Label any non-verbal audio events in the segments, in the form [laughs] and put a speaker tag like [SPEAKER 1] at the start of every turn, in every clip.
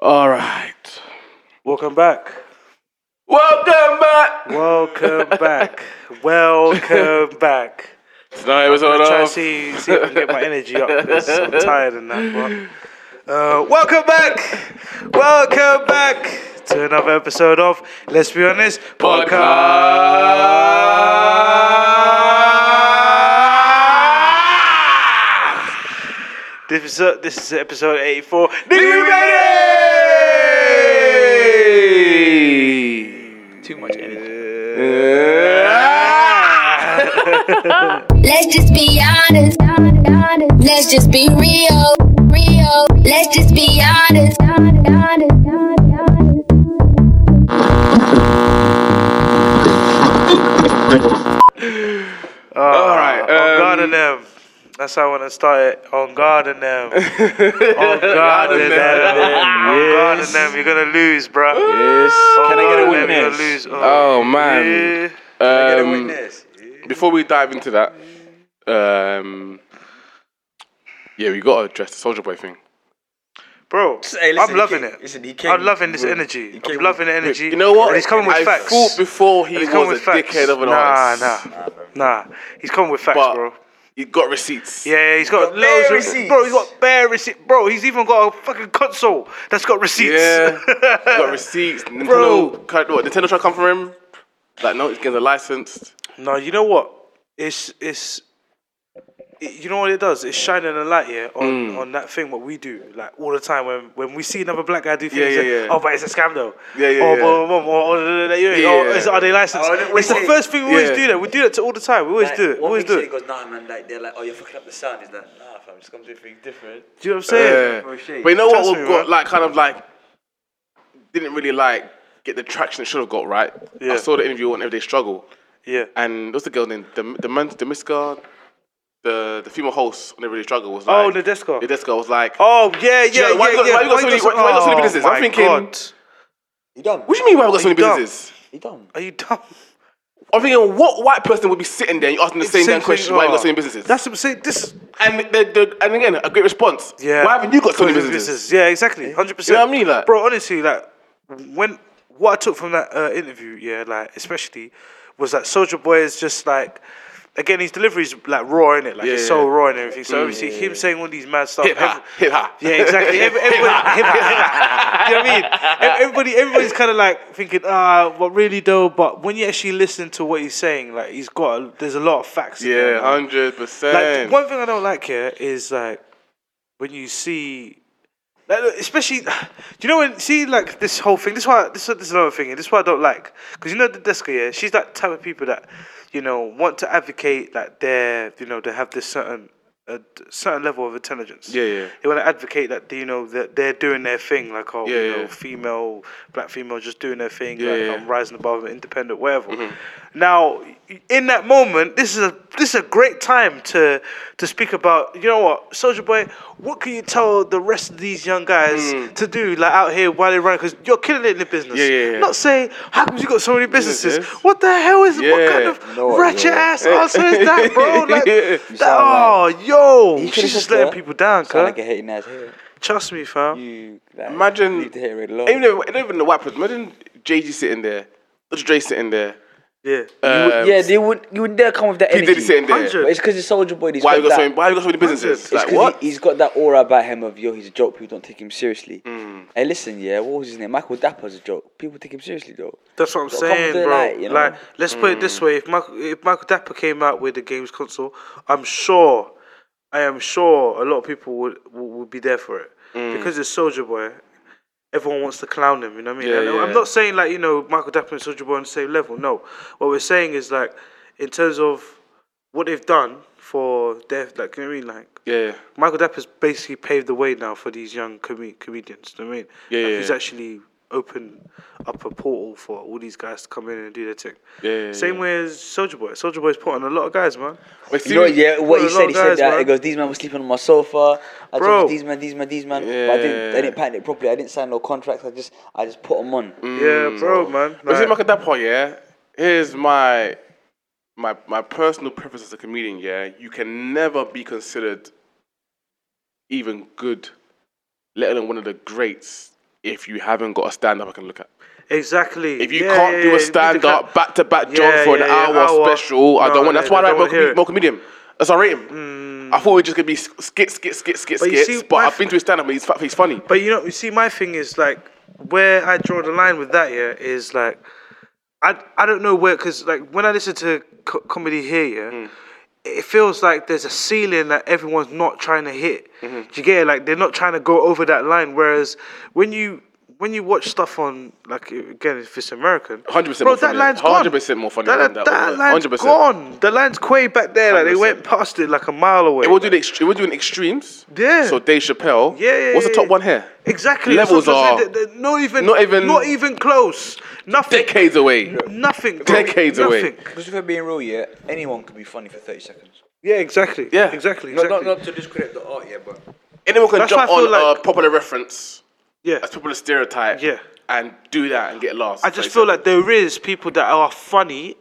[SPEAKER 1] All right.
[SPEAKER 2] Welcome back.
[SPEAKER 1] Welcome back.
[SPEAKER 2] [laughs] Welcome back. Welcome back.
[SPEAKER 1] Tonight was on
[SPEAKER 2] I'm trying to
[SPEAKER 1] off.
[SPEAKER 2] see, see if I can get my energy up. 'cause [laughs] I'm tired and that. But, uh, welcome back. Welcome back to another episode of Let's Be Honest Podcast. This is, uh, this is episode 84. New
[SPEAKER 1] Too much [laughs]
[SPEAKER 2] Ah! [laughs]
[SPEAKER 3] Let's just be honest. Let's just be real. Real. Let's just be honest.
[SPEAKER 2] All
[SPEAKER 1] right,
[SPEAKER 2] on
[SPEAKER 1] um,
[SPEAKER 2] guard and them. That's how I want to start it. On guard
[SPEAKER 1] [laughs]
[SPEAKER 2] and them. on guard and them. On guard and them. You're gonna lose, bro. On
[SPEAKER 4] Can I
[SPEAKER 2] guard
[SPEAKER 4] get a
[SPEAKER 2] and them, You're gonna
[SPEAKER 4] witness?
[SPEAKER 2] lose.
[SPEAKER 1] Oh, man.
[SPEAKER 2] yeah.
[SPEAKER 1] Um, before we dive into that, um, yeah, we got to address the Soldier Boy thing.
[SPEAKER 2] Bro,
[SPEAKER 4] Hey, listen,
[SPEAKER 2] I'm loving
[SPEAKER 4] he
[SPEAKER 2] it.
[SPEAKER 4] came- Listen, he came
[SPEAKER 2] I'm loving this
[SPEAKER 4] with-
[SPEAKER 2] energy.
[SPEAKER 4] he came
[SPEAKER 2] I'm loving the
[SPEAKER 1] Look,
[SPEAKER 2] energy.
[SPEAKER 1] You know what?
[SPEAKER 2] And he's coming with
[SPEAKER 1] I
[SPEAKER 2] facts.
[SPEAKER 1] thought before he
[SPEAKER 2] he's
[SPEAKER 1] was
[SPEAKER 2] coming with
[SPEAKER 1] a
[SPEAKER 2] facts.
[SPEAKER 1] dickhead of an
[SPEAKER 2] nah,
[SPEAKER 1] artist.
[SPEAKER 2] Nah, nah. He's coming with facts,
[SPEAKER 1] But-
[SPEAKER 2] bro.
[SPEAKER 1] He got receipts.
[SPEAKER 2] Yeah, yeah, he's got,
[SPEAKER 4] got bare
[SPEAKER 2] loads of
[SPEAKER 4] receipts.
[SPEAKER 2] bro. He's got bare receipts, bro. He's even got a fucking console that's got receipts. [laughs]
[SPEAKER 1] Yeah. got receipts. Nintendo,
[SPEAKER 2] Bro.
[SPEAKER 1] cut- What, Nintendo trying to come from him? Like, no, he's getting a license.
[SPEAKER 2] No, you know what? It's it's. It, you know what it does? It's shining a light yeah, on,
[SPEAKER 1] Mm.
[SPEAKER 2] on that thing what we do like all the time when when we see another black guy do things.
[SPEAKER 1] yeah,
[SPEAKER 2] like,
[SPEAKER 1] yeah.
[SPEAKER 2] Oh, but it's a scam though.
[SPEAKER 1] Yeah, yeah,
[SPEAKER 2] Oh,
[SPEAKER 1] yeah.
[SPEAKER 2] but, mum, or, or, or, you know,
[SPEAKER 1] Yeah.
[SPEAKER 2] oh, is- are they licensed?
[SPEAKER 4] Oh, we
[SPEAKER 2] it's the
[SPEAKER 4] say-
[SPEAKER 2] first thing we always
[SPEAKER 1] Yeah.
[SPEAKER 2] do. That we do that to all the time. We always
[SPEAKER 4] Like,
[SPEAKER 2] do it. We
[SPEAKER 4] One
[SPEAKER 2] always
[SPEAKER 4] thing
[SPEAKER 2] do
[SPEAKER 4] said,
[SPEAKER 2] it.
[SPEAKER 4] he goes, nah, man, like, they're like, oh, you're fucking up the sound. He's like, nah, fam, just come do things different.
[SPEAKER 2] Do you know what I'm saying?
[SPEAKER 1] Yeah.
[SPEAKER 4] Oh, shit.
[SPEAKER 1] But you know what?
[SPEAKER 2] Trust
[SPEAKER 1] We've
[SPEAKER 2] me,
[SPEAKER 1] got
[SPEAKER 2] man.
[SPEAKER 1] like kind of like didn't really like get the traction it should have got right.
[SPEAKER 2] Yeah.
[SPEAKER 1] I saw the interview on Everyday Struggle,
[SPEAKER 2] Yeah.
[SPEAKER 1] and what's the girl name? The the man, the Miska, the the female host on Everyday Struggle was
[SPEAKER 2] Oh,
[SPEAKER 1] like
[SPEAKER 2] Nadezhda.
[SPEAKER 1] Nadezhda was like,
[SPEAKER 2] Oh yeah, yeah,
[SPEAKER 1] know,
[SPEAKER 2] yeah,
[SPEAKER 1] why you got-
[SPEAKER 2] yeah.
[SPEAKER 1] why you got so many- why you got so many businesses?
[SPEAKER 2] Oh,
[SPEAKER 1] I'm
[SPEAKER 2] my
[SPEAKER 1] thinking-
[SPEAKER 2] God.
[SPEAKER 4] He done.
[SPEAKER 1] what do you mean? Why have we got so many
[SPEAKER 2] dumb.
[SPEAKER 1] businesses?
[SPEAKER 4] He done.
[SPEAKER 2] Are you dumb?
[SPEAKER 1] I'm thinking, what white person would be sitting there and asking the same damn
[SPEAKER 2] thing-
[SPEAKER 1] question? Why you got so
[SPEAKER 2] oh,
[SPEAKER 1] many businesses?
[SPEAKER 2] That's what I'm saying. This
[SPEAKER 1] and the, the, and again, a great response.
[SPEAKER 2] Yeah.
[SPEAKER 1] Why haven't you got so many
[SPEAKER 2] Because of
[SPEAKER 1] businesses?
[SPEAKER 2] businesses. Yeah, exactly. Hundred percent.
[SPEAKER 1] You know what I mean? Like-
[SPEAKER 2] bro, honestly, like when what I took from that uh, interview, yeah, like especially was that Soldier Boy is just like. Again, his delivery's like raw in it, like it's so
[SPEAKER 1] Yeah. Mm.
[SPEAKER 2] raw and everything. So obviously, him saying all these mad stuff,
[SPEAKER 1] Hip hop,
[SPEAKER 2] every-
[SPEAKER 1] hip hop.
[SPEAKER 2] yeah, exactly. Every, everybody, [laughs] everybody- you know what I mean? Ev- Everybody, everybody's kind of like thinking, ah, what really though? But when you actually listen to what he's saying, like he's got, a, there's a lot of facts. in there,
[SPEAKER 1] Yeah,
[SPEAKER 2] man.
[SPEAKER 1] hundred
[SPEAKER 2] Like
[SPEAKER 1] percent.
[SPEAKER 2] one thing I don't like here is like when you see, like, look, especially, [sighs] do you know when see like this whole thing? This is why this, is- this is another thing. and This is why I don't like because you know the Deska, yeah, she's that type of people that you know want to advocate that they're you know they have this certain a certain level of intelligence.
[SPEAKER 1] Yeah, yeah.
[SPEAKER 2] They want to advocate that you know that they're doing their thing, like oh,
[SPEAKER 1] Yeah,
[SPEAKER 2] you know,
[SPEAKER 1] yeah.
[SPEAKER 2] female, black female, just doing their thing,
[SPEAKER 1] Yeah,
[SPEAKER 2] like
[SPEAKER 1] yeah. Mm-hmm.
[SPEAKER 2] I'm rising above, independent, whatever. Now, in that moment, this is a this is a great time to to speak about. You know what, Soldier Boy? What can you tell the rest of these young guys to do, like out here while they run? Because you're killing it in the business.
[SPEAKER 1] Mm. Yeah, yeah, yeah.
[SPEAKER 2] Not say how come you got so many businesses?
[SPEAKER 1] Businesses.
[SPEAKER 2] What the hell is what
[SPEAKER 1] Yeah.
[SPEAKER 2] kind of
[SPEAKER 4] No,
[SPEAKER 2] ratchet
[SPEAKER 4] no.
[SPEAKER 2] ass answer is that, bro?
[SPEAKER 1] [laughs]
[SPEAKER 2] Like,
[SPEAKER 1] Yeah.
[SPEAKER 2] that- oh,
[SPEAKER 4] sound
[SPEAKER 2] yo,
[SPEAKER 4] He
[SPEAKER 2] she's
[SPEAKER 4] could've
[SPEAKER 2] just
[SPEAKER 4] said
[SPEAKER 2] letting
[SPEAKER 4] that.
[SPEAKER 2] people down,
[SPEAKER 4] Sound like
[SPEAKER 2] cuz.
[SPEAKER 4] a hating ass hair.
[SPEAKER 2] Trust me, fam.
[SPEAKER 4] You, like,
[SPEAKER 1] Imagine-
[SPEAKER 4] Leave the hair red long.
[SPEAKER 1] Even if, even if the white person, imagine JG sitting there, Dr. Dre sitting there,
[SPEAKER 2] Yeah.
[SPEAKER 1] uh,
[SPEAKER 4] yeah, they would, you would never come with that
[SPEAKER 1] P.
[SPEAKER 4] energy.
[SPEAKER 1] Diddy sitting there.
[SPEAKER 2] Hundred.
[SPEAKER 4] But it's because the soldier boy, he's
[SPEAKER 1] Why have
[SPEAKER 4] got
[SPEAKER 1] you got,
[SPEAKER 4] that.
[SPEAKER 1] so many, why have you got so many businesses?
[SPEAKER 2] Hundred.
[SPEAKER 1] Like,
[SPEAKER 4] It's
[SPEAKER 1] what?
[SPEAKER 4] because he, has got that aura about him of yo, he's a joke. People don't take him seriously.
[SPEAKER 1] Hmm.
[SPEAKER 4] Hey, listen, yeah, what was his name? Michael Dapper's a joke. People take him seriously though.
[SPEAKER 2] That's what I'm
[SPEAKER 4] Gotta come
[SPEAKER 2] saying,
[SPEAKER 4] to the
[SPEAKER 2] bro.
[SPEAKER 4] light, you know?
[SPEAKER 2] Like, let's put it
[SPEAKER 1] Mm.
[SPEAKER 2] this way: if Michael, if Michael Dapper came out with the games console, I'm sure, I am sure, a lot of people would would, would be there for it
[SPEAKER 1] Mm.
[SPEAKER 2] because it's Soldier Boy. Everyone wants to clown him, you know what I mean?
[SPEAKER 1] Yeah,
[SPEAKER 2] And I'm
[SPEAKER 1] yeah.
[SPEAKER 2] not saying like you know Michael Dapper and Soldier Boy on the same level. No, what we're saying is like in terms of what they've done for their like you know what I mean like
[SPEAKER 1] yeah.
[SPEAKER 2] Michael Dapper's basically paved the way now for these young com- comedians. Do you know what I mean?
[SPEAKER 1] Yeah,
[SPEAKER 2] Like,
[SPEAKER 1] yeah,
[SPEAKER 2] He's
[SPEAKER 1] yeah.
[SPEAKER 2] actually opened up a portal for all these guys to come in and do their thing.
[SPEAKER 1] Yeah, yeah,
[SPEAKER 2] Same
[SPEAKER 1] yeah.
[SPEAKER 2] way as Soldier Boy. Soldier Boy's put on a lot of guys, man.
[SPEAKER 1] But
[SPEAKER 4] You know,
[SPEAKER 1] see-
[SPEAKER 4] yeah, what he
[SPEAKER 2] Well, a lot
[SPEAKER 4] said,
[SPEAKER 2] of
[SPEAKER 4] he said
[SPEAKER 2] guys,
[SPEAKER 4] that.
[SPEAKER 2] man.
[SPEAKER 4] He goes, these men were sleeping on my sofa. I
[SPEAKER 2] Bro.
[SPEAKER 4] told you, these men, these men, these men. But I didn't, I
[SPEAKER 1] Yeah.
[SPEAKER 4] didn't pattern it properly. I didn't sign no contracts. I just, I just put them on.
[SPEAKER 2] Yeah, bro, man.
[SPEAKER 1] But see,
[SPEAKER 2] Like,
[SPEAKER 1] Hmm. Michael Dapper, yeah, here's my, my, my personal preference as a comedian, yeah. You can never be considered even good, let alone one of the greats, if you haven't got a stand up I can look at.
[SPEAKER 2] Exactly.
[SPEAKER 1] If you
[SPEAKER 2] Yeah,
[SPEAKER 1] can't
[SPEAKER 2] yeah,
[SPEAKER 1] do a
[SPEAKER 2] yeah, you need to
[SPEAKER 1] stand
[SPEAKER 2] cut-
[SPEAKER 1] up back to back job
[SPEAKER 2] Yeah,
[SPEAKER 1] for an
[SPEAKER 2] yeah, yeah,
[SPEAKER 1] hour,
[SPEAKER 2] hour.
[SPEAKER 1] special, I
[SPEAKER 2] No,
[SPEAKER 1] don't want.
[SPEAKER 2] no,
[SPEAKER 1] That's why
[SPEAKER 2] they
[SPEAKER 1] I like
[SPEAKER 2] don't
[SPEAKER 1] more,
[SPEAKER 2] wanna hear
[SPEAKER 1] com-
[SPEAKER 2] it. Mm.
[SPEAKER 1] more comedian. That's what I rate him. I thought we were just gonna be sk- skit, skit, skit, skit,
[SPEAKER 2] But you
[SPEAKER 1] skits.
[SPEAKER 2] see,
[SPEAKER 1] but
[SPEAKER 2] my
[SPEAKER 1] I've been to his stand up. He's fu- he's funny.
[SPEAKER 2] But you know, you see, my thing is like where I draw the line with that. Yeah, is like I I don't know where because like when I listen to co- comedy here,
[SPEAKER 1] Mm.
[SPEAKER 2] yeah, it feels like there's a ceiling that everyone's not trying to hit.
[SPEAKER 1] Mm-hmm.
[SPEAKER 2] Do you get it? Like they're not trying to go over that line. Whereas when you when you watch stuff on like again if it's American,
[SPEAKER 1] 100%
[SPEAKER 2] bro,
[SPEAKER 1] more
[SPEAKER 2] that
[SPEAKER 1] funny.
[SPEAKER 2] line's gone.
[SPEAKER 1] 100% more funny
[SPEAKER 2] That,
[SPEAKER 1] than that
[SPEAKER 2] that
[SPEAKER 1] one.
[SPEAKER 2] line's
[SPEAKER 1] 100%.
[SPEAKER 2] gone. The line's way back there. Like they
[SPEAKER 1] 100%.
[SPEAKER 2] went past it like a mile away.
[SPEAKER 1] It will do the ext- it will do in extremes.
[SPEAKER 2] Yeah.
[SPEAKER 1] So Dave Chappelle.
[SPEAKER 2] Yeah, yeah,
[SPEAKER 1] What's the
[SPEAKER 2] yeah,
[SPEAKER 1] top
[SPEAKER 2] yeah.
[SPEAKER 1] one here?
[SPEAKER 2] Exactly.
[SPEAKER 1] Levels
[SPEAKER 2] That's what I'm
[SPEAKER 1] are
[SPEAKER 2] saying. They- they're not even
[SPEAKER 1] not even-
[SPEAKER 2] not even close. Nothing.
[SPEAKER 1] Decades away.
[SPEAKER 2] Nothing. bro.
[SPEAKER 1] Decades away.
[SPEAKER 2] Nothing.
[SPEAKER 4] Because if we're being real, yeah, anyone can be funny for 30 seconds.
[SPEAKER 2] Yeah, exactly.
[SPEAKER 1] Yeah.
[SPEAKER 2] Exactly.
[SPEAKER 4] Not,
[SPEAKER 2] Exactly.
[SPEAKER 4] not, not to discredit the art, yeah, but
[SPEAKER 1] Anyone can
[SPEAKER 2] That's
[SPEAKER 1] jump
[SPEAKER 2] why I
[SPEAKER 1] on
[SPEAKER 2] feel like-
[SPEAKER 1] a popular reference,
[SPEAKER 2] yeah.
[SPEAKER 1] a popular stereotype,
[SPEAKER 2] Yeah.
[SPEAKER 1] and do that and get laughs.
[SPEAKER 2] I just feel like there is people that are funny.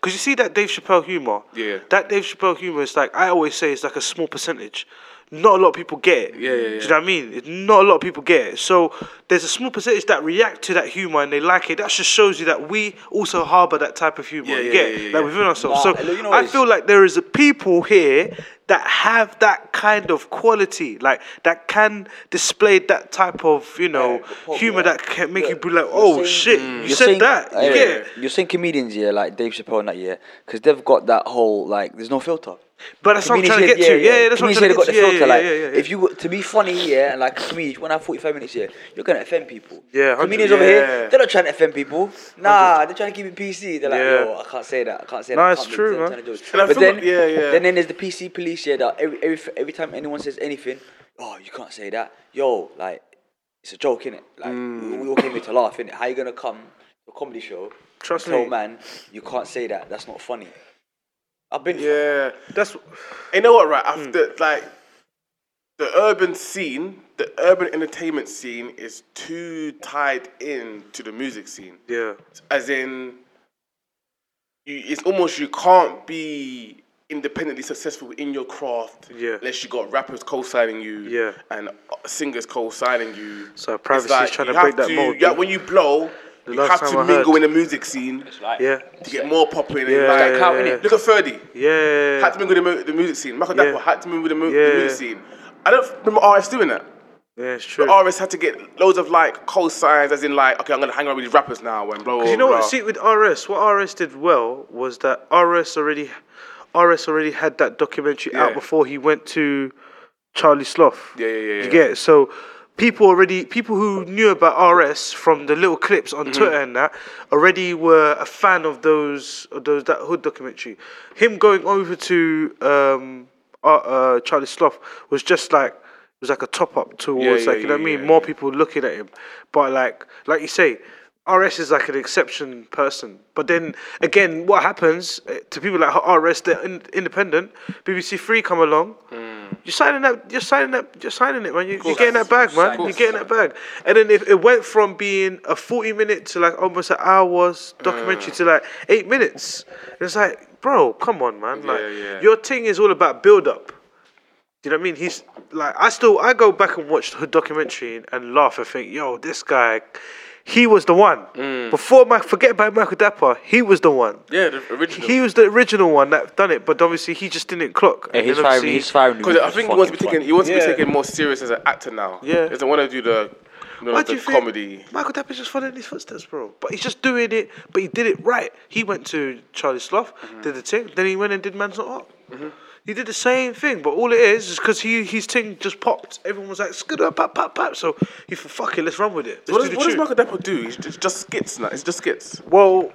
[SPEAKER 2] Cause you see that Dave Chappelle humor.
[SPEAKER 1] Mm. Yeah.
[SPEAKER 2] That Dave Chappelle humor is like I always say it's like a small percentage. Not a lot of people get it.
[SPEAKER 1] yeah, yeah.
[SPEAKER 2] Do you know what I mean? It- Not a lot of people get it. So there's a small percentage that react to that humor and they like it. That just shows you that we also harbour that type of humor.
[SPEAKER 1] Yeah,
[SPEAKER 2] you
[SPEAKER 1] yeah,
[SPEAKER 2] get it?
[SPEAKER 1] yeah, yeah,
[SPEAKER 2] like
[SPEAKER 1] yeah.
[SPEAKER 2] within ourselves.
[SPEAKER 4] Nah,
[SPEAKER 2] so
[SPEAKER 4] look, you know what
[SPEAKER 2] I
[SPEAKER 4] it is?
[SPEAKER 2] feel like there is a people here that have that kind of quality, like that can display that type of you know
[SPEAKER 4] Yeah, but Paul,
[SPEAKER 2] humor
[SPEAKER 4] yeah.
[SPEAKER 2] that can make
[SPEAKER 4] Yeah,
[SPEAKER 2] you be like,
[SPEAKER 4] you're
[SPEAKER 2] oh
[SPEAKER 4] saying- Mm.
[SPEAKER 2] shit, you
[SPEAKER 4] You're
[SPEAKER 2] said
[SPEAKER 4] saying-
[SPEAKER 2] that,
[SPEAKER 4] uh,
[SPEAKER 2] you get it.
[SPEAKER 4] You're saying comedians, yeah, like Dave Chappelle and that, yeah, because they've got that whole like, there's no filter.
[SPEAKER 2] But that's what I'm
[SPEAKER 4] Comedians
[SPEAKER 2] trying to
[SPEAKER 4] here-
[SPEAKER 2] get to. Yeah, yeah, that's what I'm
[SPEAKER 4] comedians
[SPEAKER 2] trying to
[SPEAKER 4] here
[SPEAKER 2] get
[SPEAKER 4] got
[SPEAKER 2] to. Yeah,
[SPEAKER 4] the filter.
[SPEAKER 2] yeah,
[SPEAKER 4] like,
[SPEAKER 2] yeah, yeah, yeah.
[SPEAKER 4] if you were- to be funny, yeah, and like comedians, when I have 45 minutes here, you're gonna offend people.
[SPEAKER 2] Yeah, 100,
[SPEAKER 4] comedians over
[SPEAKER 2] yeah.
[SPEAKER 4] here, they're not trying to offend people. Nah, they're trying to keep it PC. They're like,
[SPEAKER 2] Yeah.
[SPEAKER 4] yo, I can't say that. I can't say
[SPEAKER 2] Nah,
[SPEAKER 4] that. I
[SPEAKER 2] it's
[SPEAKER 4] can't make
[SPEAKER 2] true,
[SPEAKER 4] them
[SPEAKER 2] man.
[SPEAKER 4] trying to do it."
[SPEAKER 1] And I
[SPEAKER 4] But
[SPEAKER 1] feel
[SPEAKER 4] then,
[SPEAKER 1] like- yeah, yeah.
[SPEAKER 4] then, then there's the PC police. Yeah, that every every every time anyone says anything, oh, you can't say that. Yo, like, it's a joke, innit? Like,
[SPEAKER 2] Mm.
[SPEAKER 4] we, we all came here to laugh, innit? How you gonna come to a comedy show?
[SPEAKER 2] Trust
[SPEAKER 4] tell
[SPEAKER 2] me.
[SPEAKER 4] man, you can't say that. That's not funny. I've been.
[SPEAKER 1] Yeah.
[SPEAKER 2] That's
[SPEAKER 1] You know what, right?
[SPEAKER 2] Hmm.
[SPEAKER 1] After like the urban scene, the urban entertainment scene is too tied in to the music scene.
[SPEAKER 2] yeah,
[SPEAKER 1] As in, you, it's almost you can't be independently successful in your craft
[SPEAKER 2] Yeah.
[SPEAKER 1] unless you got rappers co-signing you
[SPEAKER 2] Yeah.
[SPEAKER 1] and singers co-signing you.
[SPEAKER 2] So
[SPEAKER 1] It's
[SPEAKER 2] privacy is trying
[SPEAKER 1] you
[SPEAKER 2] to break
[SPEAKER 1] have
[SPEAKER 2] that mold,
[SPEAKER 1] Yeah,
[SPEAKER 2] dude.
[SPEAKER 1] when you blow, you
[SPEAKER 2] last
[SPEAKER 1] have
[SPEAKER 2] time
[SPEAKER 1] to
[SPEAKER 2] I
[SPEAKER 1] mingle
[SPEAKER 2] heard-
[SPEAKER 1] in the music scene
[SPEAKER 4] Like,
[SPEAKER 2] yeah,
[SPEAKER 1] to get more popular.
[SPEAKER 2] Yeah,
[SPEAKER 1] like,
[SPEAKER 2] yeah,
[SPEAKER 4] counting yeah. it.
[SPEAKER 1] Look at Ferdy
[SPEAKER 2] yeah.
[SPEAKER 1] had to mingle with the, mu- the music scene. Michael
[SPEAKER 2] Yeah.
[SPEAKER 1] Dapper had to mingle with the, mu-
[SPEAKER 2] Yeah.
[SPEAKER 1] the music scene. I don't remember RS doing that.
[SPEAKER 2] Yeah, it's
[SPEAKER 4] Oh,
[SPEAKER 2] true.
[SPEAKER 1] RS had to get loads of like cold signs, as in like, okay, I'm gonna hang around with these rappers now and blah blah.
[SPEAKER 2] 'Cause you know
[SPEAKER 1] blah.
[SPEAKER 2] what? See, with RS, what RS did well was that RS already, RS already had that documentary out
[SPEAKER 1] Yeah.
[SPEAKER 2] before he went to Charlie Slough.
[SPEAKER 1] Yeah, yeah, yeah,
[SPEAKER 2] You
[SPEAKER 1] yeah.
[SPEAKER 2] get it? so people already, people who knew about RS from the little clips
[SPEAKER 1] Mm-hmm.
[SPEAKER 2] on Twitter and that already were a fan of those, of those that hood documentary. Him going over to um, uh, uh, Charlie Slough was just like. It was like a top up towards,
[SPEAKER 1] yeah,
[SPEAKER 2] like you
[SPEAKER 1] yeah,
[SPEAKER 2] know what I mean,
[SPEAKER 1] yeah,
[SPEAKER 2] more
[SPEAKER 1] yeah.
[SPEAKER 2] people looking at him. But like, like you say, RS is like an exception person. But then again, what happens eh, to people like RS? They're in, independent. BBC Three come along.
[SPEAKER 1] Mm.
[SPEAKER 2] You're signing that. You're signing that. You're signing it, man. You, you're getting that bag, man. You're
[SPEAKER 4] Signing.
[SPEAKER 2] getting that bag. And then if it went from being a 40 minute to like almost an hour's
[SPEAKER 1] Mm.
[SPEAKER 2] documentary to like eight minutes, it's like, bro, come on, man. Like
[SPEAKER 1] yeah.
[SPEAKER 2] your thing is all about build up. Do you know what I mean? He's like, I still, I go back and watch the documentary and, and laugh and think, yo, this guy, he was the one.
[SPEAKER 4] Mm.
[SPEAKER 2] Before Mike, forget about Michael Dapper, he was the one.
[SPEAKER 1] yeah, the original.
[SPEAKER 2] He was the original one that done it, but obviously he just didn't clock.
[SPEAKER 4] Yeah,
[SPEAKER 2] And
[SPEAKER 4] he's
[SPEAKER 2] then
[SPEAKER 4] firing.
[SPEAKER 2] obviously-
[SPEAKER 4] He's firing.
[SPEAKER 1] because I think he wants to be taken. He wants to
[SPEAKER 2] Yeah.
[SPEAKER 1] be taken more serious as an actor now.
[SPEAKER 2] Yeah.
[SPEAKER 1] he doesn't want to do the, you know,
[SPEAKER 2] Why do
[SPEAKER 1] the
[SPEAKER 2] you think
[SPEAKER 1] comedy.
[SPEAKER 2] Michael Dapper's just following his footsteps, bro. But he's just doing it, but he did it right. He went to Charlie Slough,
[SPEAKER 1] Mm-hmm.
[SPEAKER 2] did the thing, then he went and did Man's Not Up. He did the same thing, but all it is is because he his thing just popped. Everyone was like, "Scooter, pop, pop, pop." So he thought, "Fuck it, let's run with it." Let's
[SPEAKER 1] What
[SPEAKER 2] do
[SPEAKER 1] does,
[SPEAKER 2] the
[SPEAKER 1] what does
[SPEAKER 2] tune."
[SPEAKER 1] Michael Dapper do? He's just, just skits now. It's just skits.
[SPEAKER 2] Well,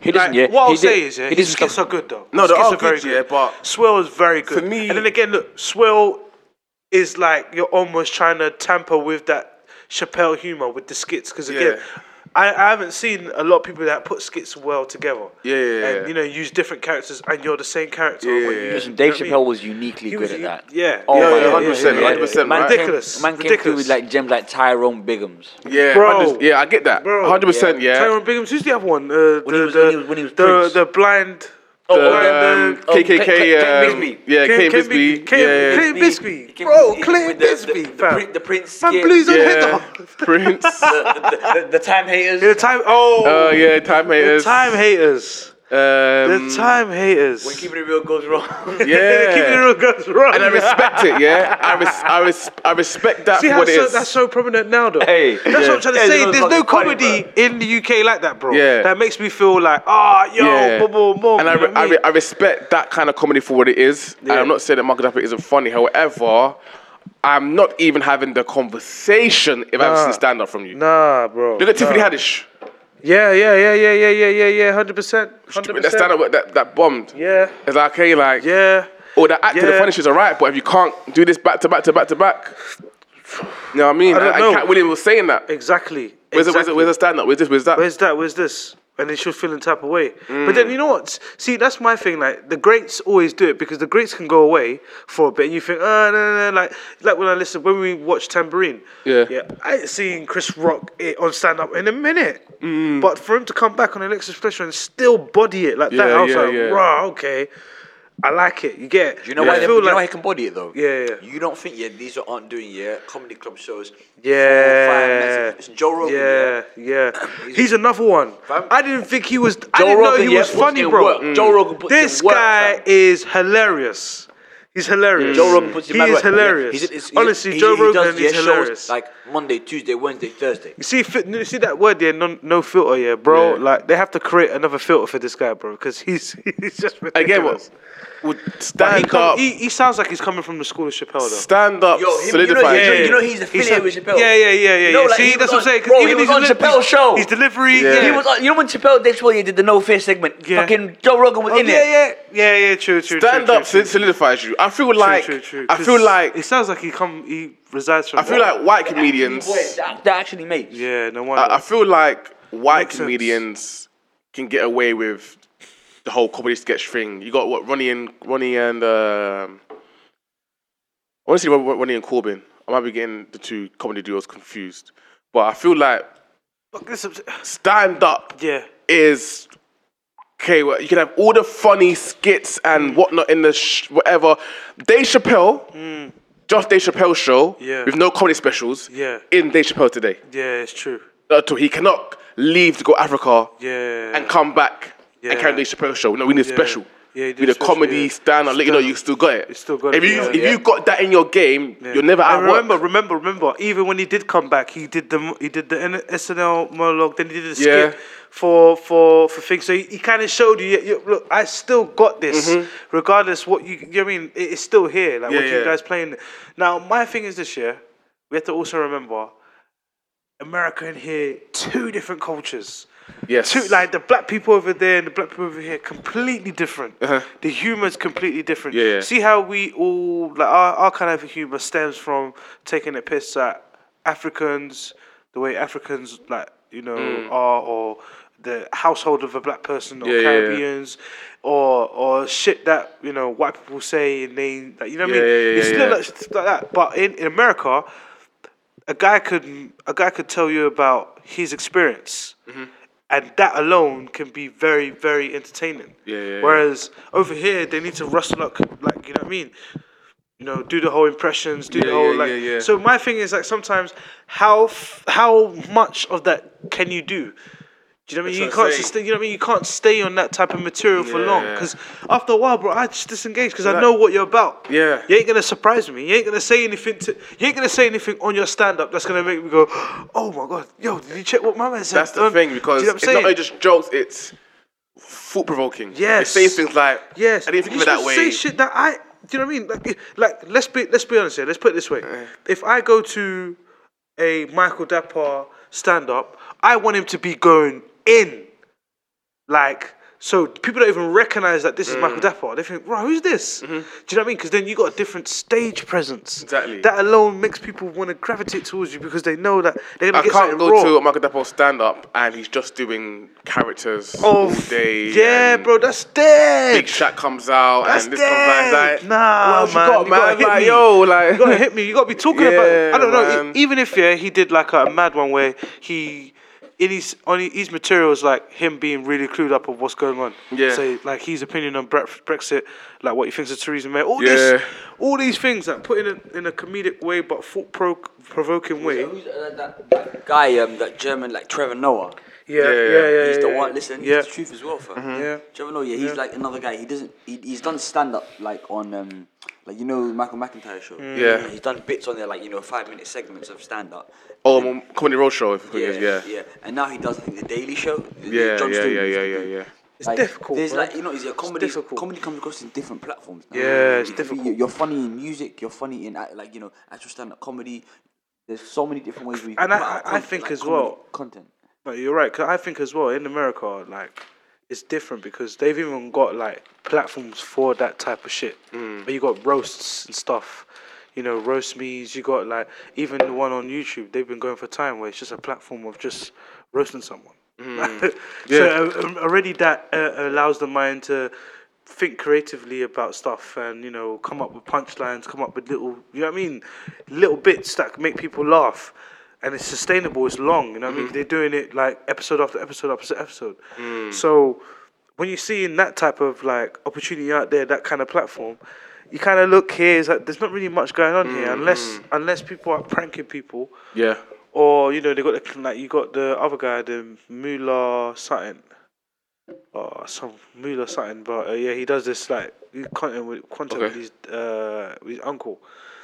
[SPEAKER 4] He
[SPEAKER 2] like,
[SPEAKER 4] doesn't. Yeah,
[SPEAKER 2] what I'll
[SPEAKER 4] he
[SPEAKER 2] say
[SPEAKER 4] did-
[SPEAKER 2] is, yeah,
[SPEAKER 4] he
[SPEAKER 2] his
[SPEAKER 4] doesn't.
[SPEAKER 2] skits
[SPEAKER 4] Stop.
[SPEAKER 2] are good though.
[SPEAKER 1] No,
[SPEAKER 2] His
[SPEAKER 1] they
[SPEAKER 2] skits
[SPEAKER 1] are good, yeah, but-
[SPEAKER 2] Swell is very good.
[SPEAKER 1] For me-
[SPEAKER 2] and then again, look, Swell is like you're almost trying to tamper with that Chappelle humor with the skits because again.
[SPEAKER 1] Yeah.
[SPEAKER 2] I, I haven't seen a lot of people that put skits well together.
[SPEAKER 1] Yeah, yeah,
[SPEAKER 2] And
[SPEAKER 1] yeah.
[SPEAKER 2] you know, use different characters, and you're the same character.
[SPEAKER 1] Yeah,
[SPEAKER 2] when
[SPEAKER 1] yeah,
[SPEAKER 2] you-
[SPEAKER 1] yeah.
[SPEAKER 2] you
[SPEAKER 4] Listen,
[SPEAKER 2] know
[SPEAKER 4] Dave
[SPEAKER 2] what I mean?
[SPEAKER 4] Chappelle was uniquely
[SPEAKER 2] He
[SPEAKER 4] good
[SPEAKER 2] was
[SPEAKER 4] at
[SPEAKER 2] u-
[SPEAKER 4] that.
[SPEAKER 2] yeah.
[SPEAKER 4] Oh
[SPEAKER 1] Yeah,
[SPEAKER 4] my
[SPEAKER 1] yeah,
[SPEAKER 4] God.
[SPEAKER 1] 100%, 100%,
[SPEAKER 4] Man
[SPEAKER 1] right?
[SPEAKER 4] came-
[SPEAKER 2] Ridiculous,
[SPEAKER 4] Man came through
[SPEAKER 2] ridiculous.
[SPEAKER 4] with like gems like Tyrone Biggums.
[SPEAKER 1] Yeah,
[SPEAKER 2] Bro.
[SPEAKER 1] 100 yeah,
[SPEAKER 2] Uh,
[SPEAKER 1] I Oh,
[SPEAKER 2] and,
[SPEAKER 1] um,
[SPEAKER 2] um,
[SPEAKER 4] oh,
[SPEAKER 1] KKK.
[SPEAKER 4] Kate- Kate
[SPEAKER 1] um,
[SPEAKER 4] Bisbee.
[SPEAKER 1] Yeah, Kate Bisbee.
[SPEAKER 2] Bisbee. Kate-
[SPEAKER 1] yeah,
[SPEAKER 2] Kate Bisbee.
[SPEAKER 4] He came
[SPEAKER 2] Bro,
[SPEAKER 4] with-
[SPEAKER 2] Clay
[SPEAKER 4] with the- the-
[SPEAKER 2] Bisbee,
[SPEAKER 4] the
[SPEAKER 2] fam.
[SPEAKER 4] Prin- The Prince.
[SPEAKER 2] Man,
[SPEAKER 4] yeah,
[SPEAKER 2] blues on
[SPEAKER 1] yeah.
[SPEAKER 2] head [laughs]
[SPEAKER 1] Prince. Oh
[SPEAKER 4] the, the- the time haters.
[SPEAKER 2] The time, oh,
[SPEAKER 1] yeah, time
[SPEAKER 2] the
[SPEAKER 1] haters.
[SPEAKER 2] time haters.
[SPEAKER 1] Um,
[SPEAKER 2] The time haters.
[SPEAKER 4] When keeping it real goes wrong.
[SPEAKER 2] Keep it
[SPEAKER 1] Yeah.
[SPEAKER 2] real goes wrong.
[SPEAKER 1] And I respect it. Yeah, I res- I, res- I respect that
[SPEAKER 2] See
[SPEAKER 1] for
[SPEAKER 2] how
[SPEAKER 1] what it
[SPEAKER 2] so,
[SPEAKER 1] is.
[SPEAKER 2] that's so prominent now, though.
[SPEAKER 4] Hey.
[SPEAKER 2] that's what I'm trying to
[SPEAKER 4] Yeah,
[SPEAKER 2] say.
[SPEAKER 4] it's
[SPEAKER 2] There's
[SPEAKER 4] not
[SPEAKER 2] no
[SPEAKER 4] funny,
[SPEAKER 2] comedy in the UK like that, bro.
[SPEAKER 1] Yeah.
[SPEAKER 2] that makes me feel like, ah, yo,
[SPEAKER 1] yeah.
[SPEAKER 2] boom, boom, boom.
[SPEAKER 1] and I,
[SPEAKER 2] you know
[SPEAKER 1] re-
[SPEAKER 2] what
[SPEAKER 1] I,
[SPEAKER 2] I
[SPEAKER 1] re- I respect that kind of comedy for what it is. And
[SPEAKER 4] Yeah.
[SPEAKER 1] I'm not saying that Mark Dapper isn't funny. However, I'm not even having the conversation if I haven't seen stand up from you.
[SPEAKER 2] mean? nah, bro.
[SPEAKER 1] Look at Tiffany Haddish.
[SPEAKER 2] Yeah, yeah, yeah, yeah, yeah, yeah, yeah, yeah. Hundred percent. Hundred
[SPEAKER 1] That stand
[SPEAKER 2] percent.
[SPEAKER 1] up that, that bombed.
[SPEAKER 2] Yeah.
[SPEAKER 1] It's like, okay, like,
[SPEAKER 2] Yeah.
[SPEAKER 1] or the act of the
[SPEAKER 2] Yeah.
[SPEAKER 1] funny shit's alright, but if you can't do this back to back to back to back, you know what I mean?
[SPEAKER 2] I don't
[SPEAKER 1] and,
[SPEAKER 2] know.
[SPEAKER 1] and Cat Williams was saying that.
[SPEAKER 2] Exactly.
[SPEAKER 1] Where's,
[SPEAKER 2] exactly.
[SPEAKER 1] the, where's, the, where's the stand up? Where's this? Where's that?
[SPEAKER 2] where's that? Where's this? And they should feel in type of way. But
[SPEAKER 4] Mm.
[SPEAKER 2] then you know what? See, that's my thing. Like the greats always do it because the greats can go away for a bit, and you think, oh no, no, no. Like like when I listen when we watch Tambourine.
[SPEAKER 1] Yeah.
[SPEAKER 2] Yeah. I ain't seen Chris Rock eh, on stand up in a minute.
[SPEAKER 4] Mm.
[SPEAKER 2] But for him to come back on Alexis Fletcher and still body it like that,
[SPEAKER 1] Yeah,
[SPEAKER 2] I was
[SPEAKER 1] yeah,
[SPEAKER 2] like,
[SPEAKER 1] yeah.
[SPEAKER 2] rah, okay. I like it. You get it.
[SPEAKER 4] Do you know
[SPEAKER 2] yeah.
[SPEAKER 4] why? They,
[SPEAKER 2] I feel
[SPEAKER 4] do you know
[SPEAKER 2] like-
[SPEAKER 4] why he can body it though?
[SPEAKER 2] Yeah, yeah.
[SPEAKER 4] You don't think yeah these aren't doing yeah comedy club shows.
[SPEAKER 2] Yeah.
[SPEAKER 4] Four, five, that's it. It's Joe Rogan.
[SPEAKER 2] Yeah, yeah. He's, another one.
[SPEAKER 4] Fam-
[SPEAKER 2] I didn't think he was. I
[SPEAKER 4] Joe
[SPEAKER 2] didn't know
[SPEAKER 4] Rogan,
[SPEAKER 2] he
[SPEAKER 4] yeah,
[SPEAKER 2] was
[SPEAKER 4] puts
[SPEAKER 2] funny,
[SPEAKER 4] in
[SPEAKER 2] bro. Mm.
[SPEAKER 4] work. Joe Rogan puts
[SPEAKER 2] This
[SPEAKER 4] in work,
[SPEAKER 2] guy
[SPEAKER 4] fam. Mm.
[SPEAKER 2] is hilarious. He's hilarious.
[SPEAKER 4] Joe Rogan puts in
[SPEAKER 2] He
[SPEAKER 4] mad
[SPEAKER 2] is
[SPEAKER 4] work. Yeah,
[SPEAKER 2] hilarious.
[SPEAKER 4] he's- he's- he's-
[SPEAKER 2] Honestly,
[SPEAKER 4] he-
[SPEAKER 2] Joe
[SPEAKER 4] he
[SPEAKER 2] Rogan
[SPEAKER 4] does,
[SPEAKER 2] is
[SPEAKER 4] yeah, shows
[SPEAKER 2] hilarious.
[SPEAKER 4] Like Monday, Tuesday, Wednesday, Thursday.
[SPEAKER 2] you see, fit, you see that word, yeah, no, no filter, yeah, bro.
[SPEAKER 1] Yeah.
[SPEAKER 2] Like they have to create another filter for this guy, bro, because he's [laughs] he's just
[SPEAKER 1] Again,
[SPEAKER 2] ridiculous.
[SPEAKER 1] what? Would
[SPEAKER 2] he,
[SPEAKER 1] stand
[SPEAKER 2] come-
[SPEAKER 1] up,
[SPEAKER 2] he, he sounds like he's coming from the school of Chappelle, though.
[SPEAKER 1] stand up,
[SPEAKER 4] Yo, him- you know-
[SPEAKER 1] solidified.
[SPEAKER 4] you know-
[SPEAKER 1] it.
[SPEAKER 4] you know he's affiliated
[SPEAKER 2] He's-
[SPEAKER 4] with Chappelle.
[SPEAKER 2] Yeah, yeah, yeah, yeah.
[SPEAKER 4] You know,
[SPEAKER 2] yeah.
[SPEAKER 4] like,
[SPEAKER 2] see,
[SPEAKER 4] he
[SPEAKER 2] that's what
[SPEAKER 4] was
[SPEAKER 2] I'm
[SPEAKER 4] on-
[SPEAKER 2] saying. 'cause
[SPEAKER 4] bro, he
[SPEAKER 2] even
[SPEAKER 4] was
[SPEAKER 2] his
[SPEAKER 4] on
[SPEAKER 2] deli-
[SPEAKER 4] Chappelle's
[SPEAKER 2] his-
[SPEAKER 4] show.
[SPEAKER 2] His delivery,
[SPEAKER 1] Yeah.
[SPEAKER 2] yeah.
[SPEAKER 4] He
[SPEAKER 5] uh,
[SPEAKER 4] was on, you know when Chappelle did well, he did the no fear segment.
[SPEAKER 2] Yeah.
[SPEAKER 4] Fucking Joe Rogan was
[SPEAKER 2] Oh,
[SPEAKER 4] in
[SPEAKER 2] yeah,
[SPEAKER 4] it.
[SPEAKER 2] yeah, yeah, yeah. True, true.
[SPEAKER 1] Stand
[SPEAKER 2] true,
[SPEAKER 1] up
[SPEAKER 2] true, true,
[SPEAKER 1] solidifies you. I feel
[SPEAKER 2] true,
[SPEAKER 1] like
[SPEAKER 2] true, true.
[SPEAKER 1] I
[SPEAKER 2] 'Cause
[SPEAKER 1] feel like
[SPEAKER 2] it sounds like he come, he resides from.
[SPEAKER 1] I feel like white comedians.
[SPEAKER 4] Boy, that, that actually makes.
[SPEAKER 2] Yeah, no wonder.
[SPEAKER 1] I, I feel like white
[SPEAKER 2] Makes sense.
[SPEAKER 1] comedians can get away with the whole comedy sketch thing. You got what Ronnie and Ronnie and um, I want to say Ron- Ronnie and Corbin. I might be getting the two comedy duos confused, but I feel like
[SPEAKER 2] Fuck this up-
[SPEAKER 1] stand up
[SPEAKER 2] yeah.
[SPEAKER 1] is okay. Well, you can have all the funny skits and whatnot in the sh- whatever. Dave Chappelle, just Dave Chappelle show
[SPEAKER 2] Mm. Yeah.
[SPEAKER 1] with no comedy specials.
[SPEAKER 2] Yeah.
[SPEAKER 1] in Dave Chappelle today.
[SPEAKER 2] Yeah, it's true.
[SPEAKER 1] Uh, so he cannot leave to go Africa
[SPEAKER 2] Yeah.
[SPEAKER 1] and come back and
[SPEAKER 2] Yeah.
[SPEAKER 1] carry Dave Chappelle show. No, we need a
[SPEAKER 2] Yeah.
[SPEAKER 1] special.
[SPEAKER 2] Yeah, you do
[SPEAKER 1] we need a
[SPEAKER 2] special,
[SPEAKER 1] comedy
[SPEAKER 2] yeah.
[SPEAKER 1] stand up. Let you know
[SPEAKER 2] Stand-up.
[SPEAKER 1] you still got it.
[SPEAKER 2] You still got it,
[SPEAKER 1] If you
[SPEAKER 2] yeah.
[SPEAKER 1] if you got that in your game, you're never
[SPEAKER 2] I
[SPEAKER 1] out of
[SPEAKER 2] remember,
[SPEAKER 1] work.
[SPEAKER 2] remember, remember. Even when he did come back, he did the he did the N- SNL monologue. Then he did a skit
[SPEAKER 1] Yeah.
[SPEAKER 2] for for for things. So he, he kind of showed you, yeah, you, look, I still got this, regardless what you. You know what I mean It- it's still here. Like what
[SPEAKER 1] Mm-hmm. Yeah, yeah.
[SPEAKER 2] you guys playing. Now my thing is this year, we have to also remember, America in here, two different cultures.
[SPEAKER 1] Yes.
[SPEAKER 2] Two, like the black people over there and the black people over here, completely different. The humor's completely different.
[SPEAKER 1] Uh-huh. Yeah, yeah.
[SPEAKER 2] See how we all like our, our kind of humor stems from taking a piss at Africans, the way Africans like you know are, or the household of a black person, or
[SPEAKER 1] Mm. Yeah, yeah, yeah.
[SPEAKER 2] Caribbeans, or or shit that you know white people say and they like, you know what I
[SPEAKER 1] Yeah,
[SPEAKER 2] mean.
[SPEAKER 1] yeah, yeah,
[SPEAKER 2] it's
[SPEAKER 1] yeah,
[SPEAKER 2] still
[SPEAKER 1] yeah.
[SPEAKER 2] like, stuff like that, but in, in America a guy could a guy could tell you about his experience, and that alone can be very very entertaining.
[SPEAKER 1] Yeah, yeah, yeah.
[SPEAKER 2] Whereas over here they need to rustle up, like you know what I mean. You know, do the whole impressions, do the
[SPEAKER 1] Yeah,
[SPEAKER 2] whole
[SPEAKER 1] yeah,
[SPEAKER 2] like.
[SPEAKER 1] yeah, yeah.
[SPEAKER 2] So my thing is like sometimes how f- how much of that can you do? Do you know what I mean?
[SPEAKER 1] That's
[SPEAKER 2] You
[SPEAKER 1] what I'm
[SPEAKER 2] can't
[SPEAKER 1] saying.
[SPEAKER 2] stay. You know what I mean? You can't stay on that type of material for long
[SPEAKER 1] Yeah.
[SPEAKER 2] because after a while, bro, I just disengage because I
[SPEAKER 1] Like-
[SPEAKER 2] know what you're about.
[SPEAKER 1] Yeah.
[SPEAKER 2] You ain't gonna surprise me. You ain't gonna say anything. To, you ain't gonna say anything on your stand up that's gonna make me go, [gasps] oh my god, yo, did you check what my man said?
[SPEAKER 1] That's the
[SPEAKER 2] on-"
[SPEAKER 1] thing
[SPEAKER 2] Um, Do
[SPEAKER 1] because
[SPEAKER 2] you know what I'm
[SPEAKER 1] it's
[SPEAKER 2] saying?
[SPEAKER 1] not only just jokes. It's thought provoking.
[SPEAKER 2] Yes.
[SPEAKER 1] It says things like
[SPEAKER 2] Yes.
[SPEAKER 1] I didn't think of
[SPEAKER 2] You
[SPEAKER 1] it that
[SPEAKER 2] should
[SPEAKER 1] way.
[SPEAKER 2] Say shit that I. Do you know what I mean? Like, if- like let's be let's be honest here. Let's put it this way:
[SPEAKER 1] Eh.
[SPEAKER 2] if I go to a Michael Dapper stand up, I want him to be going in, like. So people don't even recognize that this is
[SPEAKER 1] Mm.
[SPEAKER 2] Michael Dapper. They think, right, who's this?
[SPEAKER 1] Mm-hmm.
[SPEAKER 2] Do you know what I mean? Because then you got a different stage presence.
[SPEAKER 1] Exactly.
[SPEAKER 2] That alone makes people want to gravitate towards you because they know that they're gonna
[SPEAKER 1] I
[SPEAKER 2] get
[SPEAKER 1] can't
[SPEAKER 2] something
[SPEAKER 1] go
[SPEAKER 2] raw.
[SPEAKER 1] to a Michael Dapper stand up and he's just doing characters all
[SPEAKER 2] f-
[SPEAKER 1] day.
[SPEAKER 2] Oh, Yeah,
[SPEAKER 1] and
[SPEAKER 2] bro, that's dead.
[SPEAKER 1] Big Shot comes out
[SPEAKER 2] That's
[SPEAKER 1] and this
[SPEAKER 2] dead.
[SPEAKER 1] comes out. Like,
[SPEAKER 2] Nah,
[SPEAKER 1] what else
[SPEAKER 2] man.
[SPEAKER 1] You got,
[SPEAKER 2] You
[SPEAKER 1] man?
[SPEAKER 2] gotta hit
[SPEAKER 1] like,
[SPEAKER 2] me.
[SPEAKER 1] yo, like,
[SPEAKER 2] you gotta hit me. You gotta be talking about. It. I e,
[SPEAKER 1] Yeah,
[SPEAKER 2] don't know.
[SPEAKER 1] man.
[SPEAKER 2] e- Even if yeah, he did like a, mad one where he in his on his materials, like him being really clued up of what's going on.
[SPEAKER 1] Yeah.
[SPEAKER 2] So like his opinion on Bre- Brexit, like what he thinks of Theresa May, all
[SPEAKER 1] Yeah.
[SPEAKER 2] this, all these things that put in a, in a comedic way, but thought pro- provoking way.
[SPEAKER 5] Who's uh, that, that guy, um, that German, like Trevor Noah?
[SPEAKER 2] Yeah, yeah,
[SPEAKER 1] yeah,
[SPEAKER 2] yeah.
[SPEAKER 1] yeah.
[SPEAKER 2] yeah,
[SPEAKER 5] He's the
[SPEAKER 2] yeah,
[SPEAKER 5] one. Listen, he's
[SPEAKER 2] yeah, Mm-hmm.
[SPEAKER 5] the truth as well, fam.
[SPEAKER 2] Yeah.
[SPEAKER 5] Trevor Noah, yeah, he's like another guy. He doesn't. He, he's done stand up like on um, like you know Michael McIntyre show.
[SPEAKER 1] Yeah.
[SPEAKER 5] He's done bits on there like you know five minute segments of stand up.
[SPEAKER 1] [laughs] Oh, I'm on Comedy Roadshow. If yeah, yeah,
[SPEAKER 5] yeah. And now he does I think the Daily Show. the- the
[SPEAKER 1] yeah, yeah,
[SPEAKER 5] Jon
[SPEAKER 1] yeah,
[SPEAKER 5] Stewart
[SPEAKER 1] yeah,
[SPEAKER 5] used
[SPEAKER 1] yeah,
[SPEAKER 5] to
[SPEAKER 1] yeah,
[SPEAKER 5] do.
[SPEAKER 1] yeah.
[SPEAKER 2] It's
[SPEAKER 5] Like,
[SPEAKER 2] difficult.
[SPEAKER 5] There's
[SPEAKER 2] bro.
[SPEAKER 5] like you know, it's, yeah, comedy.
[SPEAKER 2] difficult.
[SPEAKER 5] comedy comes across in different platforms. now.
[SPEAKER 2] Yeah, it's
[SPEAKER 5] You can be-
[SPEAKER 2] difficult.
[SPEAKER 5] You're funny in music. You're funny in act- like you know actual stand-up comedy. There's so many different ways we.
[SPEAKER 2] And I- I- I think as well-
[SPEAKER 5] content.
[SPEAKER 2] But you're right. Cause I think as well in America, like it's different because they've even got like platforms for that type of shit. Mm. But you got roasts and stuff. You know, roast me's. You got like even the one on YouTube. They've been going for time where it's just a platform of just roasting someone. [laughs] so uh, um, already that uh, allows the mind to think creatively about stuff and you know come up with punchlines, come up with little you know what I mean, little bits that make people laugh. And it's sustainable. It's long. You know what I mean. They're doing it like episode after episode after episode. So when you're seeing that type of like opportunity out there, that kind of platform, you kind of look here. It's like there's not really much going on here unless unless people are pranking people
[SPEAKER 1] Yeah.
[SPEAKER 2] or you know they got the like you got the other guy, the Moolah something, or some Moolah something. But uh, yeah, he does this like he content with content
[SPEAKER 1] Okay.
[SPEAKER 2] with his uh with his uncle.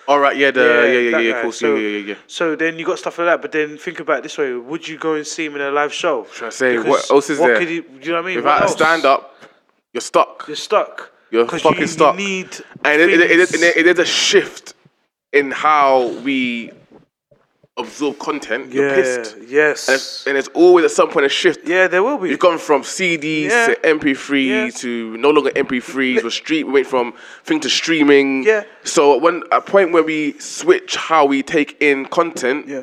[SPEAKER 1] All right. Yeah. The, yeah. Yeah. Yeah.
[SPEAKER 2] that
[SPEAKER 1] Yeah.
[SPEAKER 2] guy.
[SPEAKER 1] Cool.
[SPEAKER 2] So,
[SPEAKER 1] yeah. Yeah. Yeah.
[SPEAKER 2] So then you got stuff like that. But then think about it this way: Would you go and see him in a live show?
[SPEAKER 1] Should I say, what else is there?
[SPEAKER 2] Could you, you know what I mean?
[SPEAKER 1] Without
[SPEAKER 2] What
[SPEAKER 1] a
[SPEAKER 2] else?
[SPEAKER 1] stand up, you're stuck.
[SPEAKER 2] you're stuck.
[SPEAKER 1] You're
[SPEAKER 2] 'Cause
[SPEAKER 1] fucking
[SPEAKER 2] you,
[SPEAKER 1] stuck.
[SPEAKER 2] You need
[SPEAKER 1] and it, it, it,
[SPEAKER 2] things.
[SPEAKER 1] it, it, it is a shift in how we absorb content. You're pissed.
[SPEAKER 2] yeah, yes,
[SPEAKER 1] It's- And it's always at some point a shift.
[SPEAKER 2] yeah. There will be.
[SPEAKER 1] You've gone from CDs
[SPEAKER 2] Yeah.
[SPEAKER 1] to MP3
[SPEAKER 2] Yeah.
[SPEAKER 1] to no longer MP3s. We're street, we went from thing to streaming.
[SPEAKER 2] Yeah.
[SPEAKER 1] So when a point where we switch how we take in content,
[SPEAKER 2] yeah.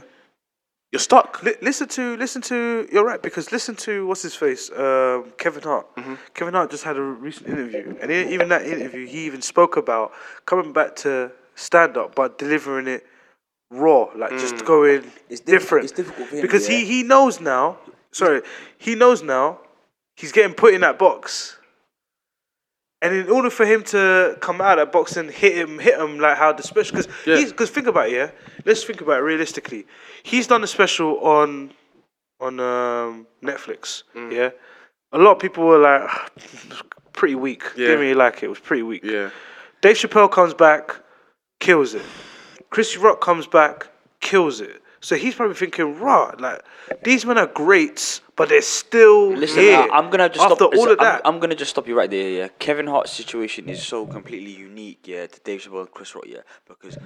[SPEAKER 1] you're stuck.
[SPEAKER 2] Li- listen to listen to you're right because listen to what's his face um, Kevin Hart. Kevin Hart just had a recent interview, and in, even that interview, he even spoke about coming back to stand up, but delivering it raw, like just going
[SPEAKER 5] It's diff-
[SPEAKER 2] different.
[SPEAKER 5] it's difficult for him,
[SPEAKER 2] because
[SPEAKER 5] yeah.
[SPEAKER 2] he he knows now. Sorry, he knows now. He's getting put in that box. And in order for him to come out of that box and hit him, hit him like how the special, because because think about it, yeah. Let's think about it realistically. He's done a special on on um, Netflix,
[SPEAKER 1] Mm.
[SPEAKER 2] yeah. A lot of people were like, [sighs] pretty weak.
[SPEAKER 1] Yeah.
[SPEAKER 2] Didn't really like it. It was pretty weak.
[SPEAKER 1] Yeah.
[SPEAKER 2] Dave Chappelle comes back, kills it. Chris Rock comes back, kills it. So he's probably thinking, rah, like these men are greats, but they're still
[SPEAKER 5] Listen,
[SPEAKER 2] here.
[SPEAKER 5] I- I'm gonna have to
[SPEAKER 2] after
[SPEAKER 5] stop.
[SPEAKER 2] all
[SPEAKER 5] listen,
[SPEAKER 2] of that.
[SPEAKER 5] I'm, I'm gonna just stop you right there. Yeah, Kevin Hart's situation is so completely unique. Yeah, to Dave Chappelle and Chris Rock. Yeah, because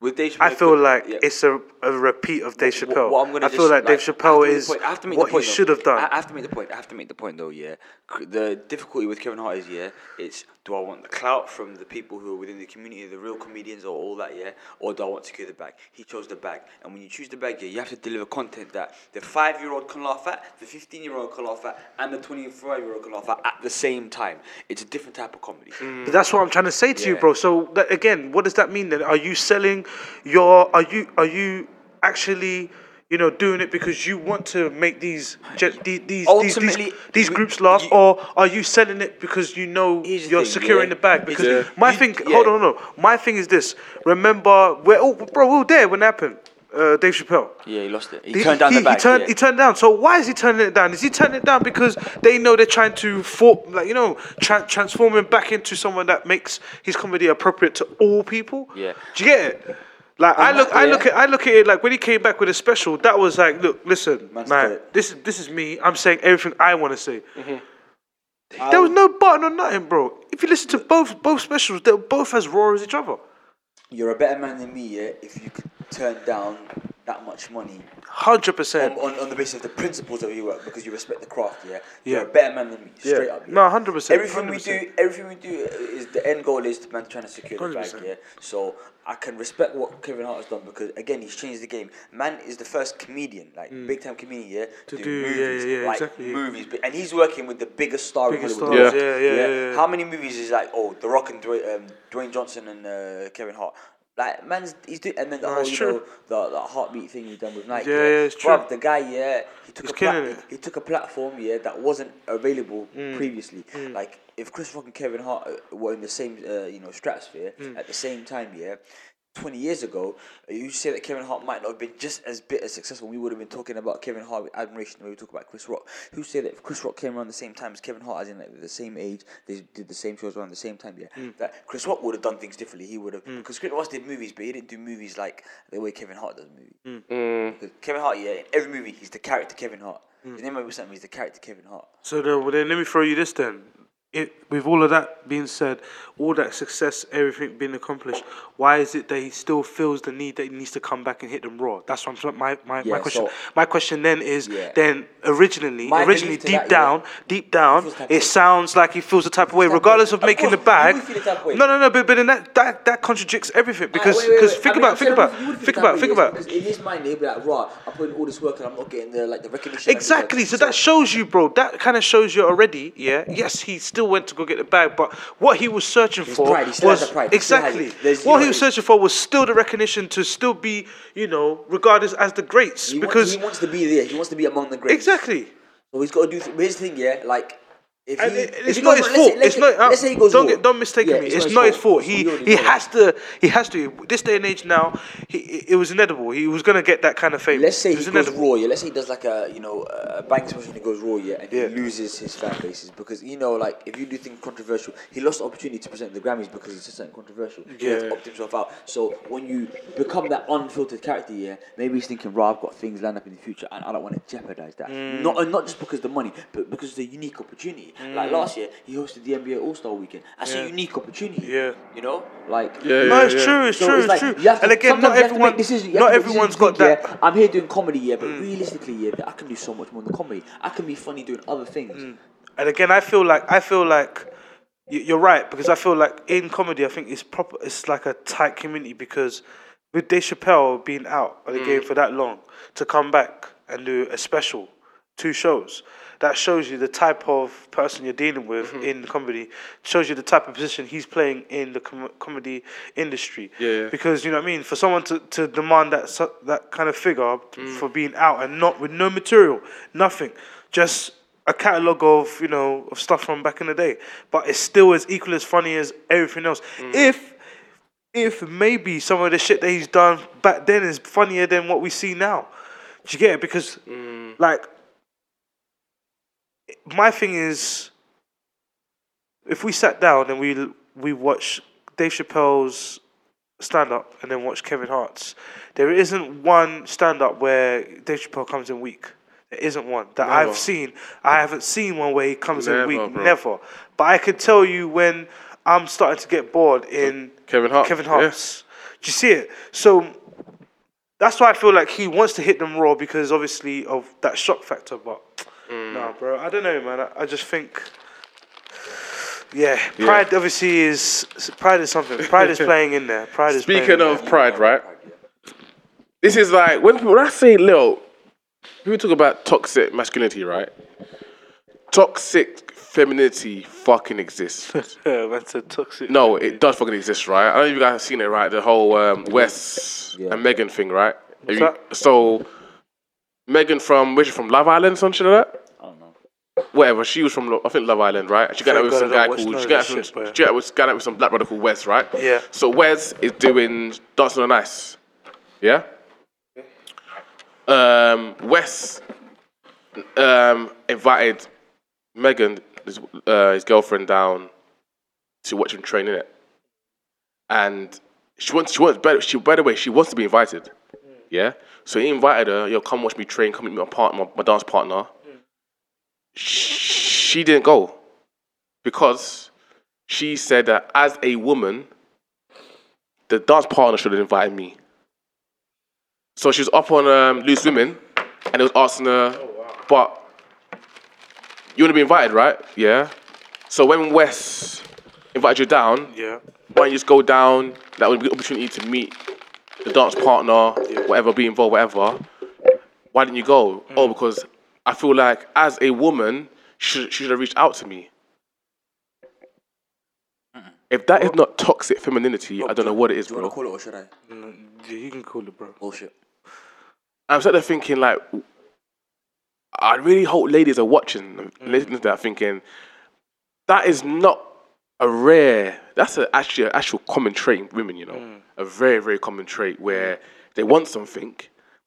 [SPEAKER 5] with Dave,
[SPEAKER 2] I
[SPEAKER 5] Chappelle-
[SPEAKER 2] feel like
[SPEAKER 5] yeah.
[SPEAKER 2] it's a, a repeat of Dave
[SPEAKER 5] Wh-
[SPEAKER 2] Chappelle.
[SPEAKER 5] what I'm gonna
[SPEAKER 2] I feel
[SPEAKER 5] just,
[SPEAKER 2] like, Dave
[SPEAKER 5] I have to
[SPEAKER 2] Chappelle
[SPEAKER 5] make the
[SPEAKER 2] is
[SPEAKER 5] point- I have to make
[SPEAKER 2] what
[SPEAKER 5] the point,
[SPEAKER 2] he
[SPEAKER 5] though.
[SPEAKER 2] should have done.
[SPEAKER 5] I I have to make the point. I have to make the point though. Yeah, C- the difficulty with Kevin Hart is yeah, it's do I want the clout from the people who are within the community, the real comedians or all that, yeah, or do I want to secure the bag? He chose the bag, and when you choose the bag, yeah, you have to deliver content that the five-year-old can laugh at, the fifteen-year-old can laugh at, and the twenty-five-year-old can laugh at at the same time. It's a different type of comedy.
[SPEAKER 2] But that's what I'm trying to say to you,
[SPEAKER 5] Yeah.
[SPEAKER 2] bro. So that, again, what does that mean then? Are you selling your? Are you are you actually? You know, doing it because you want to make these ge- these these, these, these
[SPEAKER 5] Ultimately,
[SPEAKER 2] these
[SPEAKER 5] you-
[SPEAKER 2] groups laugh,
[SPEAKER 5] you-
[SPEAKER 2] or are you selling it because you know
[SPEAKER 5] Here's the
[SPEAKER 2] you're
[SPEAKER 5] thing,
[SPEAKER 2] securing
[SPEAKER 5] yeah.
[SPEAKER 2] the bag? Because
[SPEAKER 5] Yeah.
[SPEAKER 2] my
[SPEAKER 5] You-
[SPEAKER 2] thing,
[SPEAKER 5] yeah.
[SPEAKER 2] hold on, hold on. My thing is this. Remember, we're all, bro, we were there when it happened. Uh, Dave Chappelle.
[SPEAKER 5] Yeah, he lost it. He, turned down
[SPEAKER 2] he,
[SPEAKER 5] the bag.
[SPEAKER 2] He turned,
[SPEAKER 5] yeah.
[SPEAKER 2] he turned down. So why is he turning it down? Is he turning it down because they know they're trying to for, like you know tra- transform him back into someone that makes his comedy appropriate to all people?
[SPEAKER 5] Yeah.
[SPEAKER 2] Do you get it? Like I
[SPEAKER 5] Um,
[SPEAKER 2] look, I
[SPEAKER 5] yeah.
[SPEAKER 2] look at, I look at it like when he came back with a special. That was like, look, listen,
[SPEAKER 5] Man's
[SPEAKER 2] man,
[SPEAKER 5] tight.
[SPEAKER 2] this is this is me. I'm saying everything I want to say.
[SPEAKER 5] Mm-hmm.
[SPEAKER 2] There
[SPEAKER 5] Um,
[SPEAKER 2] was no button or nothing, bro. If you listen to both both specials, they're both as raw as each other.
[SPEAKER 5] You're a better man than me, yeah, if you could turn down that much money
[SPEAKER 2] Hundred
[SPEAKER 5] on,
[SPEAKER 2] percent.
[SPEAKER 5] on, on the basis of the principles of your work because you respect the craft, yeah.
[SPEAKER 2] Yeah.
[SPEAKER 5] You're a better man than me,
[SPEAKER 2] Yeah.
[SPEAKER 5] straight up. Yeah?
[SPEAKER 2] No, 100%,
[SPEAKER 5] Everything we do,
[SPEAKER 2] 100%.
[SPEAKER 5] everything we do is the end goal is the man trying to secure the bag,
[SPEAKER 2] 100%.
[SPEAKER 5] yeah. So I can respect what Kevin Hart has done because again he's changed the game. Man is the first comedian, like big time comedian, yeah. To
[SPEAKER 2] Mm. do- yeah, yeah, yeah,
[SPEAKER 5] like
[SPEAKER 2] exactly.
[SPEAKER 5] movies, and he's working with the biggest star
[SPEAKER 2] Biggest
[SPEAKER 5] in Hollywood.
[SPEAKER 2] stars, Yeah. yeah, yeah, yeah, yeah.
[SPEAKER 5] How many movies is like oh The Rock and Dwayne, um, Dwayne Johnson and uh, Kevin Hart? Like man's he's doing and then the
[SPEAKER 2] No,
[SPEAKER 5] whole
[SPEAKER 2] it's
[SPEAKER 5] you
[SPEAKER 2] true.
[SPEAKER 5] know the, the heartbeat thing he's done with Nike.
[SPEAKER 2] Yeah, yeah, it's
[SPEAKER 5] Bruv,
[SPEAKER 2] true.
[SPEAKER 5] the guy, yeah, he took
[SPEAKER 2] He's
[SPEAKER 5] a plat-
[SPEAKER 2] killing it. Mm.
[SPEAKER 5] he took a platform, yeah, that wasn't available previously. Like if Chris Rock and Kevin Hart uh, were in the same uh, you know stratosphere
[SPEAKER 2] Mm.
[SPEAKER 5] at the same time, yeah. 20 years ago, uh, you say that Kevin Hart might not have been just as bit as successful. We would have been talking about Kevin Hart with admiration when we talk about Chris Rock. Who say that if Chris Rock came around the same time as Kevin Hart, as in like the same age, they did the same shows around the same time, yeah?
[SPEAKER 2] Mm.
[SPEAKER 5] That Chris Rock would have done things differently. He would have, because Chris Rock did movies, but he didn't do movies like the way Kevin Hart does movies.
[SPEAKER 2] Mm.
[SPEAKER 5] Because Kevin Hart, yeah, in every movie, he's the character Kevin Hart. His name might be something, he's the character Kevin Hart.
[SPEAKER 2] So then, well, then let me throw you this then. It, with all of that being said, all that success, everything being accomplished, why is it that he still feels the need that he needs to come back and hit them raw? That's what I'm, my, my, my
[SPEAKER 5] Yeah,
[SPEAKER 2] question.
[SPEAKER 5] so-
[SPEAKER 2] my question then is,
[SPEAKER 5] Yeah.
[SPEAKER 2] then originally,
[SPEAKER 5] My
[SPEAKER 2] originally
[SPEAKER 5] belief to
[SPEAKER 2] deep
[SPEAKER 5] that, yeah.
[SPEAKER 2] down, deep down,
[SPEAKER 5] feels type
[SPEAKER 2] it
[SPEAKER 5] of way.
[SPEAKER 2] sounds like he feels the type of way,
[SPEAKER 5] type of way.
[SPEAKER 2] regardless of,
[SPEAKER 5] Of
[SPEAKER 2] making
[SPEAKER 5] course,
[SPEAKER 2] the bag.
[SPEAKER 5] you would feel the type of way.
[SPEAKER 2] No, no, no, but but then that that, that contradicts everything because
[SPEAKER 5] Alright, wait, wait,
[SPEAKER 2] because
[SPEAKER 5] wait.
[SPEAKER 2] think
[SPEAKER 5] I mean,
[SPEAKER 2] about
[SPEAKER 5] I'm
[SPEAKER 2] think
[SPEAKER 5] saying
[SPEAKER 2] about
[SPEAKER 5] you would feel
[SPEAKER 2] think
[SPEAKER 5] that
[SPEAKER 2] about
[SPEAKER 5] way,
[SPEAKER 2] think
[SPEAKER 5] yes,
[SPEAKER 2] about
[SPEAKER 5] because In his mind, he'd be like, "Right, I put in all this work and I'm not getting the like the recognition." I deserve."
[SPEAKER 2] Exactly. So that shows you, bro. That kind of shows you already. Yeah.
[SPEAKER 5] Mm.
[SPEAKER 2] Yes, he still went to go get the bag, but what he was searching for
[SPEAKER 5] pride, he still
[SPEAKER 2] was
[SPEAKER 5] has the pride, he still has
[SPEAKER 2] exactly
[SPEAKER 5] it. There's- you
[SPEAKER 2] what
[SPEAKER 5] know,
[SPEAKER 2] he was
[SPEAKER 5] he-
[SPEAKER 2] searching for was still the recognition to still be, you know, regarded as the greats
[SPEAKER 5] he
[SPEAKER 2] because
[SPEAKER 5] wants, he wants to be there. He wants to be among the greats.
[SPEAKER 2] exactly.
[SPEAKER 5] So he's got to do. Th- but here's the thing, yeah. Like, if
[SPEAKER 2] And
[SPEAKER 5] he,
[SPEAKER 2] it-
[SPEAKER 5] if
[SPEAKER 2] it's
[SPEAKER 5] he
[SPEAKER 2] not
[SPEAKER 5] goes-
[SPEAKER 2] his
[SPEAKER 5] let's say-
[SPEAKER 2] fault.
[SPEAKER 5] let's
[SPEAKER 2] It's
[SPEAKER 5] say-
[SPEAKER 2] not. uh,
[SPEAKER 5] let's say he goes
[SPEAKER 2] don't
[SPEAKER 5] raw.
[SPEAKER 2] get, don't mistake
[SPEAKER 5] Yeah,
[SPEAKER 2] me. It's, not his fault. He
[SPEAKER 5] We already
[SPEAKER 2] he
[SPEAKER 5] know
[SPEAKER 2] has
[SPEAKER 5] that.
[SPEAKER 2] to. He has to. This day and age now, he it- it was inedible. He was gonna get that kind of fame.
[SPEAKER 5] Let's say
[SPEAKER 2] it
[SPEAKER 5] he
[SPEAKER 2] was
[SPEAKER 5] goes
[SPEAKER 2] inedible.
[SPEAKER 5] raw, yeah. Let's say he does like a you know a bank smash and he goes raw, yeah, and
[SPEAKER 2] Yeah.
[SPEAKER 5] he loses his fan bases because you know like if you do things controversial, he lost the opportunity to present the Grammys because he said something controversial. He had to
[SPEAKER 2] Yeah.
[SPEAKER 5] opt himself out. So when you become that unfiltered character, yeah, maybe he's thinking, "Raw, I've got things lined up in the future, and I don't want to jeopardize that.
[SPEAKER 2] Mm.
[SPEAKER 5] Not and not just because of the money, but because of the unique opportunity.
[SPEAKER 2] Mm.
[SPEAKER 5] Like last year, he hosted the NBA All Star Weekend. That's a unique opportunity.
[SPEAKER 2] Yeah.
[SPEAKER 5] you know, like
[SPEAKER 2] No, it's true. It's
[SPEAKER 5] so
[SPEAKER 2] true.
[SPEAKER 5] it's
[SPEAKER 2] It's,
[SPEAKER 5] like,
[SPEAKER 2] true.
[SPEAKER 5] you have to-
[SPEAKER 2] and again,
[SPEAKER 5] sometimes
[SPEAKER 2] not
[SPEAKER 5] you have to
[SPEAKER 2] everyone.
[SPEAKER 5] make decisions- you have
[SPEAKER 2] Not
[SPEAKER 5] to make decisions
[SPEAKER 2] everyone's
[SPEAKER 5] to
[SPEAKER 2] got
[SPEAKER 5] think,
[SPEAKER 2] that. Mm.
[SPEAKER 5] yeah, I'm here doing comedy, yeah, but realistically, yeah, that I can do so much more than comedy. I can be funny doing other things.
[SPEAKER 2] Mm. And again, I feel like I feel like y- you're right because I feel like in comedy, I think it's proper. It's like a tight community because with Dave Chappelle being out of the game
[SPEAKER 1] Mm.
[SPEAKER 2] for that long to come back and do a special, two shows. That shows you the type of person you're dealing with
[SPEAKER 1] Mm-hmm.
[SPEAKER 2] in comedy. Shows you the type of position he's playing in the com- comedy industry.
[SPEAKER 1] Yeah.
[SPEAKER 2] Because you know what I mean. For someone to, to demand that su- that kind of figure for being out and not with no material, nothing, just a catalogue of you know of stuff from back in the day, but it's still as equal as funny as everything else. If if maybe some of the shit that he's done back then is funnier than what we see now. Do you get it? Because
[SPEAKER 1] Mm.
[SPEAKER 2] like my thing is if we sat down and we we watch Dave Chappelle's stand up and then watch Kevin Hart's, there isn't one stand up where Dave Chappelle comes in weak. There isn't one that
[SPEAKER 1] Never.
[SPEAKER 2] I've seen. I haven't seen one where he comes in
[SPEAKER 1] Never,
[SPEAKER 2] weak.
[SPEAKER 1] bro.
[SPEAKER 2] Never. But I can tell you when I'm starting to get bored in
[SPEAKER 1] Kevin Hart,
[SPEAKER 2] Kevin
[SPEAKER 1] yeah.
[SPEAKER 2] Hart's. Do you see it? So that's why I feel like he wants to hit them raw because obviously of that shock factor. But
[SPEAKER 1] Mm.
[SPEAKER 2] nah, bro, I don't know, man. I, I just think, yeah, pride obviously is pride is something. Pride
[SPEAKER 1] [laughs]
[SPEAKER 2] is playing in there. Pride is playing in
[SPEAKER 1] Speaking of
[SPEAKER 2] there.
[SPEAKER 1] pride, right? This is like when people, when I say little, people talk about toxic masculinity, right? Toxic femininity fucking exists.
[SPEAKER 2] [laughs] Yeah, that's a toxic.
[SPEAKER 1] No, it does fucking exist, right? I don't know if you guys have seen it, right? The whole um, Wes and Megan thing, right? Have you-
[SPEAKER 2] that?
[SPEAKER 1] So, Megan from which from Love Island, some shit like that.
[SPEAKER 5] I don't know.
[SPEAKER 1] Whatever, she was from Lo- I think Love Island, right? She got out
[SPEAKER 2] Thank
[SPEAKER 1] with
[SPEAKER 2] God
[SPEAKER 1] some
[SPEAKER 2] I don't
[SPEAKER 1] guy
[SPEAKER 2] watch none
[SPEAKER 1] called
[SPEAKER 2] of
[SPEAKER 1] she got out
[SPEAKER 2] that
[SPEAKER 1] with
[SPEAKER 2] shit,
[SPEAKER 1] some-
[SPEAKER 2] bro.
[SPEAKER 1] she got out with- got out with some black brother called Wes, right?
[SPEAKER 2] Yeah.
[SPEAKER 1] So Wes is doing Dancing on Ice, yeah. Um, Wes um, invited Megan, his, uh, his girlfriend, down to watch him train in it, and she wants. She wants. By, she, by the way, she wants to be invited. Yeah. So he invited her. Yo, come watch me train. Come meet my partner, my, my dance partner. She didn't go because she said that as a woman, the dance partner should have invited me. So she was up on um, Loose Women, and it was asking her, but you want to be invited, right? Yeah. So when Wes invited you down,
[SPEAKER 2] Yeah.
[SPEAKER 1] why don't you just go down? That would be an opportunity to meet the dance partner, whatever, be involved, whatever. Why didn't you go? Oh, because I feel like as a woman, she, she should have reached out to me. If that is not toxic femininity, I don't know what it is,
[SPEAKER 4] Do you want
[SPEAKER 1] bro.
[SPEAKER 4] to call it or should I?
[SPEAKER 2] Mm, You can call it, bro.
[SPEAKER 4] Bullshit.
[SPEAKER 1] I'm sat there thinking like, I really hope ladies are watching, and listening to that, thinking that is not a rare. That's a, actually an actual common trait in women, you know, a very very common trait where they want something,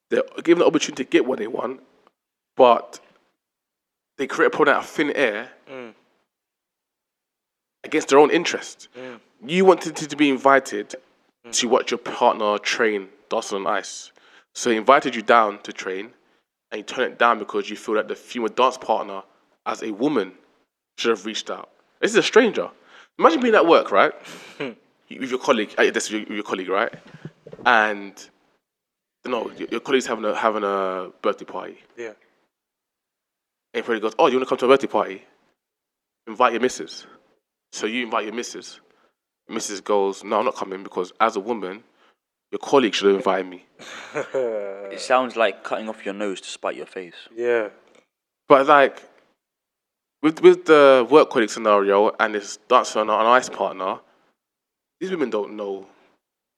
[SPEAKER 1] they're given the opportunity to get what they want, but they create a product out of thin air against their own interest. You wanted to, to be invited to watch your partner train Dawson on Ice. So he invited you down to train and you turn it down because you feel that the female dance partner as a woman should have reached out. This is a stranger. Imagine being at work, right? You- with your colleague, uh, this is your- with your colleague, right? And no, your, your colleague's having a having a birthday party.
[SPEAKER 2] Yeah.
[SPEAKER 1] And everybody goes, Oh, you want to come to a birthday party? Invite your missus. So you invite your missus. Mrs. goes, No, I'm not coming because as a woman, your colleague should have invited me.
[SPEAKER 5] It sounds like cutting off your nose to spite your face. [laughs]
[SPEAKER 2] Yeah.
[SPEAKER 1] But like with with the work colleague scenario and this dancer and an ice partner, these women don't know.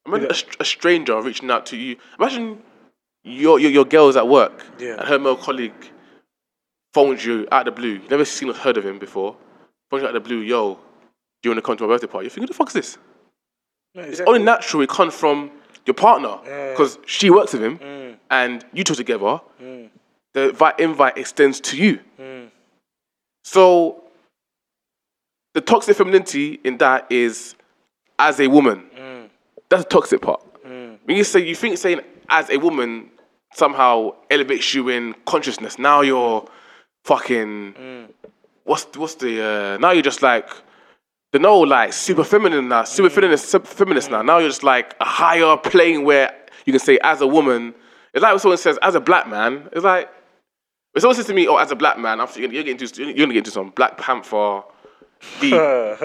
[SPEAKER 1] Imagine a, str- a stranger reaching out to you. Imagine your your, your girl's at work
[SPEAKER 2] Yeah.
[SPEAKER 1] and her male colleague phones you out of the blue. You've never seen or heard of him before. Phones you out of the blue, yo, do you want to come to my birthday party? You think, who the fuck is this?
[SPEAKER 2] No,
[SPEAKER 1] It's only natural it comes from your partner because she works with him
[SPEAKER 2] Mm.
[SPEAKER 1] and you two together. The invite, invite extends to you. So the toxic femininity in that is as a woman. That's the toxic part. When you say you think saying as a woman somehow elevates you in consciousness. Now you're fucking what's what's the uh, now you're just like the no like super feminine now, super feminist, sub- feminist now. Now you're just like a higher plane where you can say as a woman. It's like when someone says as a black man. It's like when someone says to me, "Oh, as a black man," I'm thinking, you're getting into you're gonna get into some Black Panther
[SPEAKER 2] [laughs]
[SPEAKER 1] deep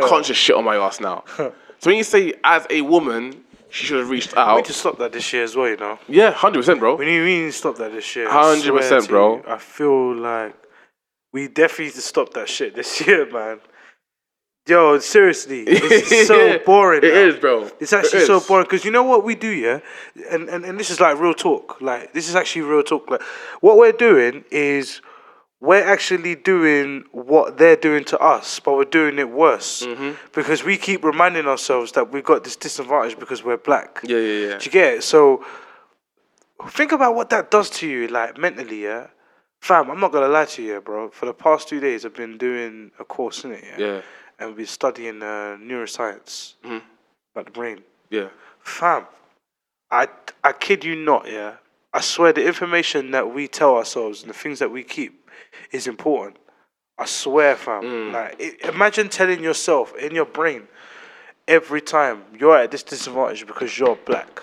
[SPEAKER 1] conscious shit on my ass now. so when you say as a woman, she should have reached
[SPEAKER 2] We need
[SPEAKER 1] out.
[SPEAKER 2] to stop that this year as well, you know.
[SPEAKER 1] yeah, hundred percent, bro.
[SPEAKER 2] We need, we need to stop that this year. I
[SPEAKER 1] 100%,
[SPEAKER 2] swear to
[SPEAKER 1] bro.
[SPEAKER 2] you, I feel like we definitely need to stop that shit this [laughs] year, man. Yo, seriously, this
[SPEAKER 1] [laughs]
[SPEAKER 2] is so boring.
[SPEAKER 1] It
[SPEAKER 2] now.
[SPEAKER 1] is, bro.
[SPEAKER 2] It's actually
[SPEAKER 1] It
[SPEAKER 2] so
[SPEAKER 1] is.
[SPEAKER 2] boring because you know what we do, yeah, and, and and this is like real talk. Like this is actually real talk. Like what we're doing is we're actually doing what they're doing to us, but we're doing it worse
[SPEAKER 1] Mm-hmm.
[SPEAKER 2] because we keep reminding ourselves that we've got this disadvantage because we're black.
[SPEAKER 1] Yeah, yeah, yeah.
[SPEAKER 2] Do you get it? So think about what that does to you, like mentally, yeah. Fam, I'm not gonna lie to you, yeah, bro. For the past two days, I've been doing a course in it, yeah,
[SPEAKER 1] Yeah,
[SPEAKER 2] and we've been studying uh, neuroscience, mm like the brain.
[SPEAKER 1] yeah.
[SPEAKER 2] Fam, I I kid you not, yeah. I swear the information that we tell ourselves and the things that we keep is important. I swear, fam.
[SPEAKER 1] Mm.
[SPEAKER 2] Like, i imagine telling yourself in your brain every time you're at this disadvantage because you're black.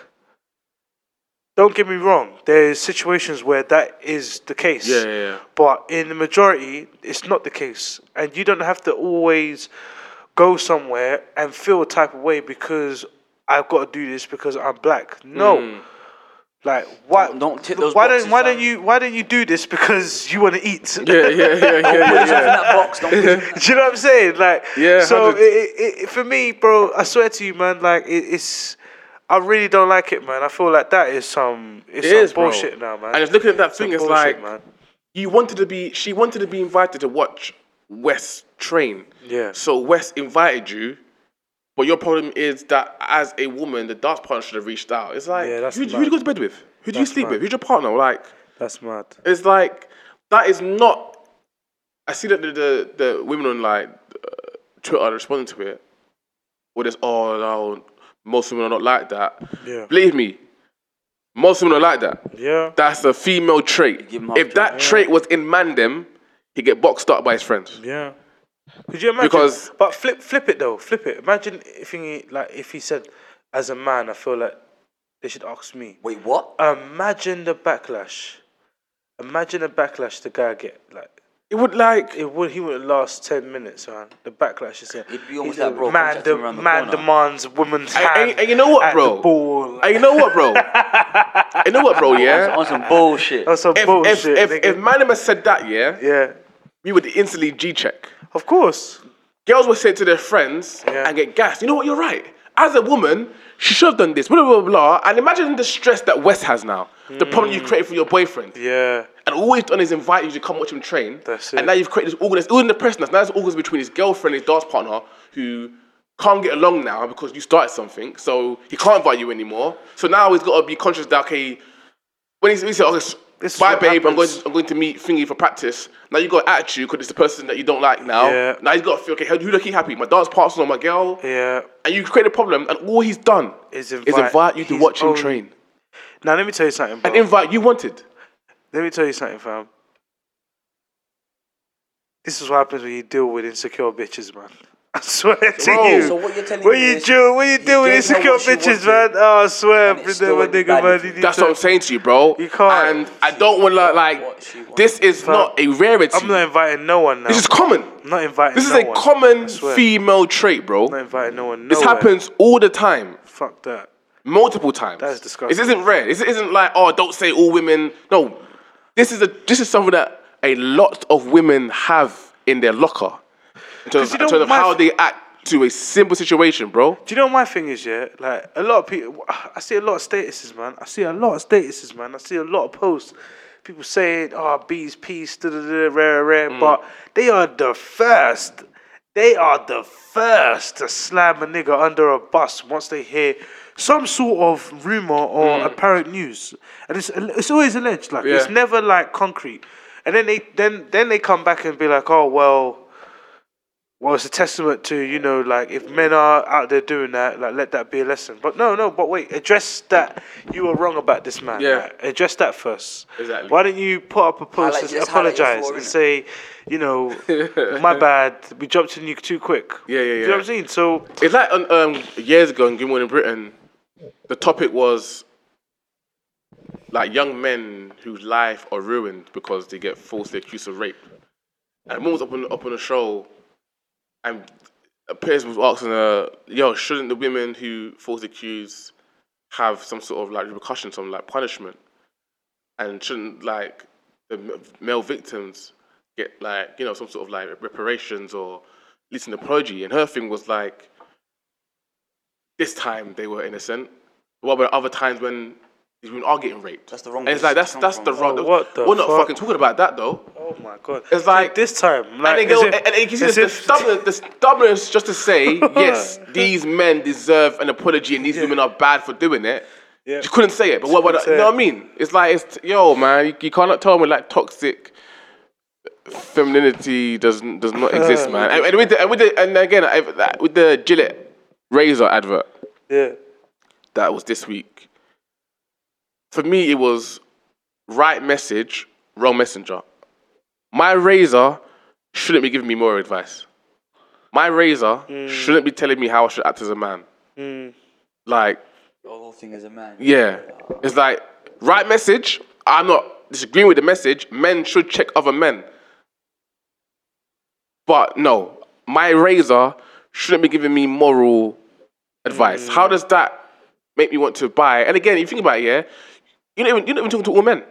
[SPEAKER 2] Don't get me wrong. There's situations where that is the case.
[SPEAKER 1] Yeah, yeah, yeah.
[SPEAKER 2] But in the majority, it's not the case, and you don't have to always go somewhere and feel a type of way because I've got to do this because I'm black. No.
[SPEAKER 1] Mm.
[SPEAKER 2] Like why?
[SPEAKER 4] Don't- don't tick those
[SPEAKER 2] Why don't
[SPEAKER 4] boxes,
[SPEAKER 2] Why don't
[SPEAKER 4] man.
[SPEAKER 2] you Why don't you do this because you want to eat?
[SPEAKER 1] Yeah, yeah, yeah, yeah, yeah,
[SPEAKER 4] Put yourself in that box. Don't
[SPEAKER 5] [laughs]
[SPEAKER 4] put yourself-
[SPEAKER 2] [laughs] Do you know what I'm saying? Like,
[SPEAKER 1] Yeah,
[SPEAKER 2] So it,
[SPEAKER 1] 100.
[SPEAKER 2] it, it, for me, bro, I swear to you, man. Like, it, it's I really don't like it, man. I feel like that is some it's
[SPEAKER 1] It
[SPEAKER 2] some
[SPEAKER 1] is, bro.
[SPEAKER 2] bullshit now, man.
[SPEAKER 1] And it's looking at that
[SPEAKER 2] some
[SPEAKER 1] thing, it's like
[SPEAKER 2] bullshit, man.
[SPEAKER 1] you wanted to be. She wanted to be invited to watch West train.
[SPEAKER 2] Yeah.
[SPEAKER 1] So West invited you, but your problem is that as a woman, the dance partner should have reached out. It's like
[SPEAKER 2] Yeah, that's
[SPEAKER 1] who, who
[SPEAKER 2] mad.
[SPEAKER 1] do you go to bed with? Who do you
[SPEAKER 2] That's
[SPEAKER 1] sleep
[SPEAKER 2] mad.
[SPEAKER 1] with? Who's your partner? Like
[SPEAKER 2] That's mad.
[SPEAKER 1] it's like that is not. I see that the the, the women on like uh, Twitter are responding to it. With this, oh no, most women are not like that.
[SPEAKER 2] Yeah.
[SPEAKER 1] Believe me, most women are like that.
[SPEAKER 2] Yeah.
[SPEAKER 1] That's a female trait.
[SPEAKER 4] give 'em half
[SPEAKER 1] If that trait was in Mandem, he'd get boxed up by his friends.
[SPEAKER 2] Yeah. Could you imagine?
[SPEAKER 1] Because-
[SPEAKER 2] but flip flip it though, flip it. Imagine if he like if he said, as a man, I feel like they should ask me.
[SPEAKER 4] Wait, what?
[SPEAKER 2] Imagine the backlash. Imagine the backlash the guy get. Like
[SPEAKER 1] It would like
[SPEAKER 2] it would he would last ten minutes, man. The backlash is here.
[SPEAKER 4] It'd be almost
[SPEAKER 2] He's a
[SPEAKER 4] like, bro,
[SPEAKER 2] man,
[SPEAKER 4] comes at him
[SPEAKER 2] de-
[SPEAKER 4] around the
[SPEAKER 2] man
[SPEAKER 4] corner.
[SPEAKER 2] demands woman's
[SPEAKER 1] and-
[SPEAKER 2] hand.
[SPEAKER 1] and you know what,
[SPEAKER 2] at
[SPEAKER 1] bro?
[SPEAKER 2] The ball.
[SPEAKER 1] and you know what, bro? you know what, bro? Yeah.
[SPEAKER 4] On some bullshit.
[SPEAKER 2] That's some
[SPEAKER 1] If if
[SPEAKER 2] bullshit.
[SPEAKER 1] if,
[SPEAKER 2] nigga.
[SPEAKER 1] if Mandem had said that, yeah,
[SPEAKER 2] yeah,
[SPEAKER 1] we would instantly G check.
[SPEAKER 2] of course.
[SPEAKER 1] girls will say to their friends
[SPEAKER 2] Yeah.
[SPEAKER 1] and get gassed. You know what? You're right. As a woman, she should have done this. Blah blah blah. blah. And imagine the stress that Wes has now. The problem you created for your boyfriend.
[SPEAKER 2] Yeah.
[SPEAKER 1] And all he's done is invite you to come watch him train.
[SPEAKER 2] That's it.
[SPEAKER 1] And now you've created this organism, all in the press now. Now there's organism between his girlfriend and his dance partner who can't get along now because you started something. So he can't invite you anymore. So now he's got to be conscious that, okay, when he's, he said, okay, s-
[SPEAKER 2] This is
[SPEAKER 1] bye
[SPEAKER 2] what
[SPEAKER 1] babe, I'm going,
[SPEAKER 2] happens.
[SPEAKER 1] I'm going to meet Thingy for practice. Now you've got attitude because it's the person that you don't like now.
[SPEAKER 2] Yeah.
[SPEAKER 1] Now he's got to feel, okay, who do I keep happy? My dance partner's not my girl.
[SPEAKER 2] Yeah.
[SPEAKER 1] And you create a problem, and all he's done
[SPEAKER 2] Is
[SPEAKER 1] is
[SPEAKER 2] invite
[SPEAKER 1] invite you to
[SPEAKER 2] his
[SPEAKER 1] watch him
[SPEAKER 2] own-
[SPEAKER 1] train.
[SPEAKER 2] Now let me tell you something, bro.
[SPEAKER 1] An invite you wanted.
[SPEAKER 2] Let me tell you something, fam. This is what happens when you deal with insecure bitches, man. [laughs] I swear
[SPEAKER 1] Bro,
[SPEAKER 2] to you.
[SPEAKER 5] so what you're telling
[SPEAKER 2] when
[SPEAKER 5] me
[SPEAKER 2] you
[SPEAKER 5] is
[SPEAKER 2] do, when you
[SPEAKER 5] you
[SPEAKER 2] deal with
[SPEAKER 5] gave her
[SPEAKER 2] insecure
[SPEAKER 5] what she
[SPEAKER 2] bitches,
[SPEAKER 5] wanted,
[SPEAKER 2] man. Oh, I swear,
[SPEAKER 5] and it
[SPEAKER 2] brother,
[SPEAKER 5] still
[SPEAKER 2] my
[SPEAKER 5] went
[SPEAKER 2] nigga,
[SPEAKER 5] bad
[SPEAKER 2] man.
[SPEAKER 5] if
[SPEAKER 2] you
[SPEAKER 5] you-
[SPEAKER 2] need
[SPEAKER 1] That's
[SPEAKER 2] to-
[SPEAKER 1] what I'm saying to you, bro.
[SPEAKER 2] You can't.
[SPEAKER 1] And I don't want to
[SPEAKER 5] What
[SPEAKER 1] like.
[SPEAKER 5] she wants.
[SPEAKER 1] This is not a rarity.
[SPEAKER 2] I'm not inviting no one now.
[SPEAKER 1] this is common.
[SPEAKER 2] I'm not inviting.
[SPEAKER 1] This is
[SPEAKER 2] no
[SPEAKER 1] a
[SPEAKER 2] one. I
[SPEAKER 1] common
[SPEAKER 2] swear.
[SPEAKER 1] female trait, bro.
[SPEAKER 2] I'm not inviting no one.
[SPEAKER 1] this
[SPEAKER 2] nowhere.
[SPEAKER 1] happens all the time,
[SPEAKER 2] Fuck that.
[SPEAKER 1] multiple times.
[SPEAKER 2] That is disgusting.
[SPEAKER 1] This isn't rare. This isn't like oh, don't say all women. No, this is a this is something that a lot of women have in their locker in terms,
[SPEAKER 2] 'Cause you
[SPEAKER 1] in
[SPEAKER 2] know
[SPEAKER 1] terms of
[SPEAKER 2] my-
[SPEAKER 1] how they act to a simple situation, bro.
[SPEAKER 2] Do you know what my thing is, yeah? Like, a lot of people, I see a lot of statuses, man. I see a lot of statuses, man. I see a lot of posts. People saying, oh, bees, peace, da da da, rare, rare. But they are the first, they are the first to slam a nigga under a bus once they hear some sort of rumor or apparent news. And it's, it's always alleged, like, it's
[SPEAKER 1] Yeah.
[SPEAKER 2] never like concrete. And then they then then they come back and be like, oh well, well, it's a testament to you know, like if men are out there doing that, like let that be a lesson. But no, no, but wait, address that you were wrong about this man.
[SPEAKER 1] Yeah.
[SPEAKER 2] like, address that first.
[SPEAKER 1] Exactly.
[SPEAKER 2] Why don't you put up a post
[SPEAKER 4] Highlight-
[SPEAKER 2] and
[SPEAKER 4] just highlight your
[SPEAKER 2] apologize
[SPEAKER 4] flaw,
[SPEAKER 2] and
[SPEAKER 4] innit?
[SPEAKER 2] say, you
[SPEAKER 1] [laughs]
[SPEAKER 2] know, my bad, we jumped in you too quick.
[SPEAKER 1] Yeah, yeah,
[SPEAKER 2] Do you
[SPEAKER 1] yeah.
[SPEAKER 2] know what I'm saying? So
[SPEAKER 1] It's like on, um, years ago in Good Morning Britain, the topic was like young men whose life are ruined because they get falsely accused of rape. And one was up on up on a show, and a person was asking her, "Yo, shouldn't the women who falsely accuse have some sort of like repercussion, some like punishment, and shouldn't like the m- male victims get like you know some sort of like reparations or at least an apology?" And her thing was like, this time they were innocent. What about other times when these women are getting raped?
[SPEAKER 4] That's the wrong
[SPEAKER 1] And it's like
[SPEAKER 4] place to
[SPEAKER 1] that's
[SPEAKER 4] come
[SPEAKER 1] that's
[SPEAKER 4] from.
[SPEAKER 1] the wrong.
[SPEAKER 2] Oh, what the
[SPEAKER 1] we're not
[SPEAKER 2] fuck?
[SPEAKER 1] fucking talking about that though.
[SPEAKER 2] Oh my god.
[SPEAKER 1] It's like-
[SPEAKER 2] this time.
[SPEAKER 1] And
[SPEAKER 2] Like,
[SPEAKER 1] they
[SPEAKER 2] as
[SPEAKER 1] go,
[SPEAKER 2] if-
[SPEAKER 1] and, and you can see
[SPEAKER 2] as
[SPEAKER 1] the, the,
[SPEAKER 2] if-
[SPEAKER 1] stubborn, the stubbornness just to
[SPEAKER 2] [laughs]
[SPEAKER 1] say, yes, these men deserve an apology and these women are bad for doing it.
[SPEAKER 2] Yeah.
[SPEAKER 1] She couldn't say it, but what,
[SPEAKER 2] couldn't
[SPEAKER 1] what,
[SPEAKER 2] say
[SPEAKER 1] you know
[SPEAKER 2] it.
[SPEAKER 1] what I mean? It's like, it's, yo, man, you, you cannot tell me like toxic femininity does does not
[SPEAKER 2] Uh,
[SPEAKER 1] exist, man. And, and with the, and, with the, and again, I, that- with the Gillette razor advert,
[SPEAKER 2] Yeah.
[SPEAKER 1] that was this week. For me, it was right message, wrong messenger. My razor shouldn't be giving me more advice. My razor shouldn't be telling me how I should act as a man. Like,
[SPEAKER 4] The whole thing as a man.
[SPEAKER 1] yeah, it's like right message. I'm not disagreeing with the message. Men should check other men. But no, my razor shouldn't be giving me moral advice. How does that make me want to buy? And again, you think about it, yeah, you don't even, you're not even talking to all men.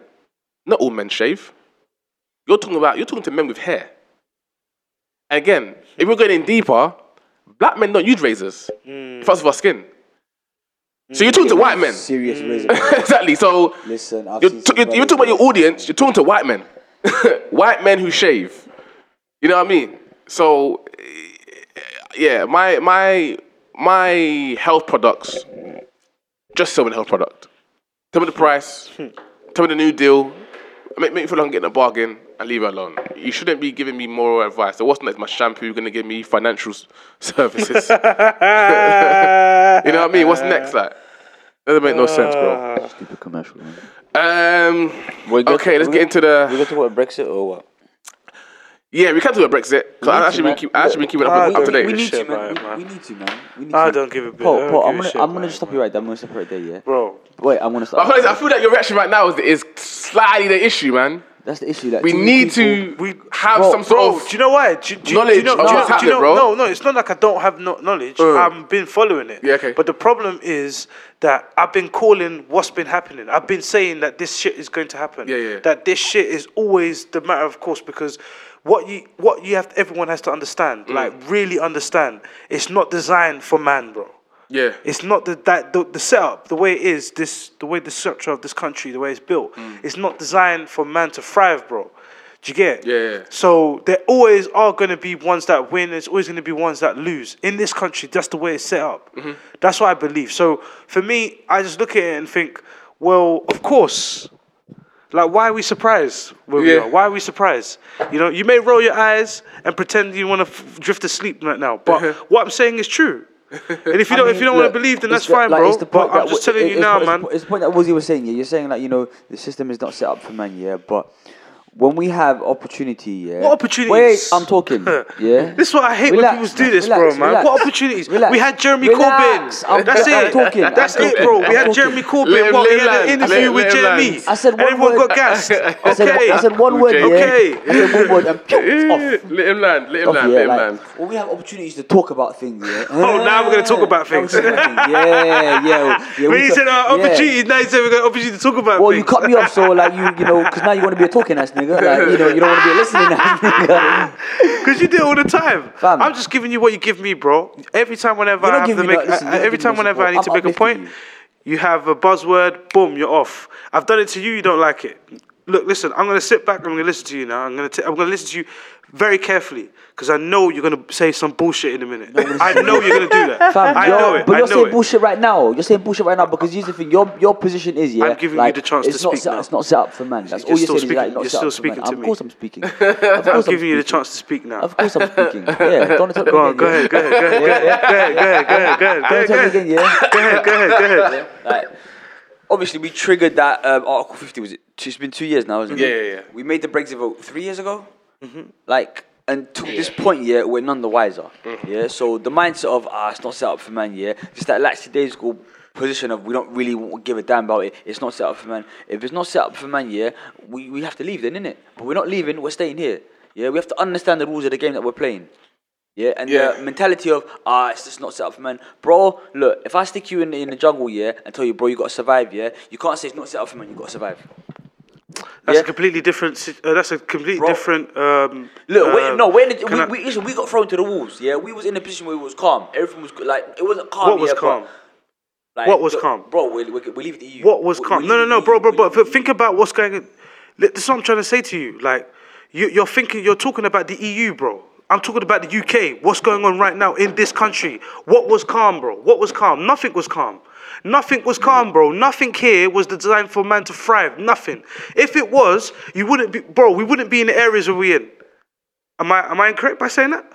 [SPEAKER 1] Not all men shave. You're talking about you're talking to men with hair. And again, if we're going in deeper, black men don't use razors because of our skin. So you're talking to white men.
[SPEAKER 4] Serious
[SPEAKER 2] Mm.
[SPEAKER 1] [laughs]
[SPEAKER 4] razor.
[SPEAKER 1] exactly. So
[SPEAKER 4] Listen, I've
[SPEAKER 1] you're,
[SPEAKER 4] seen
[SPEAKER 1] t-
[SPEAKER 4] some
[SPEAKER 1] you're, you're talking about your audience. You're talking to white men, [laughs] white men who shave. You know what I mean? So eh, yeah, my my my health products. Just sell me the health product. Tell me the price. tell me the new deal. Make, make me feel like I'm getting a bargain and leave it alone. You shouldn't be giving me moral advice. So what's next? My shampoo going to give me financial s- [laughs] services. you know [laughs] what I mean? What's next? Like that doesn't make no sense, bro.
[SPEAKER 5] Stupid commercial. Man.
[SPEAKER 1] Um,
[SPEAKER 5] We got-
[SPEAKER 1] okay, let's
[SPEAKER 5] we
[SPEAKER 1] get
[SPEAKER 5] got-
[SPEAKER 1] into
[SPEAKER 2] Uh,
[SPEAKER 5] We
[SPEAKER 1] the.
[SPEAKER 5] got to what Brexit or what?
[SPEAKER 1] Yeah, we can do a Brexit. Cause I
[SPEAKER 5] need
[SPEAKER 1] actually
[SPEAKER 5] to,
[SPEAKER 1] been
[SPEAKER 5] man.
[SPEAKER 1] keep, I actually been keeping
[SPEAKER 2] Ah,
[SPEAKER 1] up, up
[SPEAKER 2] don't-
[SPEAKER 1] to
[SPEAKER 2] Today.
[SPEAKER 4] We
[SPEAKER 1] date.
[SPEAKER 4] need
[SPEAKER 2] Shit
[SPEAKER 4] to,
[SPEAKER 2] about
[SPEAKER 4] man.
[SPEAKER 2] it, man.
[SPEAKER 4] We, we need to, man. We need
[SPEAKER 2] I
[SPEAKER 4] to.
[SPEAKER 2] don't give a bit. I
[SPEAKER 5] Paul,
[SPEAKER 2] don't
[SPEAKER 5] Paul,
[SPEAKER 2] give
[SPEAKER 5] I'm
[SPEAKER 2] a
[SPEAKER 5] gonna,
[SPEAKER 2] shit,
[SPEAKER 5] I'm gonna
[SPEAKER 2] man.
[SPEAKER 5] stop you right there. I'm gonna stop you right there. Yeah.
[SPEAKER 2] Bro.
[SPEAKER 5] Wait, I'm gonna
[SPEAKER 1] I
[SPEAKER 5] stop.
[SPEAKER 1] feel like- I feel that your reaction right now is, is slightly the issue, man.
[SPEAKER 5] That's the issue. Like,
[SPEAKER 1] We
[SPEAKER 5] too many
[SPEAKER 1] need
[SPEAKER 5] people-
[SPEAKER 1] to
[SPEAKER 2] we-
[SPEAKER 1] have
[SPEAKER 5] Bro,
[SPEAKER 1] some sort
[SPEAKER 2] Bro,
[SPEAKER 1] of.
[SPEAKER 2] do you know why? Do, you- do, you- do you
[SPEAKER 1] knowledge
[SPEAKER 2] know,
[SPEAKER 1] of
[SPEAKER 2] do
[SPEAKER 1] what's
[SPEAKER 2] you know, do you
[SPEAKER 1] happening,
[SPEAKER 2] know,
[SPEAKER 1] bro.
[SPEAKER 2] No, no, it's not like I don't have no knowledge.
[SPEAKER 1] Uh.
[SPEAKER 2] I've been following it.
[SPEAKER 1] Yeah, okay.
[SPEAKER 2] But the problem is that I've been calling what's been happening. I've been saying that this shit is going to happen.
[SPEAKER 1] Yeah, yeah.
[SPEAKER 2] That this shit is always the matter of course because what you what you have everyone has to understand,
[SPEAKER 1] Mm.
[SPEAKER 2] like really understand. It's not designed for man, bro.
[SPEAKER 1] Yeah.
[SPEAKER 2] It's not the that the, the setup, the way it is, this the way the structure of this country, the way it's built.
[SPEAKER 1] Mm.
[SPEAKER 2] It's not designed for man to thrive, bro. Do you get? it?
[SPEAKER 1] Yeah, yeah.
[SPEAKER 2] So there always are going to be ones that win. There's always going to be ones that lose. In this country, that's the way it's set up.
[SPEAKER 1] Mm-hmm.
[SPEAKER 2] That's what I believe. So for me, I just look at it and think, well, of course. Like, why are we surprised where we
[SPEAKER 1] Yeah.
[SPEAKER 2] are? Why are we surprised? You know, you may roll your eyes and pretend you want to f- drift to sleep right now, but
[SPEAKER 1] [laughs]
[SPEAKER 2] what I'm saying is true. And if you don't, if you don't want to believe, then that's fine, bro. but I'm just telling you now, man.
[SPEAKER 5] It's the point that Wazzy was saying. Yeah, you're saying like you know the system is not set up for man. Yeah, but when we have opportunity, yeah.
[SPEAKER 2] What opportunities?
[SPEAKER 5] Wait, I'm
[SPEAKER 2] [laughs]
[SPEAKER 5] talking. Yeah.
[SPEAKER 2] This is what I hate
[SPEAKER 5] Relax,
[SPEAKER 2] when people do this,
[SPEAKER 5] relax,
[SPEAKER 2] bro, man.
[SPEAKER 5] relax,
[SPEAKER 2] what opportunities?
[SPEAKER 5] relax.
[SPEAKER 2] We had Jeremy
[SPEAKER 5] Relax,
[SPEAKER 2] Corbyn.
[SPEAKER 5] I'm-
[SPEAKER 2] That's
[SPEAKER 5] I'm
[SPEAKER 2] it.
[SPEAKER 5] talking, I'm
[SPEAKER 2] That's it,
[SPEAKER 5] talking,
[SPEAKER 2] bro.
[SPEAKER 5] I'm
[SPEAKER 2] we had
[SPEAKER 5] talking.
[SPEAKER 2] Jeremy Corbyn.
[SPEAKER 1] Let him-
[SPEAKER 2] what?
[SPEAKER 1] let
[SPEAKER 2] We
[SPEAKER 1] him
[SPEAKER 2] had an
[SPEAKER 1] land, let
[SPEAKER 2] interview
[SPEAKER 1] him-
[SPEAKER 2] with
[SPEAKER 1] let him
[SPEAKER 2] Jeremy.
[SPEAKER 1] land.
[SPEAKER 5] I said
[SPEAKER 2] and E.
[SPEAKER 5] one
[SPEAKER 2] everyone
[SPEAKER 5] word.
[SPEAKER 2] got gassed. Okay.
[SPEAKER 5] I said, I said one word. Yeah.
[SPEAKER 2] Okay.
[SPEAKER 5] I said
[SPEAKER 2] [laughs]
[SPEAKER 5] one word and pew, it's off.
[SPEAKER 1] Let him land. Let him
[SPEAKER 5] Off,
[SPEAKER 1] land.
[SPEAKER 5] yeah,
[SPEAKER 1] Let him
[SPEAKER 5] like,
[SPEAKER 1] land.
[SPEAKER 5] When we have opportunities to talk about things, yeah.
[SPEAKER 2] [laughs] Oh, now we're gonna talk about
[SPEAKER 5] Yeah, now we're
[SPEAKER 2] things.
[SPEAKER 5] talking
[SPEAKER 2] [laughs]
[SPEAKER 5] about things. yeah, yeah, yeah.
[SPEAKER 2] when
[SPEAKER 5] we
[SPEAKER 2] you
[SPEAKER 5] talk-
[SPEAKER 2] said uh,
[SPEAKER 5] yeah.
[SPEAKER 2] opportunity, now you said we got opportunity to talk about
[SPEAKER 5] Well,
[SPEAKER 2] things.
[SPEAKER 5] you cut me off, so like you, you know, because now you want to be a talking ass nigga. Like you know, you don't want to be a listening
[SPEAKER 2] [laughs]
[SPEAKER 5] ass nigga.
[SPEAKER 2] Because you do it all the time.
[SPEAKER 5] Fam.
[SPEAKER 2] I'm just giving you what you give me, bro. Every time whenever
[SPEAKER 5] You're
[SPEAKER 2] I
[SPEAKER 5] not
[SPEAKER 2] have to
[SPEAKER 5] giving me
[SPEAKER 2] make,
[SPEAKER 5] that- listen, you're not
[SPEAKER 2] every
[SPEAKER 5] giving
[SPEAKER 2] time
[SPEAKER 5] me
[SPEAKER 2] whenever
[SPEAKER 5] support.
[SPEAKER 2] I need
[SPEAKER 5] I'm
[SPEAKER 2] to make a
[SPEAKER 5] uplifting
[SPEAKER 2] point,
[SPEAKER 5] you.
[SPEAKER 2] you have a buzzword, boom, you're off. I've done it to you, you don't like it. Look, listen, I'm gonna sit back. I'm gonna listen to you now. I'm gonna t- I'm gonna listen to you very carefully because I know you're gonna say some bullshit in a minute. I know you're gonna do that.
[SPEAKER 5] Fam,
[SPEAKER 2] I
[SPEAKER 5] you're-
[SPEAKER 2] know it.
[SPEAKER 5] But
[SPEAKER 2] I
[SPEAKER 5] you're
[SPEAKER 2] know
[SPEAKER 5] saying
[SPEAKER 2] it.
[SPEAKER 5] bullshit right now. You're saying bullshit right now because here's the thing. Your your position is yeah.
[SPEAKER 2] I'm giving you
[SPEAKER 5] like,
[SPEAKER 2] the chance to
[SPEAKER 5] it's not
[SPEAKER 2] speak
[SPEAKER 5] set,
[SPEAKER 2] now.
[SPEAKER 5] It's not set up for man. That's
[SPEAKER 2] You're
[SPEAKER 5] all you're
[SPEAKER 2] still
[SPEAKER 5] saying. Is, like,
[SPEAKER 2] speaking-
[SPEAKER 5] not
[SPEAKER 2] you're still
[SPEAKER 5] set up for man.
[SPEAKER 2] speaking to
[SPEAKER 5] Of
[SPEAKER 2] me.
[SPEAKER 5] course
[SPEAKER 2] [laughs]
[SPEAKER 5] I'm speaking. Of course
[SPEAKER 2] I'm
[SPEAKER 5] I'm
[SPEAKER 2] giving you the
[SPEAKER 5] speaking.
[SPEAKER 2] chance to speak now.
[SPEAKER 5] Of course I'm speaking.
[SPEAKER 2] [laughs]
[SPEAKER 5] Yeah, don't talk
[SPEAKER 2] Go on, go
[SPEAKER 5] again,
[SPEAKER 2] ahead, go
[SPEAKER 5] [laughs]
[SPEAKER 2] ahead, go ahead, go ahead, go ahead, go ahead, go ahead, go
[SPEAKER 5] yeah. Don't talk
[SPEAKER 2] ahead,
[SPEAKER 5] again, yeah.
[SPEAKER 2] go ahead, go ahead, go ahead.
[SPEAKER 5] Like, obviously, we triggered that um, Article 50. Was it? two- It's been two years now, isn't
[SPEAKER 1] Yeah,
[SPEAKER 5] it?
[SPEAKER 1] yeah, Mm-hmm. yeah.
[SPEAKER 5] We made the Brexit vote three years ago. Like, and to this point, yeah, we're none the wiser.
[SPEAKER 1] Mm.
[SPEAKER 5] Yeah. So the mindset of ah, it's not set up for man. Yeah. Just that lackadaisical position of we don't really w- give a damn about it. It's not set up for man. If it's not set up for man, yeah, we, we have to leave then, innit? But we're not leaving. We're staying here. Yeah. We have to understand the rules of the game that we're playing. Yeah, and
[SPEAKER 1] Yeah.
[SPEAKER 5] the mentality of ah, it's just not set up for men, bro. Look, if I stick you in in the jungle, yeah, and tell you, bro, you gotta survive, yeah, you can't say it's not set up for men. You gotta survive.
[SPEAKER 2] That's a
[SPEAKER 5] Yeah.
[SPEAKER 2] completely different. si- Uh, that's a completely
[SPEAKER 5] Bro.
[SPEAKER 2] different. Um,
[SPEAKER 5] Look,
[SPEAKER 2] uh,
[SPEAKER 5] wait, no, wait. We,
[SPEAKER 2] can I-
[SPEAKER 5] we, listen, we got thrown to the wolves. Yeah, we was in a position where it was calm. Everything was good. like it wasn't calm.
[SPEAKER 2] What was
[SPEAKER 5] yeah, but,
[SPEAKER 2] calm?
[SPEAKER 5] like,
[SPEAKER 2] What was
[SPEAKER 5] the-
[SPEAKER 2] calm?
[SPEAKER 5] bro? We we, we leave the EU.
[SPEAKER 2] what was
[SPEAKER 5] We- we
[SPEAKER 2] calm?
[SPEAKER 5] leave
[SPEAKER 2] No, no,
[SPEAKER 5] the
[SPEAKER 2] no,
[SPEAKER 5] EU,
[SPEAKER 2] bro, bro,
[SPEAKER 5] we
[SPEAKER 2] bro.
[SPEAKER 5] leave the
[SPEAKER 2] But think about what's going. on. Look, This is what I'm trying to say to you. Like, you, you're thinking, you're talking about the EU, bro. I'm talking about the UK. What's going on right now in this country? What was calm, bro? What was calm? Nothing was calm. Nothing was calm, bro. Nothing here was designed for man to thrive. Nothing. If it was, you wouldn't be, bro. We wouldn't be in the areas where we in. Am I am I incorrect by saying that?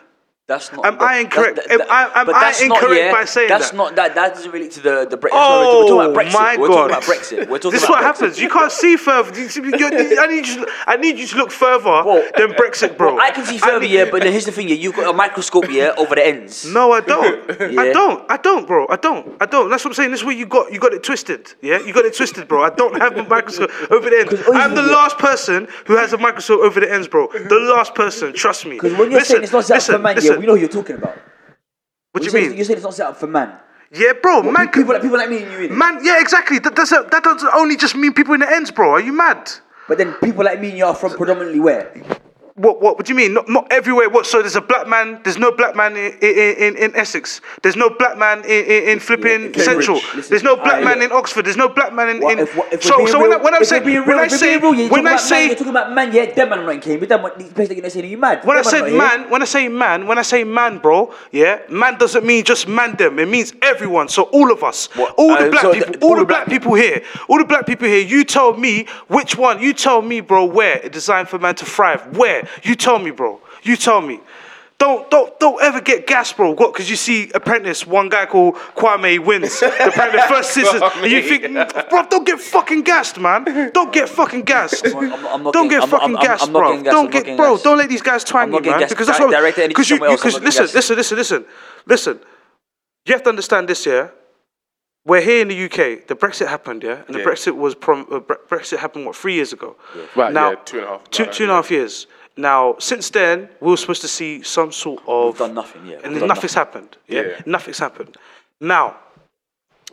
[SPEAKER 5] That's not.
[SPEAKER 2] Am
[SPEAKER 5] that-
[SPEAKER 2] I incorrect?
[SPEAKER 5] that-
[SPEAKER 2] Am
[SPEAKER 5] that-
[SPEAKER 2] I- am
[SPEAKER 5] but
[SPEAKER 2] I
[SPEAKER 5] that's not,
[SPEAKER 2] incorrect
[SPEAKER 5] yeah,
[SPEAKER 2] by saying
[SPEAKER 5] that's
[SPEAKER 2] that?
[SPEAKER 5] not that? That doesn't relate to the the Brexit.
[SPEAKER 2] Oh
[SPEAKER 5] we're talking about Brexit.
[SPEAKER 2] my
[SPEAKER 5] we're
[SPEAKER 2] god!
[SPEAKER 5] talking about Brexit. We're talking
[SPEAKER 2] this is
[SPEAKER 5] about
[SPEAKER 2] what
[SPEAKER 5] Brexit.
[SPEAKER 2] happens. You can't see further. You- you- you- I need you. To, I need you to look further
[SPEAKER 5] Bro.
[SPEAKER 2] than Brexit, bro.
[SPEAKER 5] I can see further,
[SPEAKER 2] need-
[SPEAKER 5] yeah, but then here's the thing, yeah, you've got a microscope, yeah, over the ends.
[SPEAKER 2] No, I don't.
[SPEAKER 5] [laughs]
[SPEAKER 2] I
[SPEAKER 5] Yeah.
[SPEAKER 2] don't. I don't, bro. I don't. I don't. That's what I'm saying. This way you got you got it twisted. Yeah, you got it twisted, bro. I don't have a microscope over the ends. I'm the last person who has a microscope over the ends, bro. The last person. Trust me.
[SPEAKER 5] Because when you're saying it's not set
[SPEAKER 2] listen,
[SPEAKER 5] up for man,
[SPEAKER 2] listen.
[SPEAKER 5] yeah, we know who you're talking about.
[SPEAKER 2] what do
[SPEAKER 5] You're saying,
[SPEAKER 2] you
[SPEAKER 5] You're
[SPEAKER 2] mean?
[SPEAKER 5] saying it's not set up for man.
[SPEAKER 2] Yeah, bro. Man,
[SPEAKER 5] people, like, people like me and you, innit?
[SPEAKER 2] man. Yeah, exactly. That doesn't that doesn't only just mean people in the ends, bro. Are you mad?
[SPEAKER 5] But then people like me and you are from predominantly where?
[SPEAKER 2] What, what, what do you mean? Not, not everywhere. What? So there's a black man. There's no black man in, in, in, in Essex. There's no black man in, in, in flipping
[SPEAKER 5] Cambridge.
[SPEAKER 2] Central.
[SPEAKER 5] Listen,
[SPEAKER 2] there's no black
[SPEAKER 5] I-
[SPEAKER 2] man in Oxford. There's no black man in.
[SPEAKER 5] What-
[SPEAKER 2] in
[SPEAKER 5] if- what- if we're
[SPEAKER 2] so
[SPEAKER 5] being
[SPEAKER 2] so when, I,
[SPEAKER 5] real-
[SPEAKER 2] when I'm
[SPEAKER 5] if we're
[SPEAKER 2] saying
[SPEAKER 5] being
[SPEAKER 2] when
[SPEAKER 5] real-
[SPEAKER 2] I
[SPEAKER 5] if we're
[SPEAKER 2] say
[SPEAKER 5] being real, yeah, you're
[SPEAKER 2] when
[SPEAKER 5] talking
[SPEAKER 2] I
[SPEAKER 5] about man,
[SPEAKER 2] say
[SPEAKER 5] you're talking about man, yeah, them man rank came, but them the place that you're not saying you mad.
[SPEAKER 2] when I
[SPEAKER 5] Them
[SPEAKER 2] said
[SPEAKER 5] not here.
[SPEAKER 2] man, when I say man, when I say man, bro, yeah, man doesn't mean just man them. It means everyone. So all of us, all the
[SPEAKER 5] uh,
[SPEAKER 2] black
[SPEAKER 5] so
[SPEAKER 2] people,
[SPEAKER 5] th-
[SPEAKER 2] all the black people here, all the black people here. You tell me which one. You tell me, bro, where it's designed for man to thrive. Where you tell me, bro. You tell me. Don't don't don't ever get gas, bro. What? Because you see Apprentice, one guy called Kwame wins
[SPEAKER 5] [laughs]
[SPEAKER 2] the, Prime- the first sisters, and you think, "Mm, bro, don't get fucking gassed, man. Don't get fucking gassed.
[SPEAKER 5] I'm- I'm not
[SPEAKER 2] don't
[SPEAKER 5] getting-
[SPEAKER 2] get
[SPEAKER 5] I'm-
[SPEAKER 2] fucking
[SPEAKER 5] I'm- I'm-
[SPEAKER 2] gassed,
[SPEAKER 5] I'm not
[SPEAKER 2] bro.
[SPEAKER 5] getting gassed,
[SPEAKER 2] don't
[SPEAKER 5] I'm not
[SPEAKER 2] get,
[SPEAKER 5] getting
[SPEAKER 2] bro.
[SPEAKER 5] gassed.
[SPEAKER 2] Don't let these guys twang
[SPEAKER 5] I'm
[SPEAKER 2] you,
[SPEAKER 5] not getting
[SPEAKER 2] man.
[SPEAKER 5] gassed.
[SPEAKER 2] Because that's
[SPEAKER 5] Di-
[SPEAKER 2] what
[SPEAKER 5] direct energy
[SPEAKER 2] because you,
[SPEAKER 5] somewhere else, I'm
[SPEAKER 2] because
[SPEAKER 5] not getting
[SPEAKER 2] listen,
[SPEAKER 5] gassed.
[SPEAKER 2] listen, listen, listen, listen. You have to understand this, yeah. We're here in the UK. The Brexit happened, yeah, and the
[SPEAKER 1] Yeah.
[SPEAKER 2] Brexit was prom- uh, Bre- Brexit happened what three years ago.
[SPEAKER 1] Right, yeah, two and a half,
[SPEAKER 2] Two,
[SPEAKER 1] about
[SPEAKER 2] two
[SPEAKER 1] that,
[SPEAKER 2] and a half years. Now, since then, we were supposed to see some sort of
[SPEAKER 5] We've done nothing, yeah.
[SPEAKER 2] and
[SPEAKER 5] We've done
[SPEAKER 2] nothing's happened. Yeah?
[SPEAKER 1] Yeah.
[SPEAKER 2] nothing's happened. Now,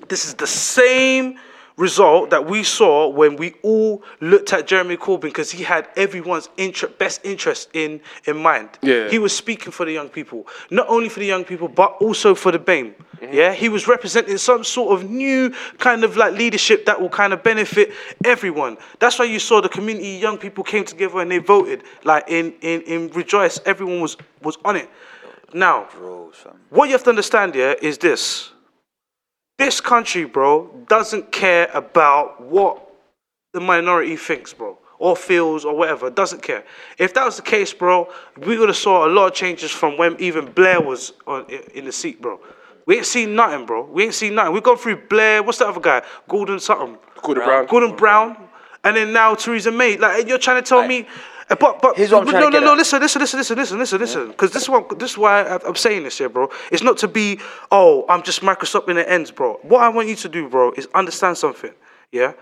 [SPEAKER 2] this is the same result that we saw when we all looked at Jeremy Corbyn because he had everyone's inter- best interest in in mind.
[SPEAKER 1] Yeah.
[SPEAKER 2] He was speaking for the young people, not only for the young people but also for the BAME. Yeah, he was representing some sort of new kind of like leadership that will kind of benefit everyone. That's why you saw the community, young people came together and they voted. Like in in in rejoice, everyone was was on it. Now, what you have to understand here is this: this country, bro, doesn't care about what the minority thinks, bro, or feels, or whatever. Doesn't care. If that was the case, bro, we would have saw a lot of changes from when even Blair was on, i- in the seat, bro. We ain't seen nothing, bro. We ain't seen nothing. We've gone through Blair. What's that other guy? Gordon something.
[SPEAKER 1] Gordon Brown.
[SPEAKER 2] Gordon Brown. And then now Theresa May. Like you're trying to tell me. uh, But but
[SPEAKER 5] Here's what I'm
[SPEAKER 2] but
[SPEAKER 5] trying
[SPEAKER 2] no
[SPEAKER 5] to get
[SPEAKER 2] no no
[SPEAKER 5] at.
[SPEAKER 2] listen listen listen listen listen listen listen because this is what this is why I- I'm saying this here bro it's not to be oh I'm just Microsoft in the ends bro what I want you to do bro is understand something yeah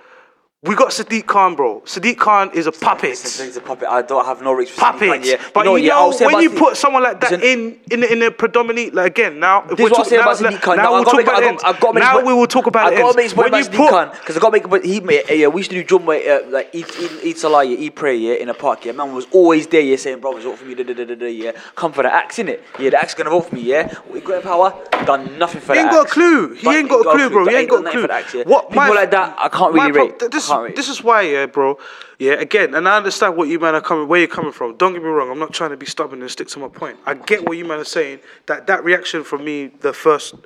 [SPEAKER 2] we got Sadiq Khan bro Sadiq Khan is a puppet
[SPEAKER 5] He's a puppet. I don't have no reach for Sadiq Khan,
[SPEAKER 2] puppet
[SPEAKER 5] yeah.
[SPEAKER 2] but you know,
[SPEAKER 5] yeah, I was saying
[SPEAKER 2] when
[SPEAKER 5] about
[SPEAKER 2] you
[SPEAKER 5] Sadiq-
[SPEAKER 2] put someone like that
[SPEAKER 5] Listen,
[SPEAKER 2] in in in a predominantly like again now if
[SPEAKER 5] This is what I'm
[SPEAKER 2] talk-
[SPEAKER 5] saying
[SPEAKER 2] now,
[SPEAKER 5] about Sadiq Khan.
[SPEAKER 2] now
[SPEAKER 5] Now,
[SPEAKER 2] we'll
[SPEAKER 5] I've got
[SPEAKER 2] talk
[SPEAKER 5] to make-
[SPEAKER 2] about the
[SPEAKER 5] I've got-
[SPEAKER 2] ends.
[SPEAKER 5] I've got to make
[SPEAKER 2] now
[SPEAKER 5] this point-
[SPEAKER 2] we will talk about
[SPEAKER 5] I've
[SPEAKER 2] the
[SPEAKER 5] got
[SPEAKER 2] ends.
[SPEAKER 5] to make this point
[SPEAKER 2] when
[SPEAKER 5] about
[SPEAKER 2] you
[SPEAKER 5] Sadiq
[SPEAKER 2] put
[SPEAKER 5] Khan because I've got to make. But he, made, yeah, we used to do Jumba, uh, like eat, eat, eat Salah, yeah, eat prayer, yeah, in a park. Yeah, man was always there, yeah, saying, "Brothers, vote for me." Da, da, da, da, da, yeah, come for the axe, innit? Yeah, the axe gonna vote for me. Yeah, we got in power, done nothing for
[SPEAKER 2] He
[SPEAKER 5] that.
[SPEAKER 2] ain't got a
[SPEAKER 5] axe.
[SPEAKER 2] clue. He
[SPEAKER 5] But
[SPEAKER 2] ain't got a clue, bro. He ain't got a
[SPEAKER 5] nothing
[SPEAKER 2] clue.
[SPEAKER 5] for the axe, yeah.
[SPEAKER 2] What
[SPEAKER 5] people
[SPEAKER 2] my-
[SPEAKER 5] like that, I can't
[SPEAKER 2] my
[SPEAKER 5] really
[SPEAKER 2] pro-
[SPEAKER 5] rate.
[SPEAKER 2] th- This,
[SPEAKER 5] I can't rate.
[SPEAKER 2] this is why, yeah, bro. Yeah, again, and I understand what you man are coming, where you're coming from. Don't get me wrong. I'm not trying to be stubborn and stick to my point. I get what you man are saying. That that reaction from me, the first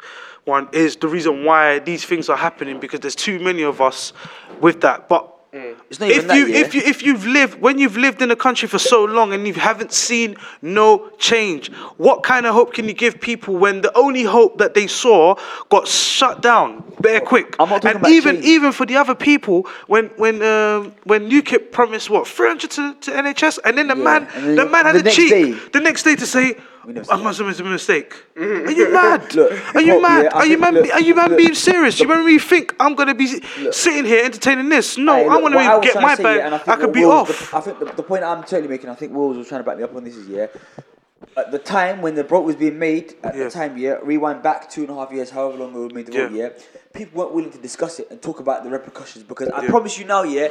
[SPEAKER 2] one, is the reason why these things are happening because there's too many of us with that. But
[SPEAKER 5] Mm. It's not even
[SPEAKER 2] if
[SPEAKER 5] that,
[SPEAKER 2] you
[SPEAKER 5] yeah.
[SPEAKER 2] if you if you've lived when you've lived in a country for so long and you haven't seen no change, what kind of hope can you give people when the only hope that they saw got shut down bare quick?
[SPEAKER 5] I'm not talking
[SPEAKER 2] and
[SPEAKER 5] about
[SPEAKER 2] even
[SPEAKER 5] change.
[SPEAKER 2] even for the other people, when when um, when UKIP promised what 300 to, to NHS, and then the
[SPEAKER 5] Yeah,
[SPEAKER 2] man
[SPEAKER 5] and then
[SPEAKER 2] the man had
[SPEAKER 5] the
[SPEAKER 2] the,
[SPEAKER 5] next
[SPEAKER 2] cheek
[SPEAKER 5] day-
[SPEAKER 2] the next day to say.
[SPEAKER 5] never
[SPEAKER 2] I
[SPEAKER 5] said
[SPEAKER 2] must have made a mistake. Are you mad?
[SPEAKER 5] [laughs] Look,
[SPEAKER 2] are you
[SPEAKER 5] Paul,
[SPEAKER 2] mad?
[SPEAKER 5] yeah, I
[SPEAKER 2] are you
[SPEAKER 5] think-
[SPEAKER 2] man?
[SPEAKER 5] look,
[SPEAKER 2] are you man
[SPEAKER 5] look,
[SPEAKER 2] being serious? you remember you think I'm gonna be sitting here entertaining this? No, I
[SPEAKER 5] Hey, look,
[SPEAKER 2] want
[SPEAKER 5] what
[SPEAKER 2] to
[SPEAKER 5] was
[SPEAKER 2] get
[SPEAKER 5] trying to
[SPEAKER 2] my
[SPEAKER 5] say,
[SPEAKER 2] bag.
[SPEAKER 5] yeah, and
[SPEAKER 2] I
[SPEAKER 5] think
[SPEAKER 2] could
[SPEAKER 5] what
[SPEAKER 2] be
[SPEAKER 5] Wills-
[SPEAKER 2] off.
[SPEAKER 5] The, I think the, the point I'm totally making, I think Wills was trying to back me up on this is, yeah, at the time when the vote was being made, at
[SPEAKER 2] Yeah.
[SPEAKER 5] the time, yeah, rewind back two and a half years, however long we made the vote,
[SPEAKER 2] Yeah.
[SPEAKER 5] yeah, people weren't willing to discuss it and talk about the repercussions because I promise you now, yeah,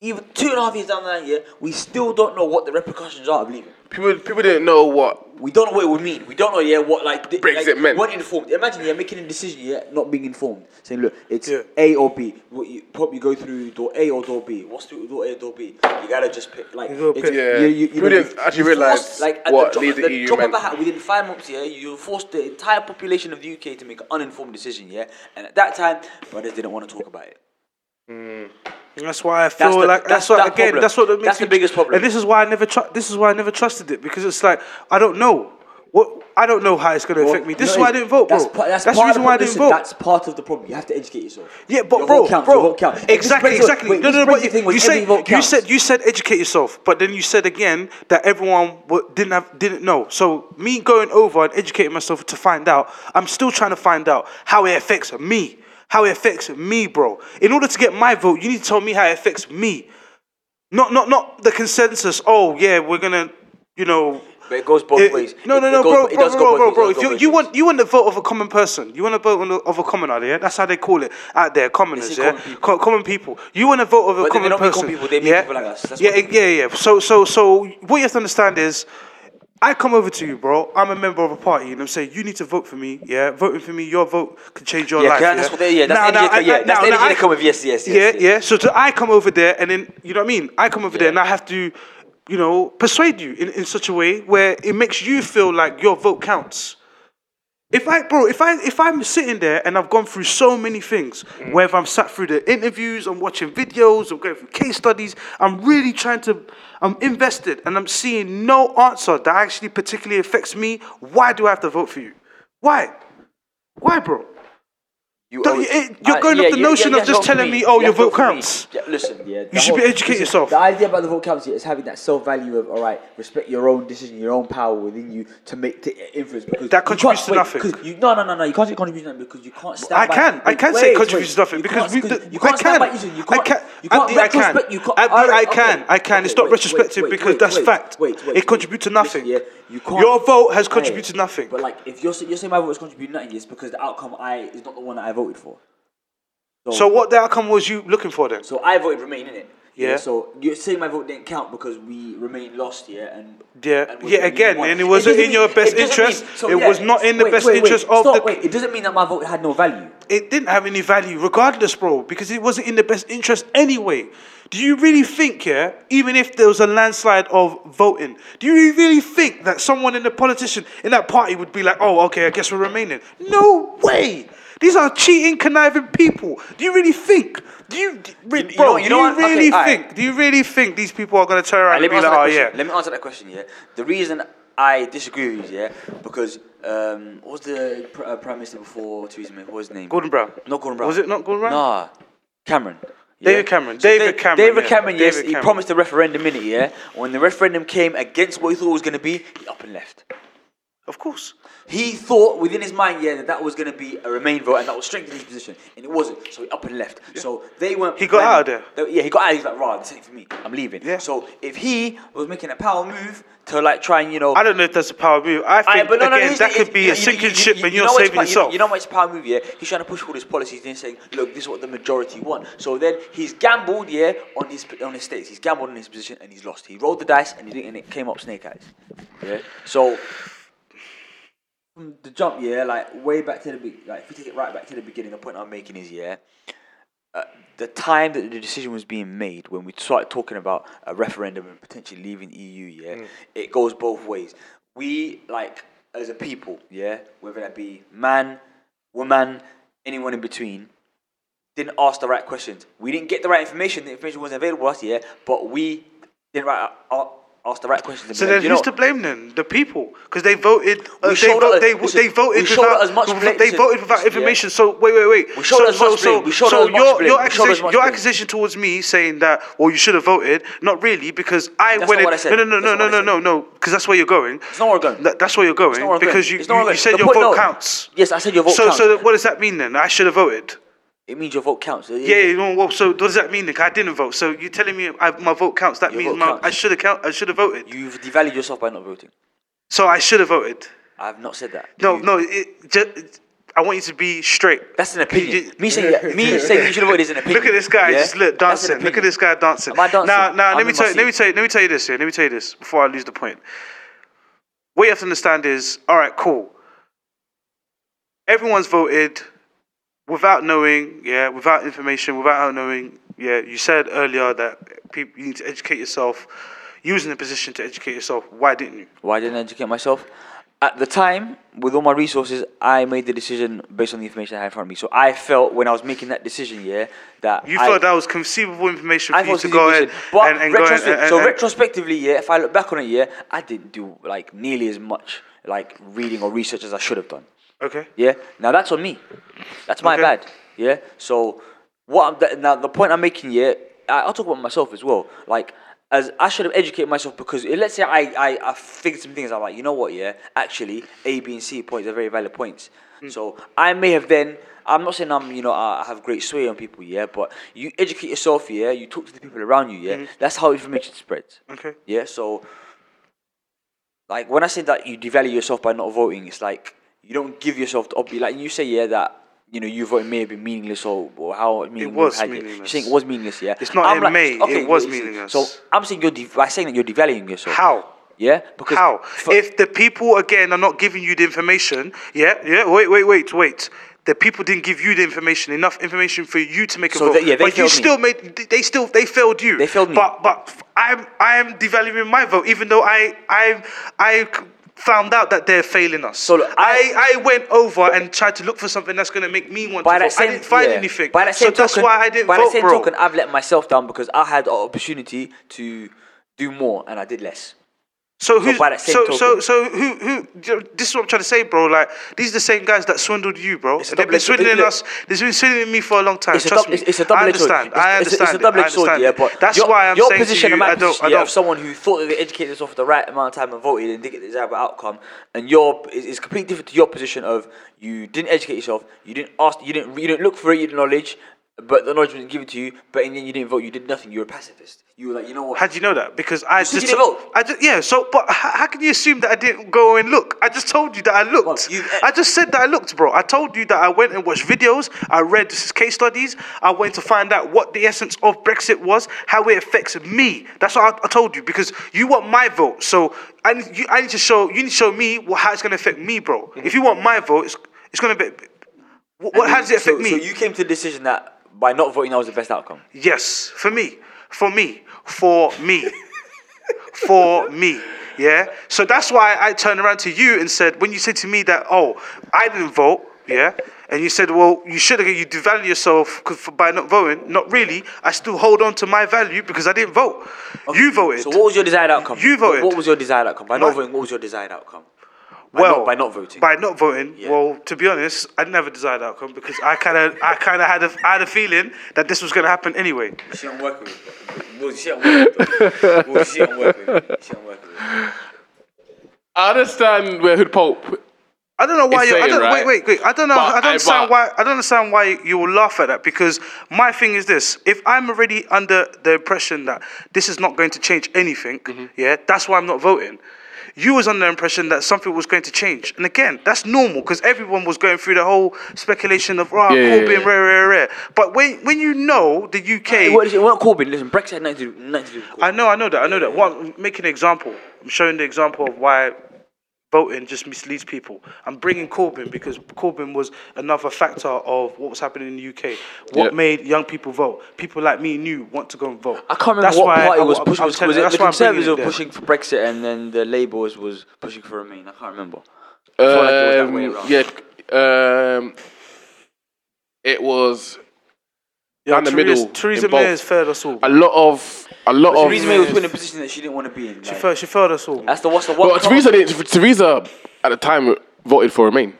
[SPEAKER 5] even two and a half years down the line, yeah, we still don't know what the repercussions are of leaving.
[SPEAKER 1] People, people didn't know what.
[SPEAKER 5] We don't know what it would mean. We don't know, yeah, what like the,
[SPEAKER 1] Brexit
[SPEAKER 5] like,
[SPEAKER 1] meant.
[SPEAKER 5] Weren't informed. Imagine you're making a decision, yeah, not being informed, saying, look, it's
[SPEAKER 2] Yeah.
[SPEAKER 5] A or B. What you probably go through door A or door B. What's through door A or door B? You gotta just pick. Like,
[SPEAKER 2] You gotta
[SPEAKER 5] it's-
[SPEAKER 2] pick.
[SPEAKER 1] Yeah. We
[SPEAKER 5] know,
[SPEAKER 1] didn't actually
[SPEAKER 5] you
[SPEAKER 1] realise
[SPEAKER 5] forced- at the
[SPEAKER 1] what
[SPEAKER 5] drop-
[SPEAKER 1] leave the EU
[SPEAKER 5] drop
[SPEAKER 1] meant.
[SPEAKER 5] Of a hat, within five months, yeah, you forced the entire population of the UK to make an uninformed decision, yeah. And at that time, brothers didn't want to talk about it.
[SPEAKER 2] And that's why I feel
[SPEAKER 5] the-
[SPEAKER 2] like that's,
[SPEAKER 5] that's that
[SPEAKER 2] what again.
[SPEAKER 5] problem.
[SPEAKER 2] That's what that makes
[SPEAKER 5] That's the
[SPEAKER 2] me-
[SPEAKER 5] biggest problem.
[SPEAKER 2] And this is why I never tru- this is why I never trusted it because it's like I don't know what I don't know how it's going to affect me. This
[SPEAKER 5] You
[SPEAKER 2] is
[SPEAKER 5] know,
[SPEAKER 2] why I didn't vote, bro.
[SPEAKER 5] That's, part- that's,
[SPEAKER 2] the
[SPEAKER 5] part of
[SPEAKER 2] reason
[SPEAKER 5] the
[SPEAKER 2] why I
[SPEAKER 5] pro-
[SPEAKER 2] didn't
[SPEAKER 5] listen,
[SPEAKER 2] vote.
[SPEAKER 5] That's part of the problem. You have to educate yourself.
[SPEAKER 2] Yeah, but
[SPEAKER 5] Your
[SPEAKER 2] bro,
[SPEAKER 5] vote counts,
[SPEAKER 2] bro,
[SPEAKER 5] your vote counts.
[SPEAKER 2] exactly,
[SPEAKER 5] This Brexit-
[SPEAKER 2] exactly.
[SPEAKER 5] wait,
[SPEAKER 2] no, no,
[SPEAKER 5] this Brexit
[SPEAKER 2] but you,
[SPEAKER 5] thing was
[SPEAKER 2] you
[SPEAKER 5] every
[SPEAKER 2] said
[SPEAKER 5] vote
[SPEAKER 2] you
[SPEAKER 5] counts.
[SPEAKER 2] said you said educate yourself, but then you said again that everyone w- didn't have didn't know. So me going over and educating myself to find out, I'm still trying to find out how it affects me, how it affects me, bro. In order to get my vote, you need to tell me how it affects me, not not not the consensus. Oh yeah, we're gonna, you know,
[SPEAKER 5] But it goes both
[SPEAKER 2] it-
[SPEAKER 5] ways.
[SPEAKER 2] No,
[SPEAKER 5] It-
[SPEAKER 2] no,
[SPEAKER 5] it
[SPEAKER 2] no,
[SPEAKER 5] goes-
[SPEAKER 2] bro,
[SPEAKER 5] it
[SPEAKER 2] bro,
[SPEAKER 5] does go
[SPEAKER 2] bro,
[SPEAKER 5] both
[SPEAKER 2] bro,
[SPEAKER 5] ways, it
[SPEAKER 2] bro. If
[SPEAKER 5] does go
[SPEAKER 2] you,
[SPEAKER 5] both
[SPEAKER 2] you
[SPEAKER 5] ways.
[SPEAKER 2] want you want the vote of a common person, you want the vote on the, of a commoner, yeah. That's how they call it out there, commoners,
[SPEAKER 5] say
[SPEAKER 2] yeah.
[SPEAKER 5] common people.
[SPEAKER 2] Co- common people. You want a vote of a
[SPEAKER 5] But then they
[SPEAKER 2] common
[SPEAKER 5] don't mean
[SPEAKER 2] person,
[SPEAKER 5] common people, they mean
[SPEAKER 2] yeah?
[SPEAKER 5] people like us. That's
[SPEAKER 2] yeah,
[SPEAKER 5] what they
[SPEAKER 2] yeah, yeah. So, so, so, what you have to understand is. I come over to you, bro. I'm a member of a party, and I'm saying you need to vote for me. Yeah, voting for me, your vote can change your
[SPEAKER 5] Yeah,
[SPEAKER 2] life.
[SPEAKER 5] that's what they- yeah, that's energy they- yeah, that's the energy
[SPEAKER 2] I-
[SPEAKER 5] they come with. Yes, yes, yes,
[SPEAKER 2] Yeah,
[SPEAKER 5] yes.
[SPEAKER 2] yeah. Yeah, so to, I come over there and then you know what I mean. I come over there and I have to, you know, persuade you in, in such a way where it makes you feel like your vote counts. If I, bro, if I, if I'm sitting there and I've gone through so many things,
[SPEAKER 5] Mm.
[SPEAKER 2] whether I'm sat through the interviews, I'm watching videos, I'm going through case studies, I'm really trying to, I'm invested, and I'm seeing no answer that actually particularly affects me. Why do I have to vote for you? Why? Why, bro?
[SPEAKER 5] You
[SPEAKER 2] Don't-
[SPEAKER 5] always-
[SPEAKER 2] it- you're
[SPEAKER 5] Uh,
[SPEAKER 2] going off the notion of just
[SPEAKER 5] vote for
[SPEAKER 2] telling me, oh,
[SPEAKER 5] Yeah,
[SPEAKER 2] your
[SPEAKER 5] vote
[SPEAKER 2] vote
[SPEAKER 5] for me.
[SPEAKER 2] counts.
[SPEAKER 5] Yeah, listen, yeah. the
[SPEAKER 2] should be educate
[SPEAKER 5] listen,
[SPEAKER 2] yourself.
[SPEAKER 5] The idea about the vote counts here is having that self value of, all right, respect your own decision, your own power within you to make to influence. Because
[SPEAKER 2] That
[SPEAKER 5] you can't-
[SPEAKER 2] contributes to
[SPEAKER 5] wait,
[SPEAKER 2] nothing.
[SPEAKER 5] 'cause You, no, no, no, no. You can't say contributes to nothing because you can't stand.
[SPEAKER 2] I
[SPEAKER 5] by-
[SPEAKER 2] can. I
[SPEAKER 5] wait,
[SPEAKER 2] can say
[SPEAKER 5] wait,
[SPEAKER 2] contributes to
[SPEAKER 5] wait.
[SPEAKER 2] nothing
[SPEAKER 5] You
[SPEAKER 2] because we.
[SPEAKER 5] can't-
[SPEAKER 2] do-
[SPEAKER 5] You can't
[SPEAKER 2] I
[SPEAKER 5] stand
[SPEAKER 2] can.
[SPEAKER 5] by decision. You
[SPEAKER 2] I
[SPEAKER 5] can't.
[SPEAKER 2] can.
[SPEAKER 5] You can't
[SPEAKER 2] Abdi, I can.
[SPEAKER 5] retrospect- You can't.
[SPEAKER 2] Abdi,
[SPEAKER 5] all right,
[SPEAKER 2] I can.
[SPEAKER 5] okay,
[SPEAKER 2] I can.
[SPEAKER 5] okay,
[SPEAKER 2] it's not
[SPEAKER 5] wait, wait,
[SPEAKER 2] retrospective
[SPEAKER 5] wait,
[SPEAKER 2] because
[SPEAKER 5] wait,
[SPEAKER 2] that's
[SPEAKER 5] wait,
[SPEAKER 2] fact.
[SPEAKER 5] Wait, wait,
[SPEAKER 2] it contributes to
[SPEAKER 5] wait.
[SPEAKER 2] nothing.
[SPEAKER 5] Listen, yeah, you can't.
[SPEAKER 2] Your vote has
[SPEAKER 5] Hey,
[SPEAKER 2] contributed to nothing.
[SPEAKER 5] But like, if you're, sa- you're saying my vote has contributed nothing, it's because the outcome I is not the one that I voted for.
[SPEAKER 2] So what the outcome was you looking for then?
[SPEAKER 5] So I voted Remain in it.
[SPEAKER 2] Yeah.
[SPEAKER 5] So you're saying my vote didn't count because we Remain lost, yeah, and
[SPEAKER 2] Yeah.
[SPEAKER 5] and we
[SPEAKER 2] Yeah,
[SPEAKER 5] didn't
[SPEAKER 2] again,
[SPEAKER 5] won.
[SPEAKER 2] and it wasn't
[SPEAKER 5] doesn't
[SPEAKER 2] in your best
[SPEAKER 5] it doesn't
[SPEAKER 2] interest.
[SPEAKER 5] so,
[SPEAKER 2] It
[SPEAKER 5] yeah,
[SPEAKER 2] was not in the
[SPEAKER 5] wait,
[SPEAKER 2] best
[SPEAKER 5] wait, wait,
[SPEAKER 2] interest of
[SPEAKER 5] stop,
[SPEAKER 2] the-
[SPEAKER 5] Wait, it doesn't mean that my vote had no value.
[SPEAKER 2] It didn't have any value, regardless, bro, because it wasn't in the best interest anyway. Do you really think, yeah, even if there was a landslide of voting, do you really think that someone in the politician in that party would be like, oh, okay, I guess we're remaining? No way. These are cheating, conniving people. Do you really think? Do you, d- re-
[SPEAKER 5] you
[SPEAKER 2] bro?
[SPEAKER 5] know- you know what?
[SPEAKER 2] do you
[SPEAKER 5] Okay,
[SPEAKER 2] really
[SPEAKER 5] alright.
[SPEAKER 2] think? Do you really think these people are going to turn around
[SPEAKER 5] Alright,
[SPEAKER 2] and be like,
[SPEAKER 5] answer
[SPEAKER 2] oh
[SPEAKER 5] that question.
[SPEAKER 2] yeah?
[SPEAKER 5] Let me answer that question. Yeah, the reason I disagree with you, yeah, because um, what was the pr- uh, prime minister before Theresa May? What was his name?
[SPEAKER 2] Gordon Brown.
[SPEAKER 5] Not Gordon Brown.
[SPEAKER 2] Was it not Gordon Brown?
[SPEAKER 5] Nah, Cameron.
[SPEAKER 2] David Cameron. David
[SPEAKER 5] Da-
[SPEAKER 2] Cameron,
[SPEAKER 5] David
[SPEAKER 2] yeah.
[SPEAKER 5] Cameron. Yes,
[SPEAKER 2] David
[SPEAKER 5] he
[SPEAKER 2] Cameron.
[SPEAKER 5] promised a referendum in it. Yeah, when the referendum came against what he thought it was going to be, he up and left.
[SPEAKER 2] Of course.
[SPEAKER 5] He thought within his mind, yeah, that that was going to be a Remain vote and that would strengthen his position, and it wasn't. So he up and left. So they weren't.
[SPEAKER 2] He got
[SPEAKER 5] planning-
[SPEAKER 2] out of there.
[SPEAKER 5] they- yeah, he got out. He's like, "Right, this ain't for me. I'm leaving."
[SPEAKER 2] Yeah.
[SPEAKER 5] So if he was making a power move to like try and you know,
[SPEAKER 2] I don't know if that's a power move. I think
[SPEAKER 5] Aye, but no, no,
[SPEAKER 2] again
[SPEAKER 5] here's
[SPEAKER 2] that
[SPEAKER 5] the-
[SPEAKER 2] could be
[SPEAKER 5] you-
[SPEAKER 2] a
[SPEAKER 5] you-
[SPEAKER 2] sinking
[SPEAKER 5] you-
[SPEAKER 2] ship,
[SPEAKER 5] you-
[SPEAKER 2] and
[SPEAKER 5] you
[SPEAKER 2] you're
[SPEAKER 5] know what his
[SPEAKER 2] saving
[SPEAKER 5] power- you-
[SPEAKER 2] yourself.
[SPEAKER 5] You know what's power move, yeah? He's trying to push all his policies and saying, look, this is what the majority want. So then he's gambled, yeah, on his on his stakes. He's gambled on his position and he's lost. He rolled the dice and he didn't, and it came up snake eyes. Yeah. So from the jump, yeah, like way back to the be- like if we take it right back to the beginning, the point I'm making is, yeah. Uh, the time that the decision was being made, when we started talking about a referendum and potentially leaving EU, yeah,
[SPEAKER 2] Mm.
[SPEAKER 5] it goes both ways. We like as a people, yeah, whether that be man, woman, anyone in between, didn't ask the right questions. We didn't get the right information. The information wasn't available to us, yeah, but we didn't right, uh, ask the right questions. and
[SPEAKER 2] So
[SPEAKER 5] be like,
[SPEAKER 2] then,
[SPEAKER 5] "You
[SPEAKER 2] who's
[SPEAKER 5] know-
[SPEAKER 2] to blame then? The people, because they voted.
[SPEAKER 5] We
[SPEAKER 2] Uh, they,
[SPEAKER 5] showed
[SPEAKER 2] vo-
[SPEAKER 5] us-
[SPEAKER 2] they,
[SPEAKER 5] listen,
[SPEAKER 2] they voted
[SPEAKER 5] we showed
[SPEAKER 2] without.
[SPEAKER 5] us much
[SPEAKER 2] with- they
[SPEAKER 5] blatant-
[SPEAKER 2] voted without
[SPEAKER 5] yeah.
[SPEAKER 2] information. So wait, wait, wait.
[SPEAKER 5] We showed
[SPEAKER 2] so,
[SPEAKER 5] us
[SPEAKER 2] so,
[SPEAKER 5] much
[SPEAKER 2] so,
[SPEAKER 5] blame. We showed
[SPEAKER 2] so
[SPEAKER 5] us much
[SPEAKER 2] your
[SPEAKER 5] blame.
[SPEAKER 2] your
[SPEAKER 5] We showed us
[SPEAKER 2] accusation,
[SPEAKER 5] much
[SPEAKER 2] your
[SPEAKER 5] blame.
[SPEAKER 2] accusation towards me saying that well you should have voted. Not really, because I
[SPEAKER 5] That's
[SPEAKER 2] went.
[SPEAKER 5] not
[SPEAKER 2] in-
[SPEAKER 5] what I said.
[SPEAKER 2] No, no, no,
[SPEAKER 5] That's
[SPEAKER 2] no,
[SPEAKER 5] not
[SPEAKER 2] no,
[SPEAKER 5] what I
[SPEAKER 2] no, no, because that's where you're going.
[SPEAKER 5] It's not where we're going.
[SPEAKER 2] That, that's where you're going
[SPEAKER 5] not where we're
[SPEAKER 2] because
[SPEAKER 5] going.
[SPEAKER 2] you,
[SPEAKER 5] It's not where
[SPEAKER 2] you,
[SPEAKER 5] we're
[SPEAKER 2] you said
[SPEAKER 5] going. The
[SPEAKER 2] your
[SPEAKER 5] point-
[SPEAKER 2] vote
[SPEAKER 5] no.
[SPEAKER 2] counts.
[SPEAKER 5] Yes, I said your vote
[SPEAKER 2] so,
[SPEAKER 5] counts.
[SPEAKER 2] So what does that mean then? I should have voted.
[SPEAKER 5] it means your vote counts.
[SPEAKER 2] Yeah, you know, well, so what does that mean? Like, I didn't vote. So you're telling me I, my vote counts. That
[SPEAKER 5] Your
[SPEAKER 2] means
[SPEAKER 5] vote
[SPEAKER 2] my,
[SPEAKER 5] counts.
[SPEAKER 2] I should have count. I should have voted.
[SPEAKER 5] You've devalued yourself by not voting.
[SPEAKER 2] so I should have voted.
[SPEAKER 5] I have not said that.
[SPEAKER 2] No,
[SPEAKER 5] You-
[SPEAKER 2] no. It, just, I want you to be straight.
[SPEAKER 5] That's an opinion.
[SPEAKER 2] You-
[SPEAKER 5] me saying
[SPEAKER 2] [laughs]
[SPEAKER 5] yeah, me saying you should have voted is an opinion.
[SPEAKER 2] Look at this guy.
[SPEAKER 5] yeah?
[SPEAKER 2] Just look
[SPEAKER 5] That's an
[SPEAKER 2] dancing. Look at
[SPEAKER 5] opinion.
[SPEAKER 2] this guy dancing.
[SPEAKER 5] Am I dancing?
[SPEAKER 2] Now, now.
[SPEAKER 5] I'm
[SPEAKER 2] Let
[SPEAKER 5] in
[SPEAKER 2] me
[SPEAKER 5] my
[SPEAKER 2] tell you. Let
[SPEAKER 5] seat.
[SPEAKER 2] me tell you. Let me tell you this. Here. Let me tell you this before I lose the point. What you have to understand is, all right, cool. Everyone's voted without knowing. Yeah, without information, without knowing. Yeah, you said earlier that people you need to educate yourself. You was in a position to educate yourself. Why didn't you?
[SPEAKER 5] Why didn't I educate myself? At the time, with all my resources, I made the decision based on the information I had in front of me. So I felt when I was making that decision, yeah, that
[SPEAKER 2] You
[SPEAKER 5] I,
[SPEAKER 2] felt that was conceivable information for
[SPEAKER 5] I
[SPEAKER 2] you
[SPEAKER 5] thought
[SPEAKER 2] to
[SPEAKER 5] to
[SPEAKER 2] go ahead
[SPEAKER 5] but
[SPEAKER 2] and, and go ahead
[SPEAKER 5] retrospect-
[SPEAKER 2] and, and,
[SPEAKER 5] so
[SPEAKER 2] and-
[SPEAKER 5] retrospectively, yeah, if I look back on it, yeah, I didn't do like nearly as much like reading or research as I should have done.
[SPEAKER 2] okay.
[SPEAKER 5] Yeah. Now that's on me. That's my
[SPEAKER 2] Okay.
[SPEAKER 5] bad. Yeah. So what I'm th- now the point I'm making yeah, I, I'll talk about myself as well. Like as I should have educated myself because eh, let's say I I, I figured some things. I'm like, you know what? Yeah, actually, A, B, and C points are very valid points.
[SPEAKER 2] Hmm.
[SPEAKER 5] So I may have then. I'm not saying I'm, you know, I I have great sway on people, yeah, but you educate yourself, yeah, you talk to the people around you, yeah. That's how information spreads.
[SPEAKER 2] Hmm. Okay.
[SPEAKER 5] Yeah, so like when I say that you devalue yourself by not voting, it's like you don't give yourself the opportunity. Like you say, yeah, that you know you voting may have been meaningless or, or how meaningless
[SPEAKER 2] was
[SPEAKER 5] had it.
[SPEAKER 2] meaningless.
[SPEAKER 5] You're saying it was meaningless, yeah.
[SPEAKER 2] It's not it may, it was meaningless.
[SPEAKER 5] So I'm saying you're de- by saying that you're devaluing yourself.
[SPEAKER 2] How?
[SPEAKER 5] Yeah, because
[SPEAKER 2] How?
[SPEAKER 5] for-
[SPEAKER 2] if the people again are not giving you the information, yeah, yeah. Wait, wait, wait, wait. The people didn't give you the information, enough information for you to make a
[SPEAKER 5] So
[SPEAKER 2] vote.
[SPEAKER 5] they- yeah, they
[SPEAKER 2] but you
[SPEAKER 5] failed me.
[SPEAKER 2] still made. they- They still. They failed you.
[SPEAKER 5] They failed me.
[SPEAKER 2] But but f- I'm I am devaluing my vote, even though I I I c- found out that they're failing us.
[SPEAKER 5] So look,
[SPEAKER 2] I, I went over and tried to look for something that's going to make me want
[SPEAKER 5] by
[SPEAKER 2] to
[SPEAKER 5] that
[SPEAKER 2] vote.
[SPEAKER 5] same
[SPEAKER 2] I didn't find
[SPEAKER 5] yeah,
[SPEAKER 2] anything.
[SPEAKER 5] By that
[SPEAKER 2] so
[SPEAKER 5] same
[SPEAKER 2] that's
[SPEAKER 5] token,
[SPEAKER 2] why I didn't
[SPEAKER 5] by
[SPEAKER 2] vote,
[SPEAKER 5] that same
[SPEAKER 2] bro.
[SPEAKER 5] token, I've let myself down because I had an opportunity to do more and I did less.
[SPEAKER 2] So who?
[SPEAKER 5] by that same
[SPEAKER 2] So,
[SPEAKER 5] token-
[SPEAKER 2] so so who who? This is what I'm trying to say, bro. Like these are the same guys that swindled you, bro.
[SPEAKER 5] It's a
[SPEAKER 2] They've been
[SPEAKER 5] double-edged-
[SPEAKER 2] swindling
[SPEAKER 5] look-
[SPEAKER 2] us. They've been swindling me for a long time.
[SPEAKER 5] It's a,
[SPEAKER 2] Trust
[SPEAKER 5] dub-
[SPEAKER 2] me.
[SPEAKER 5] it's, it's a
[SPEAKER 2] I
[SPEAKER 5] double edged sword.
[SPEAKER 2] understand.
[SPEAKER 5] It's,
[SPEAKER 2] I
[SPEAKER 5] it's a-
[SPEAKER 2] understand.
[SPEAKER 5] It's a
[SPEAKER 2] it.
[SPEAKER 5] double
[SPEAKER 2] I
[SPEAKER 5] edged sword,
[SPEAKER 2] understand
[SPEAKER 5] yeah.
[SPEAKER 2] it.
[SPEAKER 5] But
[SPEAKER 2] that's
[SPEAKER 5] your,
[SPEAKER 2] why I'm
[SPEAKER 5] your
[SPEAKER 2] saying
[SPEAKER 5] position
[SPEAKER 2] to
[SPEAKER 5] and
[SPEAKER 2] you,
[SPEAKER 5] my
[SPEAKER 2] I don't,
[SPEAKER 5] position,
[SPEAKER 2] I
[SPEAKER 5] yeah, of
[SPEAKER 2] don't.
[SPEAKER 5] someone who thought that they educated themselves for the right amount of time and voted and didn't get the desired outcome, and your is, is completely different to your position of you didn't educate yourself, you didn't ask, you didn't you didn't look for it, you didn't knowledge. but the knowledge was given to you, but in the end you didn't vote, you did nothing, you were a pacifist. You were like, you know what?
[SPEAKER 2] How do you know that? Because I
[SPEAKER 5] said
[SPEAKER 2] just,
[SPEAKER 5] you didn't vote.
[SPEAKER 2] I just yeah. So, but h- how can you assume that I didn't go and look? I just told you that I looked.
[SPEAKER 5] you- eh
[SPEAKER 2] I just said that I looked, bro. I told you that I went and watched videos. I read case studies. I went to find out what the essence of Brexit was, how it affects me. That's what I, I told you because you want my vote. So I need, you, I need to show you need to show me what, how it's going to affect me, bro.
[SPEAKER 5] Mm-hmm.
[SPEAKER 2] If you want my vote, it's it's going to be. What, what, how does it affect
[SPEAKER 5] so,
[SPEAKER 2] me?
[SPEAKER 5] So you came to the decision that by not voting, that was the best outcome.
[SPEAKER 2] Yes, for me, for me, for me, for me. Yeah. So that's why I turned around to you and said, when you said to me that, oh, I didn't vote. Yeah. And you said, well, you should have, you devalue yourself 'cause for- by not voting. Not really. I still hold on to my value because I didn't vote. You voted.
[SPEAKER 5] So what was your desired outcome?
[SPEAKER 2] You voted.
[SPEAKER 5] What, what was your desired outcome? By not
[SPEAKER 2] My-
[SPEAKER 5] voting, what was your desired outcome? By
[SPEAKER 2] well,
[SPEAKER 5] not, by not voting.
[SPEAKER 2] By not voting. Well, to be honest, I didn't have a desired outcome because I kind of, I kind of had a, I had a feeling that this was going to happen anyway.
[SPEAKER 5] She don't work with. Well, she don't work with. Well, she don't work with. She don't work with.
[SPEAKER 1] I understand where Hood Pope.
[SPEAKER 2] I don't know why
[SPEAKER 1] It's
[SPEAKER 2] you. I
[SPEAKER 1] saying,
[SPEAKER 2] don't,
[SPEAKER 1] right?
[SPEAKER 2] Wait, wait, wait. I don't know.
[SPEAKER 1] But
[SPEAKER 2] I
[SPEAKER 1] I-
[SPEAKER 2] don't understand
[SPEAKER 1] but-
[SPEAKER 2] why. I don't understand why you will laugh at that because my thing is this: if I'm already under the impression that this is not going to change anything,
[SPEAKER 1] Mm-hmm.
[SPEAKER 2] yeah, that's why I'm not voting. You was under the impression that something was going to change, and again, that's normal because everyone was going through the whole speculation of oh,
[SPEAKER 1] Yeah, yeah,
[SPEAKER 2] Corbyn,
[SPEAKER 1] yeah.
[SPEAKER 2] rare, rare, rare. But when when you know the UK,
[SPEAKER 5] Hey, what is it? Well, not Corbyn. Listen, Brexit had nothing to do, nothing to do with Corbyn.
[SPEAKER 2] I know, I know that, I know that. What I'm making an example. I'm showing the example of why voting just misleads people. I'm bringing Corbyn because Corbyn was another factor of what was happening in the UK. What
[SPEAKER 1] Yep.
[SPEAKER 2] made young people vote? People like me and you want to go and vote.
[SPEAKER 5] I can't remember
[SPEAKER 2] That's
[SPEAKER 5] what
[SPEAKER 2] why
[SPEAKER 5] party
[SPEAKER 2] I-
[SPEAKER 5] was
[SPEAKER 2] I-
[SPEAKER 5] pushing.
[SPEAKER 2] I'm
[SPEAKER 5] Was,
[SPEAKER 2] telling-
[SPEAKER 5] was it
[SPEAKER 2] that's
[SPEAKER 5] the
[SPEAKER 2] why I'm bringing
[SPEAKER 5] Conservatives
[SPEAKER 2] it
[SPEAKER 5] were
[SPEAKER 2] there.
[SPEAKER 5] pushing for Brexit, and then the Labours was pushing for Remain? I can't remember. I feel like it was that way
[SPEAKER 1] Um,
[SPEAKER 5] around.
[SPEAKER 1] yeah, um, it was
[SPEAKER 2] Yeah,
[SPEAKER 1] down the
[SPEAKER 2] Theresa-
[SPEAKER 1] middle in
[SPEAKER 2] Theresa
[SPEAKER 1] both.
[SPEAKER 2] May has failed us all.
[SPEAKER 1] a lot of a lot of.
[SPEAKER 5] Theresa May was put in a position that she didn't want to be in.
[SPEAKER 2] She
[SPEAKER 5] like,
[SPEAKER 2] failed, she failed us all.
[SPEAKER 5] that's the what's the what?
[SPEAKER 1] Well, Theresa didn't. Theresa at the time voted for Remain,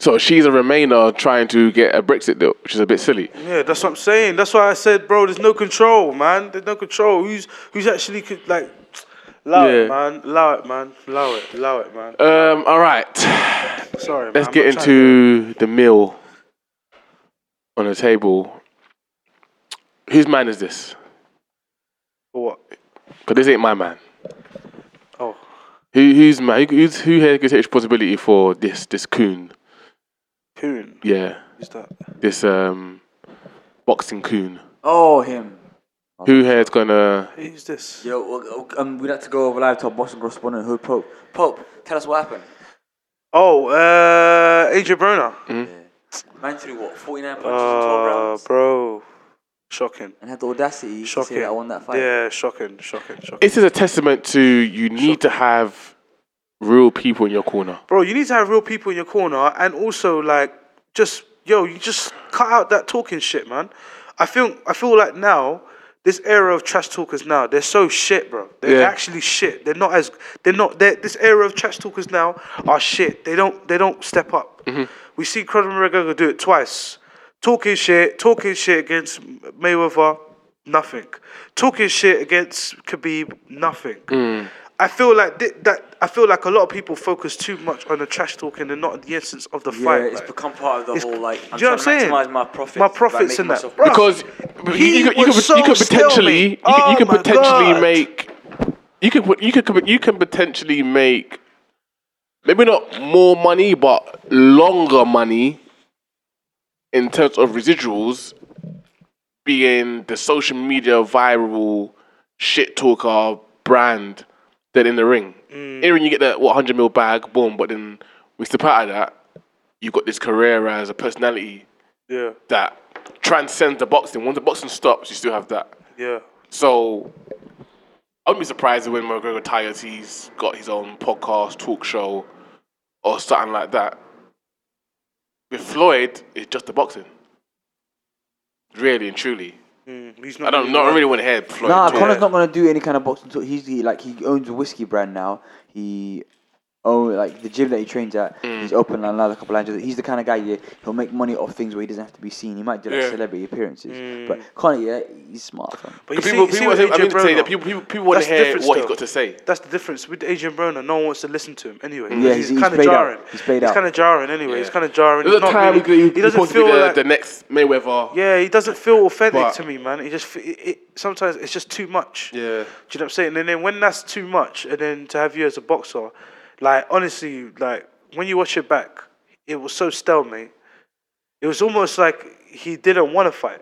[SPEAKER 1] so she's a Remainer trying to get a Brexit deal, which is a bit silly.
[SPEAKER 2] Yeah, that's what I'm saying. That's why I said, bro, there's no control, man. There's no control. Who's who's actually could like. Allow
[SPEAKER 1] Yeah.
[SPEAKER 2] it, man. Allow it, man. Allow it. Allow it, man.
[SPEAKER 1] Um, all right.
[SPEAKER 2] Sorry, man.
[SPEAKER 1] Let's
[SPEAKER 2] I'm
[SPEAKER 1] get
[SPEAKER 2] not trying to-
[SPEAKER 1] into the meal on the table. Whose man is this?
[SPEAKER 2] what?
[SPEAKER 1] Because this ain't my man.
[SPEAKER 2] Oh.
[SPEAKER 1] Who, who's man? Who, who's, who here can take responsibility for this? This coon.
[SPEAKER 2] Poon.
[SPEAKER 1] Yeah.
[SPEAKER 2] Who's that?
[SPEAKER 1] This um, boxing coon.
[SPEAKER 5] Oh, him.
[SPEAKER 1] Who here's gonna?
[SPEAKER 2] Who's this?
[SPEAKER 5] Yo, o- o- um, we'd like to go over live to our Boston correspondent, Hood Pope. Pope, tell us what happened.
[SPEAKER 2] Oh, uh, Adrian Broner.
[SPEAKER 5] Man threw what? 49 punches in 12
[SPEAKER 2] Uh,
[SPEAKER 5] rounds.
[SPEAKER 2] bro. Shocking.
[SPEAKER 5] And had the audacity to
[SPEAKER 2] Shocking.
[SPEAKER 5] say that I won that fight.
[SPEAKER 2] Yeah, shocking, shocking, shocking.
[SPEAKER 1] This is a testament to you need to have real people in your corner.
[SPEAKER 2] bro, you need to have real people in your corner and also, like, just, yo, you just cut out that talking shit, man. I feel, I feel like now, this era of trash talkers now, they're so shit, bro. They're
[SPEAKER 1] Yeah.
[SPEAKER 2] actually shit. They're not as, they're not, they're, this era of trash talkers now are shit. They don't, they don't step up. We see Conor McGregor do it twice. Talking shit, talking shit against Mayweather. nothing. Talking shit against Khabib, nothing. I feel like thi- that. I feel like a lot of people focus too much on the trash talking and not the essence of the
[SPEAKER 5] Yeah,
[SPEAKER 2] fight.
[SPEAKER 5] it's
[SPEAKER 2] like.
[SPEAKER 5] become part of the
[SPEAKER 2] It's-
[SPEAKER 5] whole like. I'm
[SPEAKER 2] do you know what I'm
[SPEAKER 5] trying to
[SPEAKER 2] saying?
[SPEAKER 5] maximize my profits.
[SPEAKER 2] My
[SPEAKER 5] by
[SPEAKER 2] profits
[SPEAKER 5] making
[SPEAKER 2] and that.
[SPEAKER 5] myself-
[SPEAKER 2] Bruh,
[SPEAKER 1] because you,
[SPEAKER 2] he
[SPEAKER 1] you, could, you,
[SPEAKER 2] was
[SPEAKER 1] could,
[SPEAKER 2] so
[SPEAKER 1] you could
[SPEAKER 2] stalemate.
[SPEAKER 1] potentially you, could-
[SPEAKER 2] Oh
[SPEAKER 1] you could
[SPEAKER 2] my
[SPEAKER 1] potentially
[SPEAKER 2] God.
[SPEAKER 1] make you could you could you can potentially make maybe not more money but longer money in terms of residuals being the social media viral shit talker brand than in the ring.
[SPEAKER 2] Mm.
[SPEAKER 1] In the ring you get that what hundred mil bag, boom, but then with the part of that, you got this career as a personality
[SPEAKER 2] yeah,
[SPEAKER 1] that transcends the boxing. Once the boxing stops, you still have that.
[SPEAKER 2] yeah.
[SPEAKER 1] So I wouldn't be surprised if when McGregor retires, he's got his own podcast, talk show, or something like that. With Floyd, it's just the boxing. Really and truly.
[SPEAKER 2] Mm, he's
[SPEAKER 1] I
[SPEAKER 2] not.
[SPEAKER 1] don't,
[SPEAKER 2] really
[SPEAKER 1] not
[SPEAKER 2] right.
[SPEAKER 1] really want to hear Floyd.
[SPEAKER 5] Nah,
[SPEAKER 1] talk.
[SPEAKER 5] Connor's not gonna do any kind of boxing talk. He's the, like he owns a whiskey brand now. He
[SPEAKER 6] Oh, like the gym that he trains at,
[SPEAKER 2] Mm.
[SPEAKER 6] he's open and another couple lounges. He's the kind of guy, yeah, he'll make money off things where he doesn't have to be seen. He might do like
[SPEAKER 1] Yeah.
[SPEAKER 6] celebrity appearances,
[SPEAKER 2] Mm.
[SPEAKER 6] but Conor, yeah, he's smart. Fam.
[SPEAKER 2] But you see,
[SPEAKER 1] People,
[SPEAKER 2] you see
[SPEAKER 1] people, I
[SPEAKER 2] what
[SPEAKER 1] mean
[SPEAKER 2] Adrian
[SPEAKER 1] to say
[SPEAKER 2] Broner-
[SPEAKER 1] that people, people, people want
[SPEAKER 2] That's
[SPEAKER 1] to
[SPEAKER 2] the
[SPEAKER 1] hear
[SPEAKER 2] difference,
[SPEAKER 1] what he's
[SPEAKER 2] though.
[SPEAKER 1] got to say.
[SPEAKER 2] That's the difference with Adrian Broner. No one wants to listen to him anyway.
[SPEAKER 6] Yeah, he's- he's
[SPEAKER 2] kind of
[SPEAKER 6] played out.
[SPEAKER 2] jarring.
[SPEAKER 6] He's played out.
[SPEAKER 2] kind of jarring anyway. He's kind of jarring.
[SPEAKER 1] There's a
[SPEAKER 2] He's not
[SPEAKER 1] time
[SPEAKER 2] really-
[SPEAKER 1] he, uh,
[SPEAKER 2] he doesn't feel
[SPEAKER 1] the,
[SPEAKER 2] like
[SPEAKER 1] the next Mayweather.
[SPEAKER 2] Yeah, he doesn't feel authentic
[SPEAKER 1] But-
[SPEAKER 2] to me, man. He just f- it, it, sometimes it's just too much.
[SPEAKER 1] Yeah.
[SPEAKER 2] Do you know what I'm saying? And then when that's too much, and then to have you as a boxer, like honestly, like when you watch it back, it was so stalemate. It was almost like he didn't want to fight.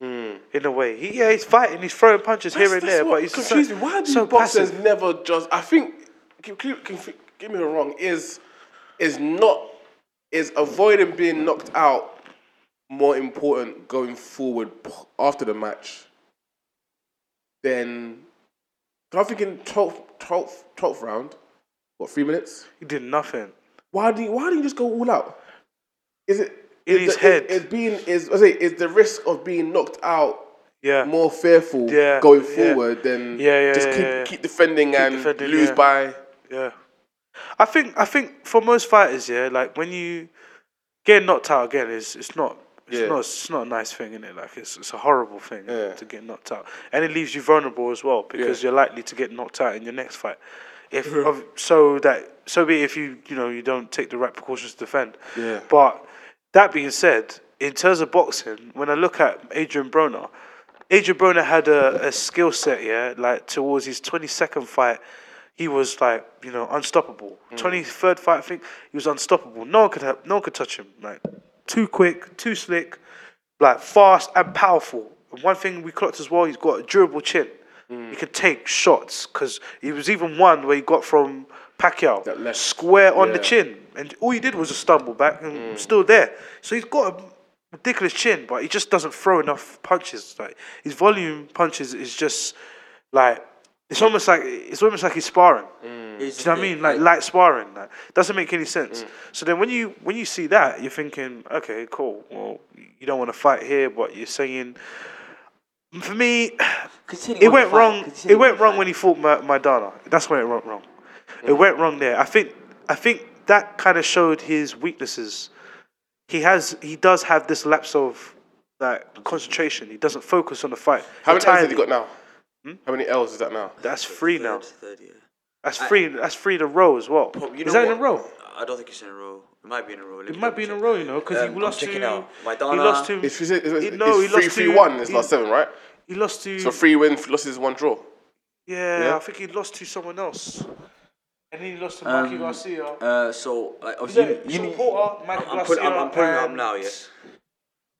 [SPEAKER 1] Hmm.
[SPEAKER 2] In a way, he, yeah, he's fighting, he's throwing punches here and there, but he's
[SPEAKER 1] confused
[SPEAKER 2] so,
[SPEAKER 1] me. Why do
[SPEAKER 2] so
[SPEAKER 1] boxers
[SPEAKER 2] passive.
[SPEAKER 1] never just? I think, c- c- conf- get me wrong, is is not is avoiding being knocked out more important going forward p- after the match than? 'cause I'm thinking 12th, 12th, 12th round, what three minutes?
[SPEAKER 2] He did nothing.
[SPEAKER 1] Why do you, why do you just go all out? Is it
[SPEAKER 2] In
[SPEAKER 1] is
[SPEAKER 2] his
[SPEAKER 1] the,
[SPEAKER 2] head.
[SPEAKER 1] Is, is being is I say is the risk of being knocked out
[SPEAKER 2] Yeah,
[SPEAKER 1] more fearful
[SPEAKER 2] Yeah,
[SPEAKER 1] going
[SPEAKER 2] yeah.
[SPEAKER 1] forward than
[SPEAKER 2] Yeah, yeah,
[SPEAKER 1] just
[SPEAKER 2] yeah,
[SPEAKER 1] keep,
[SPEAKER 2] yeah, yeah.
[SPEAKER 1] keep defending and
[SPEAKER 2] defending,
[SPEAKER 1] lose
[SPEAKER 2] yeah.
[SPEAKER 1] by
[SPEAKER 2] Yeah, I think I think for most fighters, yeah, like when you get knocked out again, is it's not. It's,
[SPEAKER 1] Yeah.
[SPEAKER 2] not, it's not a nice thing, innit? Like, it's, it's a horrible thing
[SPEAKER 1] Yeah.
[SPEAKER 2] to get knocked out. And it leaves you vulnerable as well because
[SPEAKER 1] Yeah.
[SPEAKER 2] you're likely to get knocked out in your next fight.
[SPEAKER 1] [laughs]
[SPEAKER 2] If of- So that so be it if you, you know, you don't take the right precautions to defend.
[SPEAKER 1] Yeah.
[SPEAKER 2] But that being said, in terms of boxing, when I look at Adrian Broner, Adrian Broner had a, a skill set, yeah, like towards his 22nd fight, he was like, you know, unstoppable.
[SPEAKER 1] Mm.
[SPEAKER 2] 23rd fight, I think, he was unstoppable. No one could have, no one could touch him. Like, too quick, too slick, like fast and powerful. And one thing we clocked as well, he's got a durable chin. He
[SPEAKER 1] Mm.
[SPEAKER 2] can take shots because he was even one where he got from Pacquiao
[SPEAKER 1] That left.
[SPEAKER 2] square on the
[SPEAKER 1] Yeah. Mm.
[SPEAKER 2] chin, and all he did was a stumble back and still there. So he's got a ridiculous chin, but he just doesn't throw enough punches. Like his volume punches is just like it's almost like it's almost like he's sparring. Mm. Do you know what I mean? Like light sparring. Like doesn't make any sense.
[SPEAKER 5] Mm.
[SPEAKER 2] So then when you when you see that, you're thinking, okay, cool. Well, you don't want to fight here, but you're saying. For me, it went wrong. It went wrong when he fought Ma- Maidana. That's when it went wrong. It went wrong there. I think. I think that kind of showed his weaknesses. He has. He does have this lapse of like concentration. He doesn't focus on the fight.
[SPEAKER 1] how many L's has
[SPEAKER 2] Entirely.
[SPEAKER 1] he got now?
[SPEAKER 2] Hmm?
[SPEAKER 1] How many L's is that now?
[SPEAKER 2] That's free now.
[SPEAKER 5] Third, yeah.
[SPEAKER 2] That's free. That's free to row as well.
[SPEAKER 5] You
[SPEAKER 2] Is
[SPEAKER 5] know
[SPEAKER 2] that in a
[SPEAKER 5] what?
[SPEAKER 2] row?
[SPEAKER 5] I don't think it's in a row. It might be in a row. Let
[SPEAKER 2] It
[SPEAKER 5] me
[SPEAKER 2] might be in a
[SPEAKER 5] double
[SPEAKER 2] row, you know, because
[SPEAKER 5] Um,
[SPEAKER 2] he
[SPEAKER 5] I'm
[SPEAKER 2] lost to.
[SPEAKER 5] checking out.
[SPEAKER 2] He
[SPEAKER 5] Maidana-
[SPEAKER 2] lost to.
[SPEAKER 1] It's, it's, it's,
[SPEAKER 2] he-
[SPEAKER 1] it's,
[SPEAKER 2] no, he
[SPEAKER 1] three,
[SPEAKER 2] lost
[SPEAKER 1] three,
[SPEAKER 2] to-
[SPEAKER 1] one is
[SPEAKER 2] he-
[SPEAKER 1] last seven, right?
[SPEAKER 2] He lost to.
[SPEAKER 1] So three win, losses, one draw.
[SPEAKER 2] yeah,
[SPEAKER 1] yeah.
[SPEAKER 2] I think he lost to someone else. And then he lost to Mikey
[SPEAKER 6] Um,
[SPEAKER 2] Garcia.
[SPEAKER 5] check. Uh, so like, obviously,
[SPEAKER 2] Sean
[SPEAKER 5] you, you,
[SPEAKER 2] Porter, Michael
[SPEAKER 5] I'm, I'm, putting, I'm, I'm putting it up now. Yeah.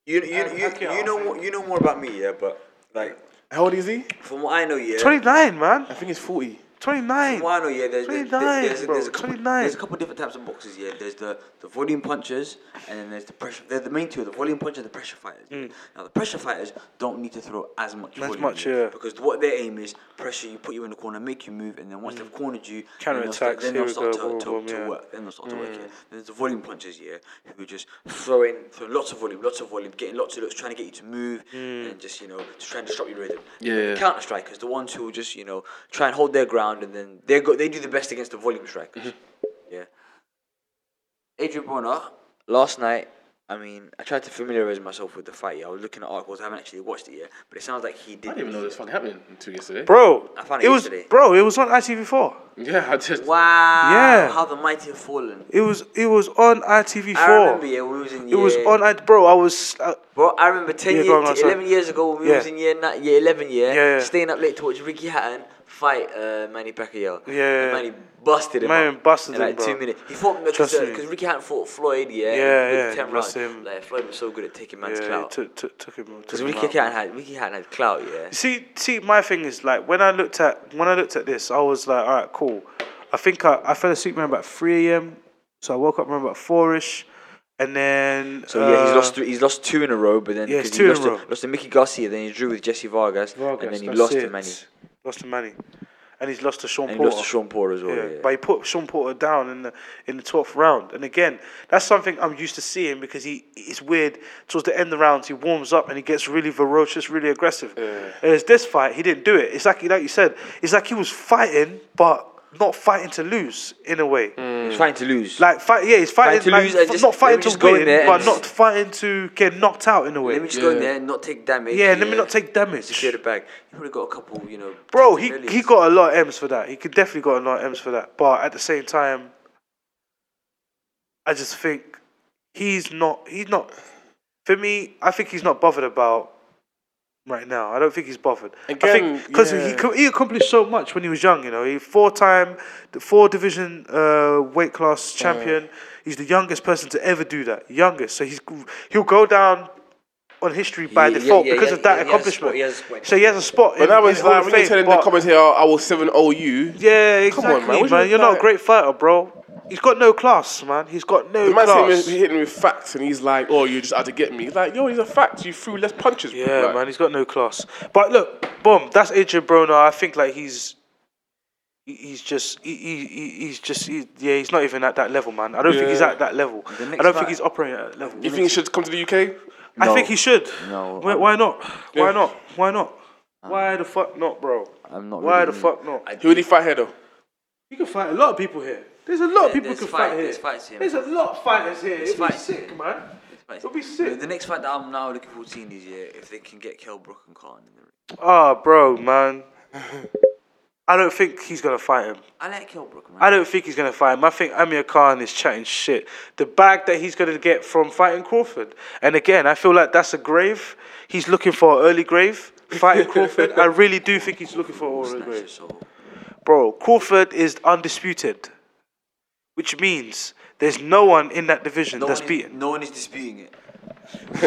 [SPEAKER 5] You you
[SPEAKER 2] and
[SPEAKER 5] you,
[SPEAKER 2] Pacquiao,
[SPEAKER 5] you know
[SPEAKER 2] I think.
[SPEAKER 5] more, you know more about me, yeah. But like
[SPEAKER 1] How old is he?
[SPEAKER 5] from what I know, yeah.
[SPEAKER 2] Twenty nine, man.
[SPEAKER 1] I think he's forty.
[SPEAKER 2] Twenty
[SPEAKER 5] From
[SPEAKER 2] nine.
[SPEAKER 5] what I know, yeah. There's, there's,
[SPEAKER 2] 29,
[SPEAKER 5] there's,
[SPEAKER 2] bro,
[SPEAKER 5] there's, a couple,
[SPEAKER 2] 29.
[SPEAKER 5] there's a couple different types of boxes. Yeah, there's the, the volume punchers, and then there's the pressure. They're the main two: the volume puncher, the pressure fighters. Now, the pressure fighters don't need to throw as much.
[SPEAKER 2] Mm. As
[SPEAKER 5] volume,
[SPEAKER 2] much, yeah.
[SPEAKER 5] Because what their aim is, pressure you, put you in the corner, make you move, and then
[SPEAKER 2] Mm.
[SPEAKER 5] once they've cornered you,
[SPEAKER 2] Counter
[SPEAKER 5] then they'll start-
[SPEAKER 2] attacks,
[SPEAKER 5] Then
[SPEAKER 2] here
[SPEAKER 5] they'll
[SPEAKER 2] we
[SPEAKER 5] start
[SPEAKER 2] go,
[SPEAKER 5] to,
[SPEAKER 2] boom,
[SPEAKER 5] to,
[SPEAKER 2] boom, yeah. Hmm.
[SPEAKER 5] to work work, then they'll start to work. Yeah. There's the volume punchers, yeah, who just throwing, throwing lots of volume, lots of volume, getting lots of looks, trying to get you to move,
[SPEAKER 2] Hmm.
[SPEAKER 5] and just you know, just trying to stop your rhythm.
[SPEAKER 1] Yeah.
[SPEAKER 5] Counter strikers, the ones who just you know try and hold their ground, and then they go, they do the best against the volume strikers.
[SPEAKER 2] Mm-hmm.
[SPEAKER 5] Yeah. Adrian Broner, last night. I mean, I tried to familiarize myself with the fight. Yeah, I was looking at articles. I haven't actually watched it yet, but it sounds like he did.
[SPEAKER 1] I didn't even know this fucking happened until yesterday.
[SPEAKER 2] Bro,
[SPEAKER 5] I found
[SPEAKER 2] it
[SPEAKER 5] it
[SPEAKER 2] was
[SPEAKER 5] yesterday.
[SPEAKER 2] bro. It was on ITV4.
[SPEAKER 1] Yeah, I just.
[SPEAKER 5] Wow!
[SPEAKER 2] Yeah.
[SPEAKER 5] How the mighty have fallen.
[SPEAKER 2] It was it was on ITV4.
[SPEAKER 5] I remember, yeah, we was in.
[SPEAKER 2] It was
[SPEAKER 5] year-
[SPEAKER 2] on I bro. I was uh,
[SPEAKER 5] Bro, I remember 10
[SPEAKER 2] Yeah,
[SPEAKER 5] years,
[SPEAKER 2] go on, go on, sorry.
[SPEAKER 5] 11 years ago when we
[SPEAKER 2] Yeah.
[SPEAKER 5] was in year, ni- year 11, yeah,
[SPEAKER 2] Yeah, yeah.
[SPEAKER 5] staying up late to watch Ricky Hatton fight uh, Manny Pacquiao.
[SPEAKER 2] Yeah, yeah,
[SPEAKER 5] And
[SPEAKER 2] yeah.
[SPEAKER 5] Manny busted him
[SPEAKER 2] Man
[SPEAKER 5] up
[SPEAKER 2] busted
[SPEAKER 5] in
[SPEAKER 2] him,
[SPEAKER 5] like
[SPEAKER 2] bro.
[SPEAKER 5] two minutes. He fought because
[SPEAKER 2] Trust
[SPEAKER 5] uh,
[SPEAKER 2] me.
[SPEAKER 5] 'cause Ricky Hatton fought Floyd, yeah,
[SPEAKER 2] Yeah,
[SPEAKER 5] in
[SPEAKER 2] yeah,
[SPEAKER 5] the 10
[SPEAKER 2] bust
[SPEAKER 5] rounds.
[SPEAKER 2] him.
[SPEAKER 5] Like, Floyd was so good at taking man's
[SPEAKER 2] yeah,
[SPEAKER 5] clout.
[SPEAKER 2] took, took, took him. took
[SPEAKER 5] Because
[SPEAKER 2] him
[SPEAKER 5] Ricky
[SPEAKER 2] out.
[SPEAKER 5] Hatton had, Ricky Hatton had clout, yeah.
[SPEAKER 2] See, see, my thing is like when I looked at when I looked at this, I was like, all right, cool. I think I, I fell asleep around about three a.m. So I woke up around about four ish, and then
[SPEAKER 5] So yeah, he's
[SPEAKER 2] uh,
[SPEAKER 5] lost. Three, he's lost two in a row, but then
[SPEAKER 2] Yeah, it's
[SPEAKER 5] 'cause
[SPEAKER 2] two
[SPEAKER 5] he
[SPEAKER 2] in a
[SPEAKER 5] lost, to,
[SPEAKER 2] row.
[SPEAKER 5] lost to Mickey Garcia, then he drew with Jesse Vargas, and then he lost to
[SPEAKER 2] it.
[SPEAKER 5] Manny,
[SPEAKER 2] Lost to Manny, and he's lost to Sean
[SPEAKER 5] and he
[SPEAKER 2] Porter.
[SPEAKER 5] lost to Sean Porter as well.
[SPEAKER 2] Yeah,
[SPEAKER 5] Oh, Yeah,
[SPEAKER 2] but he put Sean Porter down in the in the twelfth round, and again, that's something I'm used to seeing because he it's weird. Towards the end of the rounds, he warms up and he gets really ferocious, really aggressive. Whereas this fight, he didn't do it. It's like like you said, it's like he was fighting, but not fighting to lose in a way.
[SPEAKER 5] He's trying to lose.
[SPEAKER 2] Like fight, yeah, he's fighting,
[SPEAKER 5] Mm. to
[SPEAKER 2] like,
[SPEAKER 5] lose and
[SPEAKER 2] f-
[SPEAKER 5] just-
[SPEAKER 2] not
[SPEAKER 5] let
[SPEAKER 2] fighting
[SPEAKER 5] me
[SPEAKER 2] to
[SPEAKER 5] just go in
[SPEAKER 2] win,
[SPEAKER 5] there and
[SPEAKER 2] but
[SPEAKER 5] just-
[SPEAKER 2] not fighting to get knocked out in a way.
[SPEAKER 4] Let me just go in
[SPEAKER 1] Yeah.
[SPEAKER 4] there and not take damage.
[SPEAKER 2] yeah, let me not take damage.
[SPEAKER 4] Secure the bag. He probably got a couple, you know.
[SPEAKER 2] Bro, he
[SPEAKER 4] millions.
[SPEAKER 2] he got a lot of M's for that. He could definitely got a lot of M's for that. But at the same time, I just think he's not he's not for me, I think he's not bothered about right now. I don't think he's bothered. I
[SPEAKER 1] Again,
[SPEAKER 2] think because
[SPEAKER 1] yeah.
[SPEAKER 2] he co- he accomplished so much when he was young. You know, he four time, four division uh, weight class champion. He's the youngest person to ever do that. Youngest, so he's he'll go down on history by
[SPEAKER 4] Yeah, yeah,
[SPEAKER 2] default
[SPEAKER 4] yeah,
[SPEAKER 2] because
[SPEAKER 4] yeah,
[SPEAKER 2] of that
[SPEAKER 4] yeah, he has a
[SPEAKER 2] accomplishment.
[SPEAKER 4] spot, he has a spot.
[SPEAKER 2] so he has a spot.
[SPEAKER 1] But
[SPEAKER 2] in,
[SPEAKER 1] that was
[SPEAKER 2] in Hall
[SPEAKER 1] like
[SPEAKER 2] of
[SPEAKER 1] when you're
[SPEAKER 2] Fame,
[SPEAKER 1] telling the
[SPEAKER 2] but-
[SPEAKER 1] commentator, "I will seven zero you."
[SPEAKER 2] Yeah,
[SPEAKER 1] Come on, man, what
[SPEAKER 2] exactly,
[SPEAKER 1] do you
[SPEAKER 2] man. You're not a
[SPEAKER 1] like-
[SPEAKER 2] great fighter, bro. He's got no class, man. He's got no
[SPEAKER 1] The man's hitting
[SPEAKER 2] class.
[SPEAKER 1] with, hitting with facts, and he's like, "Oh, you just had to get me." He's like, "Yo, these are facts. You threw less punches." bro."
[SPEAKER 2] Yeah,
[SPEAKER 1] Like,
[SPEAKER 2] man, he's got no class. But look, boom, that's Adrian Broner. I think like he's he- he's just he, he, he- he's just he, yeah, he's not even at that level, man. I don't think he's
[SPEAKER 1] Yeah.
[SPEAKER 2] at that level. I don't
[SPEAKER 5] next
[SPEAKER 2] think
[SPEAKER 5] fight-
[SPEAKER 2] he's operating at that level.
[SPEAKER 1] You think he should come to the UK?
[SPEAKER 2] I
[SPEAKER 5] No.
[SPEAKER 2] think he should.
[SPEAKER 5] No,
[SPEAKER 2] Why,
[SPEAKER 5] I'm- Um,
[SPEAKER 2] why not? Why
[SPEAKER 1] Yeah.
[SPEAKER 2] not? Why not? Why the fuck not, bro?
[SPEAKER 5] I'm not
[SPEAKER 2] Why the
[SPEAKER 5] really-
[SPEAKER 2] fuck not?
[SPEAKER 1] Who would he fight here though?
[SPEAKER 2] You can fight a lot of people here. There's a lot of
[SPEAKER 4] There-
[SPEAKER 2] people who
[SPEAKER 4] there's
[SPEAKER 2] can
[SPEAKER 4] fight-
[SPEAKER 2] fight here.
[SPEAKER 4] there's fights here,
[SPEAKER 2] There's a lot of fighters here. It'd be
[SPEAKER 4] fights
[SPEAKER 2] sick, man. It'd be
[SPEAKER 4] The,
[SPEAKER 2] sick.
[SPEAKER 4] the next fight that I'm now looking forward to seeing is yeah, if they can get Kell Brook and Khan in the ring.
[SPEAKER 2] Ah, bro, man. [laughs] I don't think he's gonna fight him.
[SPEAKER 4] I like Kell Brook, man.
[SPEAKER 2] I don't think he's gonna fight him. I think Amir Khan is chatting shit. The bag that he's gonna get from fighting Crawford, and again, I feel like that's a grave. He's looking for an early grave. Fighting Crawford,
[SPEAKER 4] [laughs]
[SPEAKER 2] I really do think he's looking for an early
[SPEAKER 4] Snatch your
[SPEAKER 2] grave,
[SPEAKER 4] soul.
[SPEAKER 2] bro. Crawford is undisputed, which means there's no one in that division
[SPEAKER 4] No
[SPEAKER 2] that's
[SPEAKER 4] one is-
[SPEAKER 2] beaten.
[SPEAKER 4] No one is disputing it.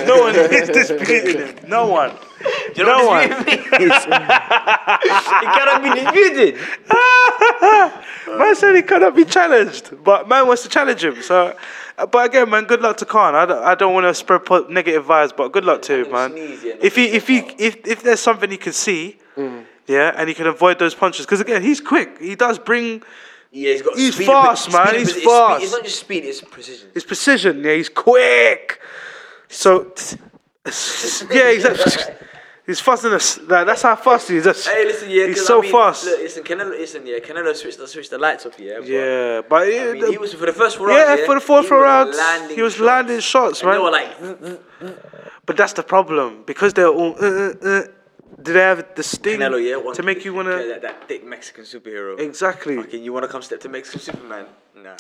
[SPEAKER 2] No one is disputing him. No one. no one.
[SPEAKER 4] [laughs]
[SPEAKER 5] It cannot be disputed.
[SPEAKER 2] [laughs] man said he cannot be challenged, but man wants to challenge him. So, uh, but again, man, good luck to Khan. I don't, I don't want to spread po- negative vibes, but good luck to him, man.
[SPEAKER 4] sneeze, yeah, Mm.
[SPEAKER 2] If he, if he, if if there's something he can see, yeah, and he can avoid those punches, because again, he's quick. He does bring
[SPEAKER 4] Yeah, he's got.
[SPEAKER 2] He's
[SPEAKER 4] speed,
[SPEAKER 2] fast,
[SPEAKER 4] speed,
[SPEAKER 2] man,
[SPEAKER 4] speed,
[SPEAKER 2] he's
[SPEAKER 4] it's speed-
[SPEAKER 2] fast.
[SPEAKER 4] It's not just speed; it's precision.
[SPEAKER 2] his precision. Yeah, he's quick.
[SPEAKER 4] [laughs]
[SPEAKER 2] So, yeah, exactly. He's faster than us. Like, that's how fast he is. That's-
[SPEAKER 4] Hey, listen, yeah,
[SPEAKER 2] he's
[SPEAKER 4] 'cause
[SPEAKER 2] so
[SPEAKER 4] I mean,
[SPEAKER 2] fast.
[SPEAKER 4] Look, listen, Canelo, listen, yeah, Canelo switched the switched the lights off, yeah. but-
[SPEAKER 2] yeah, but yeah,
[SPEAKER 4] I mean, he was for the first four rounds.
[SPEAKER 2] Yeah, for the fourth
[SPEAKER 4] he
[SPEAKER 2] four
[SPEAKER 4] was
[SPEAKER 2] rounds,
[SPEAKER 4] landing
[SPEAKER 2] he was
[SPEAKER 4] shots.
[SPEAKER 2] landing shots,
[SPEAKER 4] And
[SPEAKER 2] man.
[SPEAKER 4] They were like,
[SPEAKER 2] But that's the problem because they're all. Uh, uh, uh, do they have the sting
[SPEAKER 4] Canelo, yeah, one-
[SPEAKER 2] to make you
[SPEAKER 4] Yeah,
[SPEAKER 2] wanna
[SPEAKER 4] that, that thick Mexican superhero.
[SPEAKER 2] exactly
[SPEAKER 4] Fucking, you wanna come step to Mexican Superman? [laughs] Nah.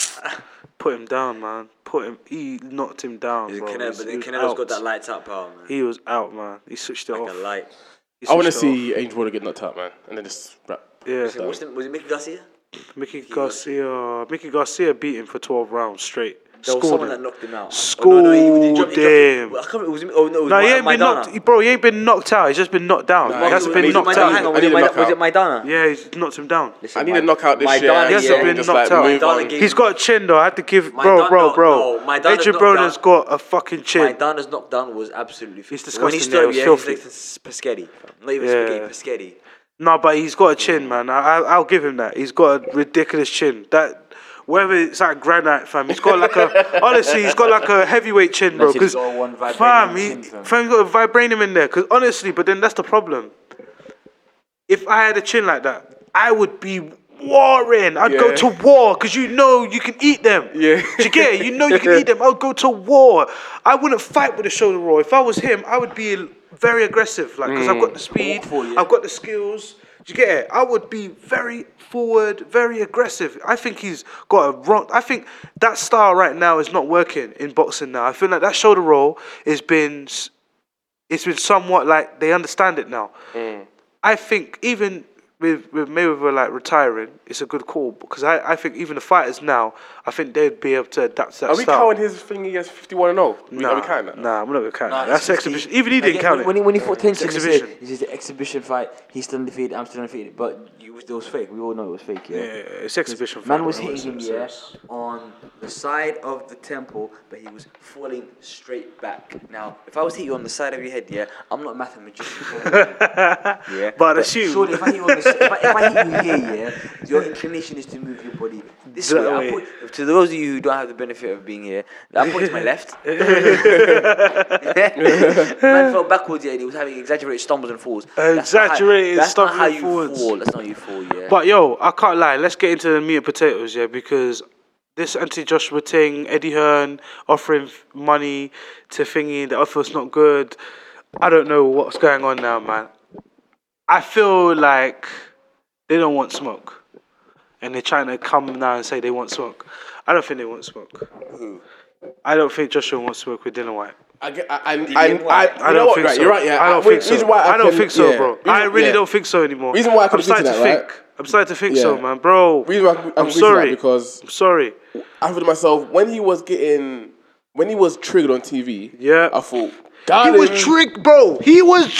[SPEAKER 2] put him down, man? Put him. He knocked him down, bro.
[SPEAKER 4] Canelo,
[SPEAKER 2] He's-
[SPEAKER 4] but
[SPEAKER 2] he
[SPEAKER 4] then
[SPEAKER 2] was
[SPEAKER 4] Canelo's got
[SPEAKER 2] out.
[SPEAKER 4] that lights out power, man.
[SPEAKER 2] He was out, man. He switched it
[SPEAKER 4] Like
[SPEAKER 2] off.
[SPEAKER 4] a light.
[SPEAKER 2] He
[SPEAKER 1] I want to
[SPEAKER 2] switched it
[SPEAKER 1] see Angel Warrior get knocked out, man, and then just rap.
[SPEAKER 2] off. Yeah,
[SPEAKER 4] What's the, was it Mickey Garcia?
[SPEAKER 2] Mickey Garcia. Mickey Garcia beat him for twelve rounds straight.
[SPEAKER 4] There was
[SPEAKER 2] Scored
[SPEAKER 4] someone
[SPEAKER 2] him.
[SPEAKER 4] that knocked him out. Oh,
[SPEAKER 2] Scored
[SPEAKER 4] he- he dropped- he dropped-
[SPEAKER 2] him.
[SPEAKER 4] I can't remember. Was it, oh no, it was
[SPEAKER 2] No,
[SPEAKER 4] Ma-
[SPEAKER 2] he ain't been
[SPEAKER 4] Maidana.
[SPEAKER 2] knocked, he- bro. He ain't been knocked out. He's just been knocked down. he hasn't
[SPEAKER 1] he-
[SPEAKER 2] been
[SPEAKER 1] he's
[SPEAKER 2] knocked
[SPEAKER 1] Maidana.
[SPEAKER 2] out.
[SPEAKER 5] Hang on,
[SPEAKER 1] I
[SPEAKER 5] was
[SPEAKER 1] need
[SPEAKER 5] it,
[SPEAKER 1] a
[SPEAKER 5] Maida-
[SPEAKER 1] knockout.
[SPEAKER 5] was it Maidana?
[SPEAKER 2] Yeah, he's knocked him down.
[SPEAKER 1] I need a knockout this year.
[SPEAKER 5] Maidana,
[SPEAKER 1] and
[SPEAKER 5] yeah.
[SPEAKER 1] so we
[SPEAKER 2] been
[SPEAKER 1] just,
[SPEAKER 2] knocked
[SPEAKER 1] like,
[SPEAKER 2] out.
[SPEAKER 1] move
[SPEAKER 4] Maidana
[SPEAKER 1] on.
[SPEAKER 4] gave-
[SPEAKER 2] He's got a chin though. I had to give
[SPEAKER 4] My
[SPEAKER 2] bro,
[SPEAKER 4] dad
[SPEAKER 2] bro,
[SPEAKER 4] knocked-
[SPEAKER 2] bro.
[SPEAKER 4] no, my dad
[SPEAKER 2] Adrian
[SPEAKER 4] knocked
[SPEAKER 2] Broner's
[SPEAKER 4] down.
[SPEAKER 2] got a fucking chin.
[SPEAKER 4] Maidana's knockdown was absolutely filthy.
[SPEAKER 2] He's
[SPEAKER 4] When
[SPEAKER 2] disgusting, yeah,
[SPEAKER 4] he
[SPEAKER 2] it
[SPEAKER 4] started,
[SPEAKER 2] was
[SPEAKER 4] yeah, he's
[SPEAKER 2] filthy.
[SPEAKER 4] like s- Paschetti. Not even
[SPEAKER 2] Yeah.
[SPEAKER 4] spaghetti, Paschetti.
[SPEAKER 2] No, but he's got a chin, man. I, I, I'll give him that. He's got a ridiculous chin. That whether it's like granite, fam. He's got like
[SPEAKER 5] [laughs]
[SPEAKER 2] a honestly, he's got like a heavyweight chin, bro.
[SPEAKER 5] Message
[SPEAKER 2] Because
[SPEAKER 5] got one vibranium
[SPEAKER 2] fam, he,
[SPEAKER 5] chin,
[SPEAKER 2] fam,
[SPEAKER 5] fam.
[SPEAKER 2] he's got a vibranium in there. Because honestly, but then that's the problem. If I had a chin like that, I would be warring. I'd go
[SPEAKER 1] Yeah.
[SPEAKER 2] to war because you know you can eat them.
[SPEAKER 1] Yeah.
[SPEAKER 2] Do you get it? You know you can eat them. I would go to war. I wouldn't fight with a shoulder roll. If I was him, I would be very aggressive, like because I've got the speed,
[SPEAKER 4] Awful, yeah.
[SPEAKER 2] I've got the skills. Do you get it? I would be very forward, very aggressive. I think he's got a wrong. I think that style right now is not working in boxing now. I feel like that shoulder roll has been, s- it's been somewhat like they understand it now.
[SPEAKER 5] Mm.
[SPEAKER 2] I think even with with Mayweather like retiring, it's a good call because I, I think even the fighters now, I think they'd be able to adapt to that
[SPEAKER 1] Are we
[SPEAKER 2] style.
[SPEAKER 1] counting his thing against 51 and 0?
[SPEAKER 2] Nah,
[SPEAKER 1] Are we counting that?
[SPEAKER 2] nah, I'm not gonna count. that.
[SPEAKER 5] it's
[SPEAKER 2] That's exhibition. Even he didn't
[SPEAKER 5] Again,
[SPEAKER 2] count
[SPEAKER 5] when
[SPEAKER 2] it.
[SPEAKER 5] He, when he fought Tension, he said,
[SPEAKER 2] Exhibition.
[SPEAKER 5] this is the exhibition fight. He's still undefeated, I'm still undefeated. But it was, it was fake. We all know it was fake, yeah.
[SPEAKER 2] Yeah, it's exhibition.
[SPEAKER 5] Man
[SPEAKER 2] fight,
[SPEAKER 5] was
[SPEAKER 2] bro.
[SPEAKER 5] hitting him, yeah, on the side of the temple, but he was falling straight back. Now, if I was to hit you on the side of your head, yeah, I'm not a
[SPEAKER 2] [laughs]
[SPEAKER 5] mathematician. yeah.
[SPEAKER 2] But assume.
[SPEAKER 5] Surely, if I, hit you on the, s- if, I, if I hit you here, yeah, your inclination is to move your body
[SPEAKER 4] This way,
[SPEAKER 2] That
[SPEAKER 4] I
[SPEAKER 2] way.
[SPEAKER 4] point- to those of you who don't have the benefit of being here, I point to
[SPEAKER 2] [laughs]
[SPEAKER 4] my left. [laughs] Man fell backwards, yeah, and he was having exaggerated stumbles and falls. That's not how-
[SPEAKER 2] Exaggerated
[SPEAKER 4] that's not
[SPEAKER 2] stumble
[SPEAKER 4] how
[SPEAKER 2] and
[SPEAKER 4] you
[SPEAKER 2] forwards.
[SPEAKER 4] fall. That's not how you fall, yeah.
[SPEAKER 2] But yo, I can't lie. Let's get into the meat and potatoes, yeah, because this anti-Joshua thing, Eddie Hearn offering f- money to Thingy, the offer's not good. I don't know what's going on now, man. I feel like they don't want smoke, and they're trying to come now and say they want smoke. I don't think they want smoke. I don't think Joshua wants smoke with Dylan White.
[SPEAKER 1] I, get- I, I, I, I,
[SPEAKER 2] I
[SPEAKER 1] you
[SPEAKER 2] don't
[SPEAKER 1] know what,
[SPEAKER 2] think
[SPEAKER 1] right,
[SPEAKER 2] so.
[SPEAKER 1] You're right. Yeah,
[SPEAKER 2] I don't
[SPEAKER 1] we-
[SPEAKER 2] think so.
[SPEAKER 1] reason why
[SPEAKER 2] I, don't
[SPEAKER 1] can-
[SPEAKER 2] think so,
[SPEAKER 1] yeah.
[SPEAKER 2] bro.
[SPEAKER 1] Reason-
[SPEAKER 2] I really
[SPEAKER 1] yeah.
[SPEAKER 2] don't think so anymore.
[SPEAKER 1] Reason why I
[SPEAKER 2] I'm
[SPEAKER 1] couldn't
[SPEAKER 2] starting
[SPEAKER 1] agree
[SPEAKER 2] to
[SPEAKER 1] to that,
[SPEAKER 2] think.
[SPEAKER 1] right?
[SPEAKER 2] I'm starting to think so,
[SPEAKER 1] Yeah.
[SPEAKER 2] man, bro.
[SPEAKER 1] Reason why I couldn't
[SPEAKER 2] I'm
[SPEAKER 1] agree to that
[SPEAKER 2] sorry
[SPEAKER 1] because-
[SPEAKER 2] I'm sorry.
[SPEAKER 1] I thought to myself when he was getting when he was triggered on TV.
[SPEAKER 2] Yeah.
[SPEAKER 1] I thought God,
[SPEAKER 2] tricked, bro. He was Like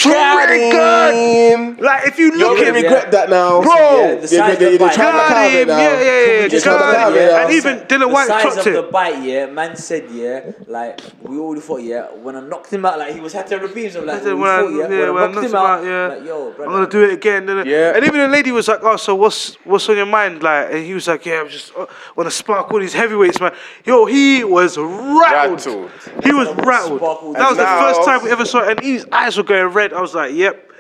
[SPEAKER 2] if you
[SPEAKER 1] You're
[SPEAKER 2] look
[SPEAKER 1] gonna
[SPEAKER 2] at
[SPEAKER 1] regret that now,
[SPEAKER 2] Bro! Yeah,
[SPEAKER 5] the
[SPEAKER 1] They're
[SPEAKER 5] size
[SPEAKER 1] gonna-
[SPEAKER 5] of
[SPEAKER 1] they're trying
[SPEAKER 5] the bite.
[SPEAKER 1] to
[SPEAKER 2] Got
[SPEAKER 1] calm it
[SPEAKER 2] him.
[SPEAKER 1] down.
[SPEAKER 2] Yeah, yeah, yeah,
[SPEAKER 1] They're
[SPEAKER 2] just
[SPEAKER 1] trying to
[SPEAKER 2] got
[SPEAKER 1] calm it
[SPEAKER 2] him.
[SPEAKER 1] down.
[SPEAKER 2] And even Dylan
[SPEAKER 5] the
[SPEAKER 2] White
[SPEAKER 5] size
[SPEAKER 2] clocked
[SPEAKER 5] of
[SPEAKER 2] it.
[SPEAKER 5] the bite, yeah, man said, yeah, like we already thought, yeah, when I knocked him out, like he was had to repeat himself, like
[SPEAKER 2] I said,
[SPEAKER 5] we
[SPEAKER 2] when I,
[SPEAKER 5] thought, yeah,
[SPEAKER 2] yeah, when I knocked him out, yeah.
[SPEAKER 5] like, yo, brother,
[SPEAKER 2] I'm gonna do it again. da- da.
[SPEAKER 1] Yeah.
[SPEAKER 2] And even the lady was like, "Oh, so what's what's on your mind?" Like, and he was like, "Yeah, I'm just uh, want to spark all these heavyweights, man." Yo, he was rattled.
[SPEAKER 1] Rattled.
[SPEAKER 2] He was
[SPEAKER 5] Sparkled.
[SPEAKER 2] rattled.
[SPEAKER 5] And
[SPEAKER 2] That was the
[SPEAKER 1] now-
[SPEAKER 2] first time we ever saw it, and his eyes were going red. I was like, "Yep,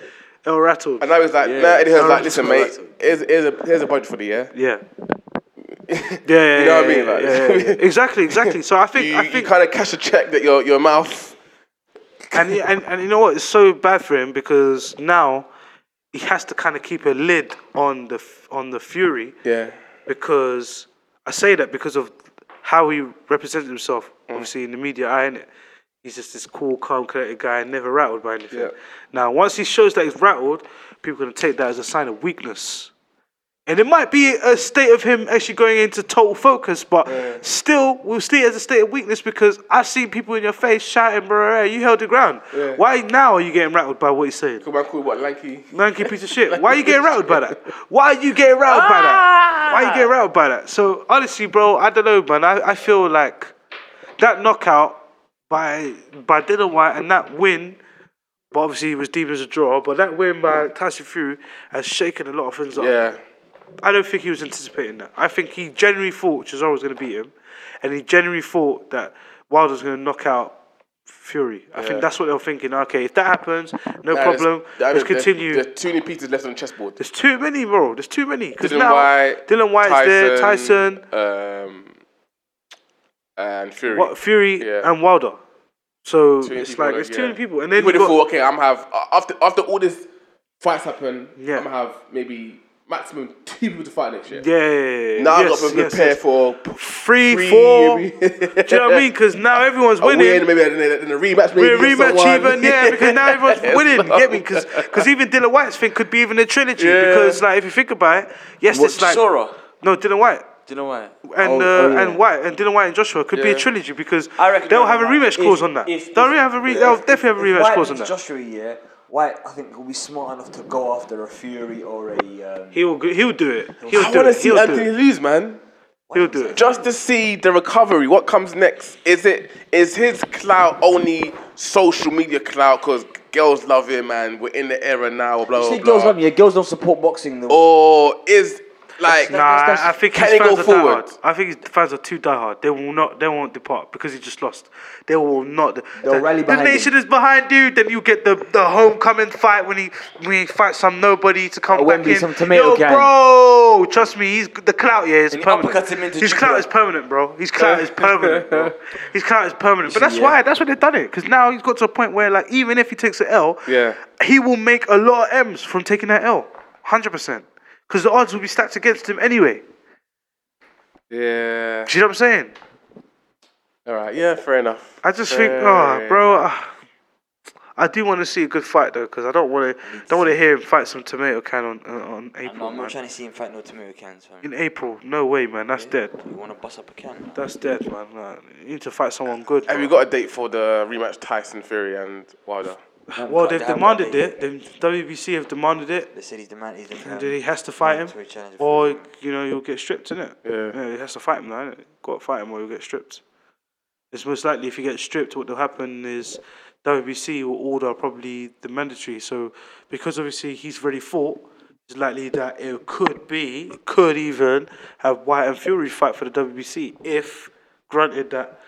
[SPEAKER 2] El rattled."
[SPEAKER 1] And I was like, nah, Eddie Hearn's
[SPEAKER 2] No,
[SPEAKER 1] like, listen, mate,
[SPEAKER 2] it's all
[SPEAKER 1] here's, here's, a, here's a budget for the year. [laughs]
[SPEAKER 2] yeah. Yeah, yeah,
[SPEAKER 1] You know what I
[SPEAKER 2] yeah,
[SPEAKER 1] mean? Like-
[SPEAKER 2] yeah, yeah, yeah. exactly, exactly. So I think
[SPEAKER 1] [laughs] You,
[SPEAKER 2] I
[SPEAKER 1] you
[SPEAKER 2] think
[SPEAKER 1] kind of cash a check that your, your mouth.
[SPEAKER 2] and, he- and and you know what? It's so bad for him because now he has to kind of keep a lid on the f- on the Fury
[SPEAKER 1] Yeah.
[SPEAKER 2] because I say that because of how he represented himself,
[SPEAKER 1] Mm.
[SPEAKER 2] obviously in the media eye. Innit? He's just this cool, calm, collected guy, never rattled by anything.
[SPEAKER 1] Yeah.
[SPEAKER 2] Now, once he shows that he's rattled, people are gonna take that as a sign of weakness. And it might be a state of him actually going into total focus, but still, we'll see it as a state of weakness because I've seen people in your face shouting, bro, you held the ground.
[SPEAKER 1] Yeah.
[SPEAKER 2] Why now are you getting rattled by what he's saying?
[SPEAKER 1] Cool man, cool, what, lanky?
[SPEAKER 2] Monkey piece of shit. Why are you getting rattled by that? Why are you getting rattled by that? Why are you getting rattled by that? So honestly, bro, I don't know, man. I, I feel like that knockout by by Dylan White and that win, but obviously it was deemed as a draw, but that win by Tyson Fury has shaken a lot of things up.
[SPEAKER 1] Yeah.
[SPEAKER 2] I don't think he was anticipating that. I think he genuinely thought Chisora was going to beat him, and he genuinely thought that Wilder was going to knock out Fury. I think that's what they were thinking. Okay, if that happens, no
[SPEAKER 1] Nah, there's-
[SPEAKER 2] problem.
[SPEAKER 1] there-
[SPEAKER 2] Let's
[SPEAKER 1] there's-
[SPEAKER 2] continue.
[SPEAKER 1] There's too many pieces left on the chessboard.
[SPEAKER 2] There's too many, bro. There's too many. 'Cause
[SPEAKER 1] Dylan
[SPEAKER 2] now
[SPEAKER 1] White,
[SPEAKER 2] Dylan White's there, Tyson,
[SPEAKER 1] um, and Fury.
[SPEAKER 2] what, Fury,
[SPEAKER 1] Yeah.
[SPEAKER 2] and Wilder. So
[SPEAKER 1] Too many
[SPEAKER 2] it's
[SPEAKER 1] people
[SPEAKER 2] like
[SPEAKER 1] that-
[SPEAKER 2] there's too
[SPEAKER 1] yeah.
[SPEAKER 2] many people, and then
[SPEAKER 1] You would
[SPEAKER 2] you
[SPEAKER 1] have
[SPEAKER 2] got,
[SPEAKER 1] thought, okay, I'm have uh, after after all this fights happen,
[SPEAKER 2] Yeah.
[SPEAKER 1] I'm gonna have maybe maximum two people to fight next year.
[SPEAKER 2] yeah, yeah, yeah.
[SPEAKER 1] Now
[SPEAKER 2] yes,
[SPEAKER 1] I've got to
[SPEAKER 2] yes,
[SPEAKER 1] prepare
[SPEAKER 2] yes.
[SPEAKER 1] for
[SPEAKER 2] three,
[SPEAKER 1] three- [laughs]
[SPEAKER 2] four. [laughs] Do you know what I mean? Because now everyone's
[SPEAKER 1] a
[SPEAKER 2] winning.
[SPEAKER 1] win, maybe in a rematch, maybe
[SPEAKER 2] We're rematch
[SPEAKER 1] someone.
[SPEAKER 2] even, yeah,
[SPEAKER 1] [laughs]
[SPEAKER 2] because now everyone's
[SPEAKER 1] Yes,
[SPEAKER 2] winning.
[SPEAKER 1] no.
[SPEAKER 2] Get me?
[SPEAKER 1] [laughs]
[SPEAKER 2] Because even Dylan White's thing could be even a trilogy.
[SPEAKER 1] Yeah.
[SPEAKER 2] Because like if you think about it, yes, it's like
[SPEAKER 4] Chisora?
[SPEAKER 2] no Dylan White
[SPEAKER 4] Do you know why?
[SPEAKER 2] and
[SPEAKER 1] Oh,
[SPEAKER 2] uh,
[SPEAKER 1] oh, yeah.
[SPEAKER 2] and White and Dylan White and Joshua could be
[SPEAKER 1] Yeah.
[SPEAKER 2] a trilogy because
[SPEAKER 5] I reckon
[SPEAKER 2] they'll
[SPEAKER 5] they'll
[SPEAKER 2] have a
[SPEAKER 5] have
[SPEAKER 2] rematch
[SPEAKER 5] that.
[SPEAKER 2] clause
[SPEAKER 5] If-
[SPEAKER 2] on that.
[SPEAKER 5] if-
[SPEAKER 2] they'll
[SPEAKER 5] if-
[SPEAKER 2] have a re- they'll definitely have a
[SPEAKER 5] If
[SPEAKER 2] rematch
[SPEAKER 5] White
[SPEAKER 2] clause on
[SPEAKER 5] beats
[SPEAKER 2] that.
[SPEAKER 5] Joshua, yeah, White, I think will be smart enough to go after a Fury or a. Um,
[SPEAKER 2] He will go- he'll do it. He'll
[SPEAKER 1] I
[SPEAKER 2] do
[SPEAKER 1] want to
[SPEAKER 2] it.
[SPEAKER 1] see
[SPEAKER 2] He'll do
[SPEAKER 1] Anthony
[SPEAKER 2] it.
[SPEAKER 1] lose, man.
[SPEAKER 2] He'll do it.
[SPEAKER 1] Just to see the recovery. What comes next? Is it is his clout only social media clout? Because girls love him, and we're in the era now. Blah blah
[SPEAKER 5] You see, girls
[SPEAKER 1] blah.
[SPEAKER 5] love me. yeah, Girls don't support boxing. though.
[SPEAKER 1] Oh. or is like
[SPEAKER 2] Nah, I I think
[SPEAKER 1] Can
[SPEAKER 2] his
[SPEAKER 1] they go
[SPEAKER 2] fans are
[SPEAKER 1] forward?
[SPEAKER 2] diehard. I think his fans are too diehard. They will not. They won't depart because he just lost. They will not.
[SPEAKER 5] They'll
[SPEAKER 2] the,
[SPEAKER 5] rally
[SPEAKER 2] the
[SPEAKER 5] behind him.
[SPEAKER 2] nation is behind you. Then you get the, the homecoming fight when he when he fights some nobody to come
[SPEAKER 5] At
[SPEAKER 2] back
[SPEAKER 5] Wembley,
[SPEAKER 2] in.
[SPEAKER 5] some tomato
[SPEAKER 2] Yo,
[SPEAKER 5] can.
[SPEAKER 2] bro, trust me. He's the clout. Yeah, is
[SPEAKER 4] he
[SPEAKER 2] permanent.
[SPEAKER 4] uppercuts him into
[SPEAKER 2] His
[SPEAKER 4] Jupiter.
[SPEAKER 2] clout is permanent, bro. His clout is permanent,
[SPEAKER 5] [laughs]
[SPEAKER 2] bro. His clout is permanent. But that's
[SPEAKER 5] yeah.
[SPEAKER 2] why. That's why they've done it. Because now he's got to a point where like even if he takes an L,
[SPEAKER 1] Yeah.
[SPEAKER 2] he will make a lot of M's from taking that L. Hundred percent. Because the odds will be stacked against him anyway.
[SPEAKER 1] Yeah.
[SPEAKER 2] Do you know what I'm saying?
[SPEAKER 1] All right. Yeah. Fair enough.
[SPEAKER 2] I just think, oh, bro, I, I do want to see a good fight though, because I don't want to, don't want to hear him fight some tomato can on on, on April,
[SPEAKER 4] I'm not, I'm not
[SPEAKER 2] man.
[SPEAKER 4] trying to see him fight no tomato cans,
[SPEAKER 2] In
[SPEAKER 4] man.
[SPEAKER 2] April, no way, man. That's dead.
[SPEAKER 4] You want to bust up a can?
[SPEAKER 2] That's dead, man. Nah, you need to fight someone good.
[SPEAKER 1] Have you got a date for the rematch Tyson Fury and Wilder?
[SPEAKER 2] well, they've
[SPEAKER 4] They haven't
[SPEAKER 2] demanded
[SPEAKER 4] got a
[SPEAKER 2] it. Then WBC have demanded it.
[SPEAKER 4] They said he's the man. He's the man.
[SPEAKER 5] um,
[SPEAKER 2] Then he has to fight him,
[SPEAKER 4] Mandatory challenge for
[SPEAKER 2] or
[SPEAKER 4] him.
[SPEAKER 2] you know you'll get stripped, innit?
[SPEAKER 1] Yeah.
[SPEAKER 2] yeah he has to fight him now. Innit? Got to fight him, or you'll get stripped. It's most likely if you get stripped, what will happen is WBC will order probably the mandatory. So because obviously he's already fought, it's likely that it could be, could even have White and Fury fight for the WBC if granted that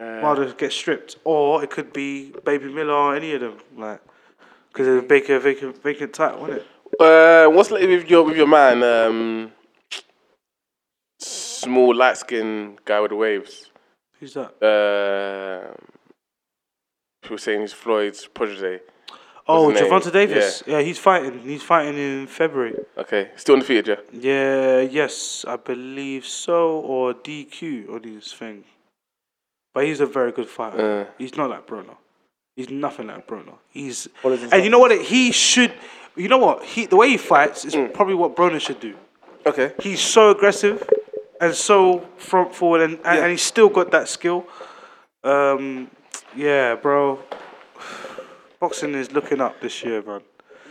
[SPEAKER 2] Wilder gets stripped, or it could be Baby Miller or any of them, like because it's a vacant, vacant, vacant title, wasn't it?
[SPEAKER 1] Uh, what's like with your with your man? Um, small light skinned guy with the waves.
[SPEAKER 2] Who's that?
[SPEAKER 1] Uh, who was saying he's Floyd's protege?
[SPEAKER 2] Oh,
[SPEAKER 1] his name?
[SPEAKER 2] Javante Davis. Yeah. he's fighting. He's fighting in February.
[SPEAKER 1] Okay, still undefeated, yeah.
[SPEAKER 2] Yeah, yes, I believe so, or DQ on his thing. But he's a very good fighter. He's not like Bruno. He's nothing like Bruno. He's and you know what? He should. You know what? He the way he fights is probably what Bruno should do.
[SPEAKER 1] Okay.
[SPEAKER 2] He's so aggressive and so front forward, and, and, and he's still got that skill. Um, yeah, bro. [sighs] Boxing is looking up this year, man.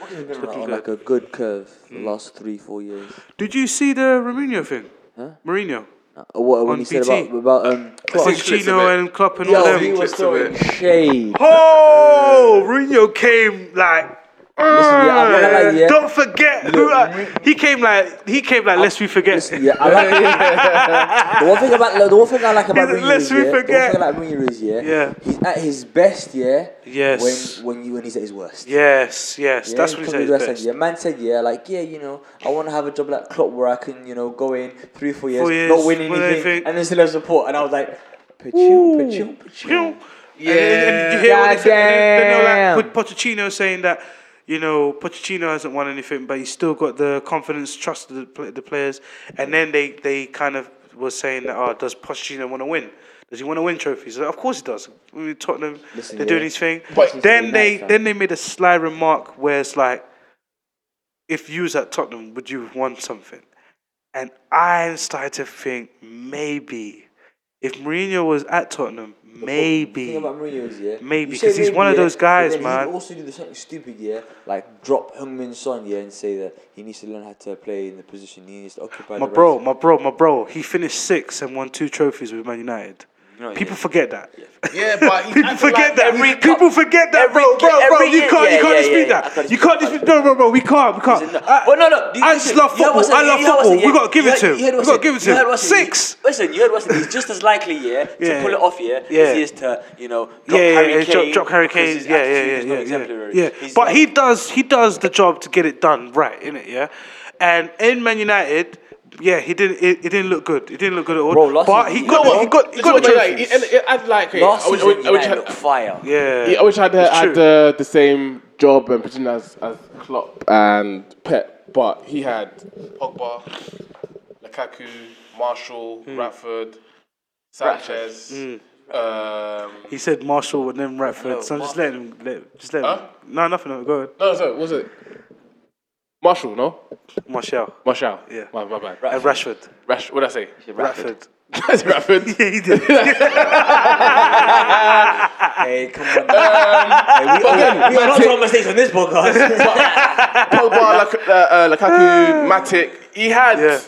[SPEAKER 7] On like a good curve the
[SPEAKER 2] Hmm.
[SPEAKER 7] last three, four years.
[SPEAKER 2] Did you see the Romano thing? Huh? Mourinho.
[SPEAKER 7] Uh, what
[SPEAKER 2] On
[SPEAKER 7] when he said
[SPEAKER 2] BT.
[SPEAKER 7] about about um,
[SPEAKER 1] think clips
[SPEAKER 2] Pochettino
[SPEAKER 1] of it.
[SPEAKER 2] and Klopp and all
[SPEAKER 7] Yo, he
[SPEAKER 2] them.
[SPEAKER 7] was
[SPEAKER 1] clips
[SPEAKER 7] throwing
[SPEAKER 1] of
[SPEAKER 2] [laughs]
[SPEAKER 7] shade.
[SPEAKER 2] Oh, Mourinho came like. "Ah,
[SPEAKER 7] yeah, I'm not gonna lie, yeah.
[SPEAKER 2] Don't forget who I, he came like. He came like. Lest we forget.
[SPEAKER 7] Yeah, I like
[SPEAKER 2] [laughs]
[SPEAKER 7] the one thing about the one thing I like about
[SPEAKER 2] He's-
[SPEAKER 7] Mourinho
[SPEAKER 2] let's
[SPEAKER 7] is,
[SPEAKER 2] we
[SPEAKER 7] yeah,
[SPEAKER 2] forget.
[SPEAKER 7] The one thing I like Mourinho is yeah,
[SPEAKER 2] Yeah.
[SPEAKER 7] he's at his best yeah.
[SPEAKER 2] Yes.
[SPEAKER 7] When when you when he's at his worst.
[SPEAKER 2] yes, yes,
[SPEAKER 7] Yeah,
[SPEAKER 2] that's what he said.
[SPEAKER 7] probably
[SPEAKER 2] is
[SPEAKER 7] what I
[SPEAKER 2] best.
[SPEAKER 7] Yeah, man said yeah, like yeah, you know, I want to have a job like Klopp where I can, you know, go in three, four years,
[SPEAKER 2] Four years,
[SPEAKER 7] not win
[SPEAKER 2] win
[SPEAKER 7] anything,
[SPEAKER 2] anything.
[SPEAKER 7] and then still have support. And I was like, pachoo, pachoo, pachoo.
[SPEAKER 2] Yeah. And, and, and you hear what they said, then, then they were like, with Pochettino saying that, you know, Pochettino hasn't won anything, but he's still got the confidence, trust of the, pl- the players. And then they, they kind of were saying that, oh, does Pochettino want to win? Does he want to win trophies? Like, of course he does. We were Tottenham,
[SPEAKER 7] Listen,
[SPEAKER 2] they're doing
[SPEAKER 7] yeah.
[SPEAKER 2] his thing.
[SPEAKER 7] But-
[SPEAKER 2] then they,
[SPEAKER 7] Nice, man.
[SPEAKER 2] then they made a sly remark where it's like, if you was at Tottenham, would you have won something? And I started to think maybe if Mourinho was at Tottenham,
[SPEAKER 7] The
[SPEAKER 2] maybe
[SPEAKER 7] thing about Mourinho is, yeah,
[SPEAKER 2] Maybe,
[SPEAKER 7] you say
[SPEAKER 2] 'cause he's one of
[SPEAKER 7] yeah,
[SPEAKER 2] those guys,
[SPEAKER 7] but then
[SPEAKER 2] man.
[SPEAKER 7] He would also do the something stupid, yeah, like drop Heung-Min Son, yeah, and say that he needs to learn how to play in the position he needs to occupy.
[SPEAKER 2] my
[SPEAKER 7] the
[SPEAKER 2] bro,
[SPEAKER 7] right-
[SPEAKER 2] my bro, my bro. He finished sixth and won two trophies with Man United. People forget that.
[SPEAKER 1] Yeah, but
[SPEAKER 2] [laughs]
[SPEAKER 1] he's
[SPEAKER 2] People forget that.
[SPEAKER 7] every cup-
[SPEAKER 2] People forget that,
[SPEAKER 7] every
[SPEAKER 2] bro, bro,
[SPEAKER 7] ki-
[SPEAKER 2] bro.
[SPEAKER 7] every
[SPEAKER 2] You
[SPEAKER 7] year-
[SPEAKER 2] can't, you
[SPEAKER 7] yeah,
[SPEAKER 2] can't
[SPEAKER 7] yeah,
[SPEAKER 2] dispute
[SPEAKER 7] yeah, yeah. I
[SPEAKER 2] that.
[SPEAKER 7] can't
[SPEAKER 2] You can't
[SPEAKER 7] dispute
[SPEAKER 2] dispute. No, no, bro. We can't. We can't.
[SPEAKER 7] No.
[SPEAKER 2] I-
[SPEAKER 7] uh, well, no, no. you-
[SPEAKER 2] I
[SPEAKER 7] listen,
[SPEAKER 2] just love
[SPEAKER 7] you heard
[SPEAKER 2] football.
[SPEAKER 7] what said-
[SPEAKER 2] I love
[SPEAKER 7] you heard what
[SPEAKER 2] football.
[SPEAKER 7] said-
[SPEAKER 2] We gotta give
[SPEAKER 7] you heard-
[SPEAKER 2] it to
[SPEAKER 7] you heard
[SPEAKER 2] him. We
[SPEAKER 7] what
[SPEAKER 2] gotta
[SPEAKER 7] said-
[SPEAKER 2] give
[SPEAKER 7] you
[SPEAKER 2] it to
[SPEAKER 7] heard
[SPEAKER 2] him.
[SPEAKER 7] what said-
[SPEAKER 2] Six.
[SPEAKER 7] Listen, you heard what I said.
[SPEAKER 2] [laughs]
[SPEAKER 7] He's just as likely, yeah, to
[SPEAKER 2] Yeah.
[SPEAKER 7] pull it off, yeah,
[SPEAKER 2] Yeah.
[SPEAKER 7] as he is to, you know, drop
[SPEAKER 2] Yeah, yeah,
[SPEAKER 7] Harry
[SPEAKER 2] yeah,
[SPEAKER 7] Kane.
[SPEAKER 2] drop, drop Harry
[SPEAKER 7] because
[SPEAKER 2] Kane.
[SPEAKER 7] his
[SPEAKER 2] Yeah, yeah,
[SPEAKER 7] attitude
[SPEAKER 2] yeah,
[SPEAKER 7] is
[SPEAKER 2] yeah,
[SPEAKER 7] not
[SPEAKER 2] yeah,
[SPEAKER 7] exemplary.
[SPEAKER 2] yeah.
[SPEAKER 7] He's
[SPEAKER 2] But
[SPEAKER 7] like-
[SPEAKER 2] he does, he does the job to get it done right, innit? Yeah, and in Man United, yeah, he didn't, it, it didn't look good. It didn't look good at all.
[SPEAKER 7] Bro, last
[SPEAKER 2] but he
[SPEAKER 7] season-
[SPEAKER 2] got,
[SPEAKER 7] You
[SPEAKER 2] he got, he got the
[SPEAKER 1] like,
[SPEAKER 2] trophies.
[SPEAKER 1] and it- I'd like, hey,
[SPEAKER 7] Last
[SPEAKER 1] I wish, I wish,
[SPEAKER 7] season,
[SPEAKER 1] I wish, I
[SPEAKER 7] United
[SPEAKER 1] had-
[SPEAKER 7] looked fire.
[SPEAKER 2] yeah,
[SPEAKER 1] yeah, I wish I had,
[SPEAKER 2] It's
[SPEAKER 1] had
[SPEAKER 2] true.
[SPEAKER 1] uh, the same job and position as, as Klopp and Pep, but he had Pogba, Lukaku, Marshall,
[SPEAKER 2] Hmm.
[SPEAKER 1] Ratford, Sanchez. Um,
[SPEAKER 2] He said Marshall and then Ratford, so I'm just letting him. Let, just let him.
[SPEAKER 1] Huh?
[SPEAKER 2] No, nothing. no, Go ahead.
[SPEAKER 1] no, sorry, what was it? Marshall, no?
[SPEAKER 2] Marshall
[SPEAKER 1] Marshall.
[SPEAKER 2] Yeah.
[SPEAKER 1] My, my bad.
[SPEAKER 2] and Rashford.
[SPEAKER 1] Rash, what did I say? [laughs]
[SPEAKER 2] Ratford.
[SPEAKER 1] That's Ratford.
[SPEAKER 2] [laughs] Yeah, he did.
[SPEAKER 7] Hey,
[SPEAKER 2] [laughs]
[SPEAKER 7] come on. hey, we,
[SPEAKER 1] then-
[SPEAKER 7] we are not talking mistakes on this podcast.
[SPEAKER 2] [laughs]
[SPEAKER 1] Pogba, Lak- uh, uh,
[SPEAKER 2] [sighs]
[SPEAKER 1] Lukaku, Matic. He had.
[SPEAKER 2] Yeah.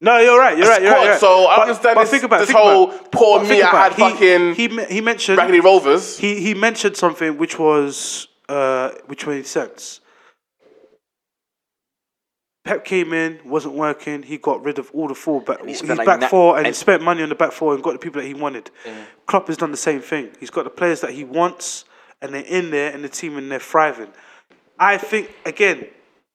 [SPEAKER 2] No, you're right. You're right. You're right.
[SPEAKER 1] squad,
[SPEAKER 2] you're right.
[SPEAKER 1] so I understand this- this whole poor
[SPEAKER 2] But
[SPEAKER 1] me,
[SPEAKER 2] think
[SPEAKER 1] I had
[SPEAKER 2] about it.
[SPEAKER 1] fucking
[SPEAKER 2] He, he, me- he mentioned.
[SPEAKER 1] Raggedy Rovers.
[SPEAKER 2] he he mentioned something which was uh, which made sense. Pep came in, wasn't working. He got rid of all the four back, his
[SPEAKER 4] spent like
[SPEAKER 2] back
[SPEAKER 4] na-
[SPEAKER 2] four, and,
[SPEAKER 4] and-
[SPEAKER 2] spent money on the back four and got the people that he wanted. Klopp has done the same thing. He's got the players that he wants, and they're in there, and the team and they're thriving. I think again,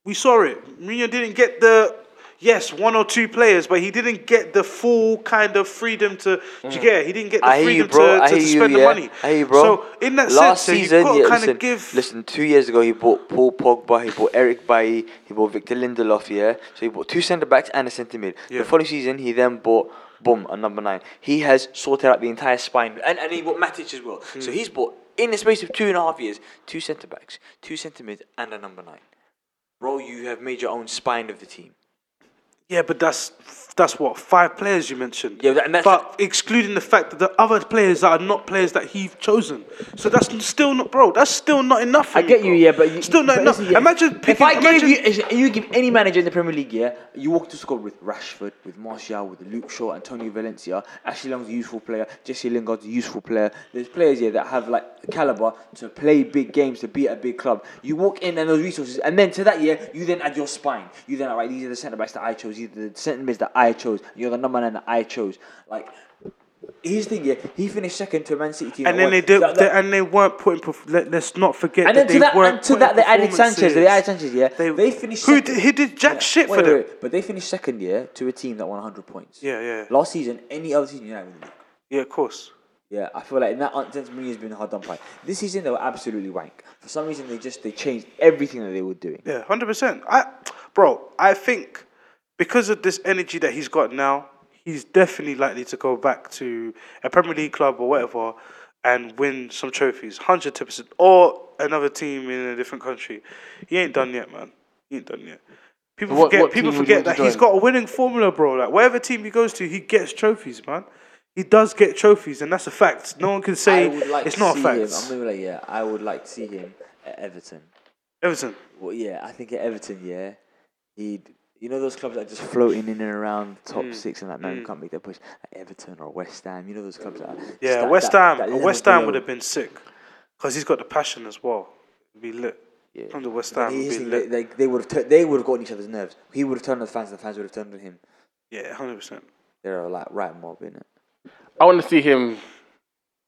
[SPEAKER 2] we saw it. Mourinho didn't get the yes one or two players, but he didn't get the full kind of freedom to. to get. He didn't get the
[SPEAKER 5] Mm. I hear
[SPEAKER 2] freedom
[SPEAKER 5] you, bro.
[SPEAKER 2] to,
[SPEAKER 5] I
[SPEAKER 2] to,
[SPEAKER 5] hear
[SPEAKER 2] to
[SPEAKER 5] you,
[SPEAKER 2] spend
[SPEAKER 5] yeah.
[SPEAKER 2] the money.
[SPEAKER 5] I hear you, bro.
[SPEAKER 2] So in that
[SPEAKER 5] Last
[SPEAKER 2] sense,
[SPEAKER 5] season,
[SPEAKER 2] you've got to
[SPEAKER 5] yeah,
[SPEAKER 2] kind
[SPEAKER 5] listen,
[SPEAKER 2] of give.
[SPEAKER 5] listen, two years ago, he bought Paul Pogba, he bought Eric Bailly, he bought Victor Lindelof, yeah? So he bought two centre backs and a centre mid.
[SPEAKER 2] Yeah.
[SPEAKER 5] The following season, he then bought, boom, a number nine. He has sorted out the entire spine, and, and he bought Matic as well.
[SPEAKER 2] Hmm.
[SPEAKER 5] So he's bought, in the space of two and a half years, two centre backs, two centre mids, and a number nine. Bro, you have made your own spine of the team.
[SPEAKER 2] Yeah, but that's that's what five players you mentioned.
[SPEAKER 5] Yeah, and that's-
[SPEAKER 2] but excluding the fact that the other players that are not players that he's chosen. So that's still not, bro. That's still not enough. For
[SPEAKER 5] I
[SPEAKER 2] me,
[SPEAKER 5] get you,
[SPEAKER 2] bro.
[SPEAKER 5] yeah, but you,
[SPEAKER 2] still not
[SPEAKER 5] but
[SPEAKER 2] enough.
[SPEAKER 5] listen, yeah,
[SPEAKER 2] Imagine picking.
[SPEAKER 5] if I
[SPEAKER 2] imagine,
[SPEAKER 5] gave you, if you give any manager in the Premier League, yeah, you walk to squad with Rashford, with Martial, with Luke Shaw, Antonio Valencia, Ashley Young's a useful player, Jesse Lingard's a useful player. There's players here that have like the caliber to play big games, to be at a big club. You walk in and those resources, and then to that, yeah, you then add your spine. You then, right, these are the centre backs that I chose, these are the centre mids that I chose, you're the number nine that I chose. Like. Here's the thing, yeah. He finished second to a Man City team.
[SPEAKER 2] and
[SPEAKER 5] that
[SPEAKER 2] then
[SPEAKER 5] won-
[SPEAKER 2] they did,
[SPEAKER 5] that- that-
[SPEAKER 2] and they weren't putting. perf- Let, let's not forget
[SPEAKER 5] and
[SPEAKER 2] that
[SPEAKER 5] then
[SPEAKER 2] they
[SPEAKER 5] to that,
[SPEAKER 2] weren't
[SPEAKER 5] and to
[SPEAKER 2] putting
[SPEAKER 5] that they added Sanchez. They added
[SPEAKER 2] performances.
[SPEAKER 5] Sanchez. Yeah, they, finished.
[SPEAKER 2] Who
[SPEAKER 5] second.
[SPEAKER 2] did, he did jack shit
[SPEAKER 5] Wait,
[SPEAKER 2] for
[SPEAKER 5] wait,
[SPEAKER 2] them?
[SPEAKER 5] wait, But they finished second year to a team that won 100 points.
[SPEAKER 2] Yeah, yeah.
[SPEAKER 5] Last season, any other season, United wouldn't have.
[SPEAKER 2] Yeah, of course.
[SPEAKER 5] Yeah, I feel like in that sense, Mourinho has been hard done by. This season, they were absolutely rank. For some reason, they just they changed everything that they were doing.
[SPEAKER 2] Yeah, hundred percent. I, bro, I think because of this energy that he's got now, he's definitely likely to go back to a Premier League club or whatever and win some trophies, hundred percent, or another team in a different country. He ain't done yet, man. He ain't done yet. People
[SPEAKER 1] What-
[SPEAKER 2] forget.
[SPEAKER 1] what
[SPEAKER 2] people
[SPEAKER 1] team would you
[SPEAKER 2] forget
[SPEAKER 1] want
[SPEAKER 2] that
[SPEAKER 1] to
[SPEAKER 2] he's
[SPEAKER 1] join?
[SPEAKER 2] got a winning formula, bro. Like whatever team he goes to, he gets trophies, man. He does get trophies, and that's a fact. No one can say
[SPEAKER 7] I would like
[SPEAKER 2] it's
[SPEAKER 7] to
[SPEAKER 2] not a
[SPEAKER 7] see
[SPEAKER 2] fact.
[SPEAKER 7] him. I'm gonna be like, yeah, I would like to see him at Everton.
[SPEAKER 2] Everton.
[SPEAKER 7] Well, yeah, I think at Everton, yeah, he. would You know those clubs that are just floating in and around the top
[SPEAKER 5] Mm.
[SPEAKER 7] six and like, no, we can't make that push. Like Everton or West Ham. You know those clubs that. Are just
[SPEAKER 2] Yeah,
[SPEAKER 7] that-
[SPEAKER 2] West
[SPEAKER 7] that-
[SPEAKER 2] Ham.
[SPEAKER 7] that
[SPEAKER 2] a
[SPEAKER 7] level
[SPEAKER 2] West Ham
[SPEAKER 7] below.
[SPEAKER 2] would have been sick because he's got the passion as well. It'd be lit. From the West Ham,
[SPEAKER 7] But
[SPEAKER 2] would
[SPEAKER 7] here's
[SPEAKER 2] be
[SPEAKER 7] the thing, they,
[SPEAKER 2] lit.
[SPEAKER 7] they, they would have tur- they would have gotten each other's nerves. He would have turned on the fans, and the fans would have turned on him.
[SPEAKER 2] Yeah, hundred percent.
[SPEAKER 7] They're like right mob in it.
[SPEAKER 1] I want to see him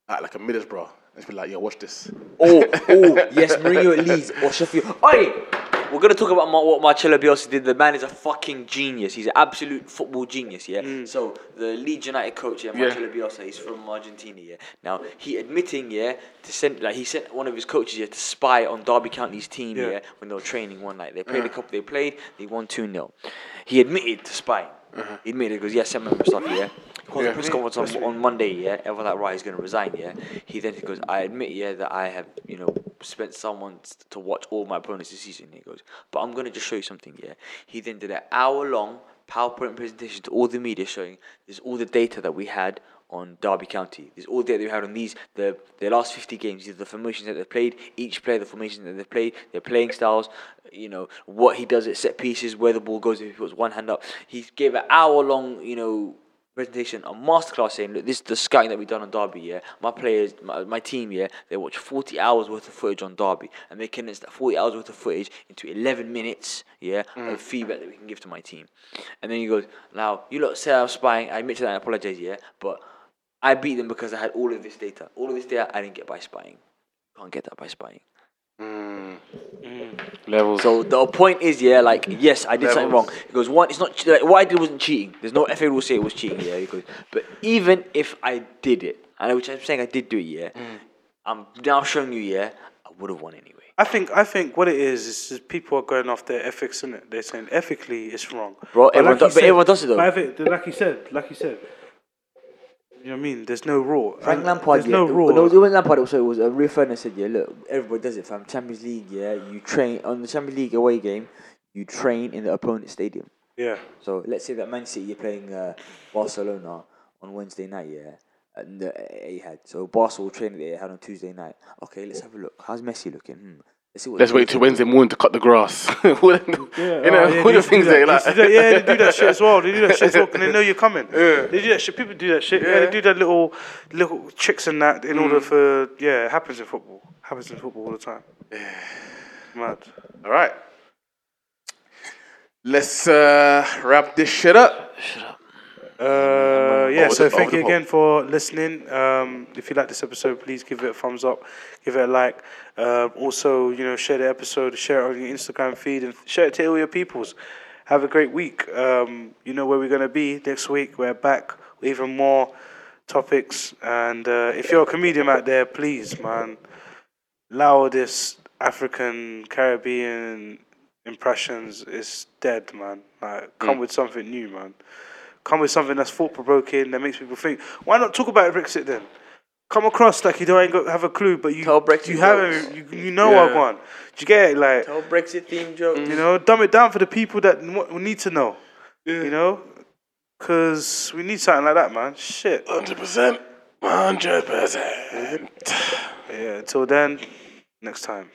[SPEAKER 1] act like a Middlesbrough and just be like, yo, watch this.
[SPEAKER 5] Oh,
[SPEAKER 7] [laughs]
[SPEAKER 5] oh, yes, Mourinho at Leeds or Sheffield. Oi! We're going to talk about Mar- what Marcelo Bielsa did. The man is a fucking genius. He's an absolute football genius, yeah?
[SPEAKER 7] Mm.
[SPEAKER 5] So, the Leeds United coach, yeah,
[SPEAKER 1] Yeah.
[SPEAKER 5] Marcelo Bielsa, he's from Argentina, yeah? Now, he admitting, yeah, to send, like, he sent one of his coaches, yeah, to spy on Derby County's team, yeah, Uh-huh.
[SPEAKER 2] Yeah.
[SPEAKER 5] when they were training one night. They played a couple, they played, they won 2 0. He admitted to spying. He admitted, he goes, yeah, send me my stuff, Uh-huh. yeah? Calls a press conference on, on Monday, yeah? Everyone like, right, he's going to resign, yeah? He then he goes, I admit, yeah, that I have, you know, spent someone t- to watch all my opponents this season. He goes, but I'm going to just show you something, yeah? He then did an hour long PowerPoint presentation to all the media showing there's all the data that we had on Derby County. There's all the data we had on these, the their last 50 games, these are the formations that they've played, each player, the formation that they've played, their playing styles, you know, what he does at set pieces, where the ball goes, if he puts one hand up. He gave an hour long, you know, presentation, a masterclass saying, look, this is the scouting that we've done on Derby, yeah? My players, my, my team, yeah, they watch 40 hours worth of footage on Derby and they condense that 40 hours worth of footage into 11 minutes, yeah, of feedback that we can give to my team. And then he goes, now, you lot say I'm spying, I admit to that and apologize, yeah, but I beat them because I had all of this data. All of this data I didn't get by spying. Can't get that by spying.
[SPEAKER 1] Levels.
[SPEAKER 5] So the point is, yeah, like
[SPEAKER 2] Mm-hmm.
[SPEAKER 5] yes, I did something wrong. He goes, one, it's not che- like, what I did wasn't cheating. There's no FA will say it was cheating. Yeah, he goes, but even if I did it, and which I'm saying I did do it, yeah,
[SPEAKER 2] Mm.
[SPEAKER 5] I'm now showing you, yeah, I would have won anyway.
[SPEAKER 2] I think I think what it is is just people are going off their ethics in it. They're saying ethically it's wrong.
[SPEAKER 5] Bro, everyone
[SPEAKER 2] he
[SPEAKER 5] do- but everyone does it though.
[SPEAKER 2] But I think- like you said, like you said. You know what I mean? There's no rule.
[SPEAKER 7] Frank
[SPEAKER 2] And
[SPEAKER 7] Lampard,
[SPEAKER 2] There's no
[SPEAKER 7] yeah,
[SPEAKER 2] rule.
[SPEAKER 7] No, it wasn't Lampard. Also, it was a real friend that said, "Yeah, look, everybody does it, fam. Champions League, yeah, you train on the Champions League away game, you train in the opponent's stadium.
[SPEAKER 2] yeah.
[SPEAKER 7] So let's say that Man City are playing uh, Barcelona on Wednesday night, yeah, and the Etihad. So Barca will train at the Etihad on Tuesday night. Okay, let's have a look. How's Messi looking? Hmm. Let's see what.
[SPEAKER 1] Let's
[SPEAKER 7] he
[SPEAKER 1] wait
[SPEAKER 7] does.
[SPEAKER 1] till Wednesday morning to cut the grass. [laughs] you know,
[SPEAKER 2] oh, yeah,
[SPEAKER 1] all
[SPEAKER 2] they
[SPEAKER 1] the
[SPEAKER 2] used to
[SPEAKER 1] things
[SPEAKER 2] do
[SPEAKER 1] that,
[SPEAKER 2] that.
[SPEAKER 1] like.
[SPEAKER 2] They used to do that- Yeah, they do that shit as well. They do that shit as well, 'cause they know you're coming. They do that shit. People do that shit. Yeah, they do that little little tricks and that in order
[SPEAKER 1] Mm.
[SPEAKER 2] for yeah, it happens in football. Happens in football all the time. Mad.
[SPEAKER 1] [laughs] All right. Let's uh, wrap this shit up.
[SPEAKER 2] Uh, yeah,
[SPEAKER 1] Over
[SPEAKER 2] so
[SPEAKER 1] the-
[SPEAKER 2] thank
[SPEAKER 1] over
[SPEAKER 2] you
[SPEAKER 1] the
[SPEAKER 2] again for listening. Um, if you like this episode, please give it a thumbs up, give it a like. Um, also, you know, share the episode, share it on your Instagram feed, and share it to all your peoples. Have a great week. Um, you know where we're gonna be next week. We're back with even more topics. And uh, if you're a comedian out there, please, man, loudest African Caribbean impressions is dead, man. Like, come with something new, man. Come with something that's thought provoking that makes people think. Why not talk about Brexit then? Come across like you don't ain't got, have a clue, but you
[SPEAKER 5] Tell Brexit
[SPEAKER 2] you have
[SPEAKER 5] jokes.
[SPEAKER 2] you, you know
[SPEAKER 1] Yeah.
[SPEAKER 2] I've won. Do you get it? Like
[SPEAKER 5] Oh, Brexit theme joke.
[SPEAKER 2] you know, dumb it down for the people that n- need to know. You know, Cause we need something like that, man. Shit.
[SPEAKER 1] Hundred percent. Hundred percent.
[SPEAKER 2] Yeah. Until then, next time.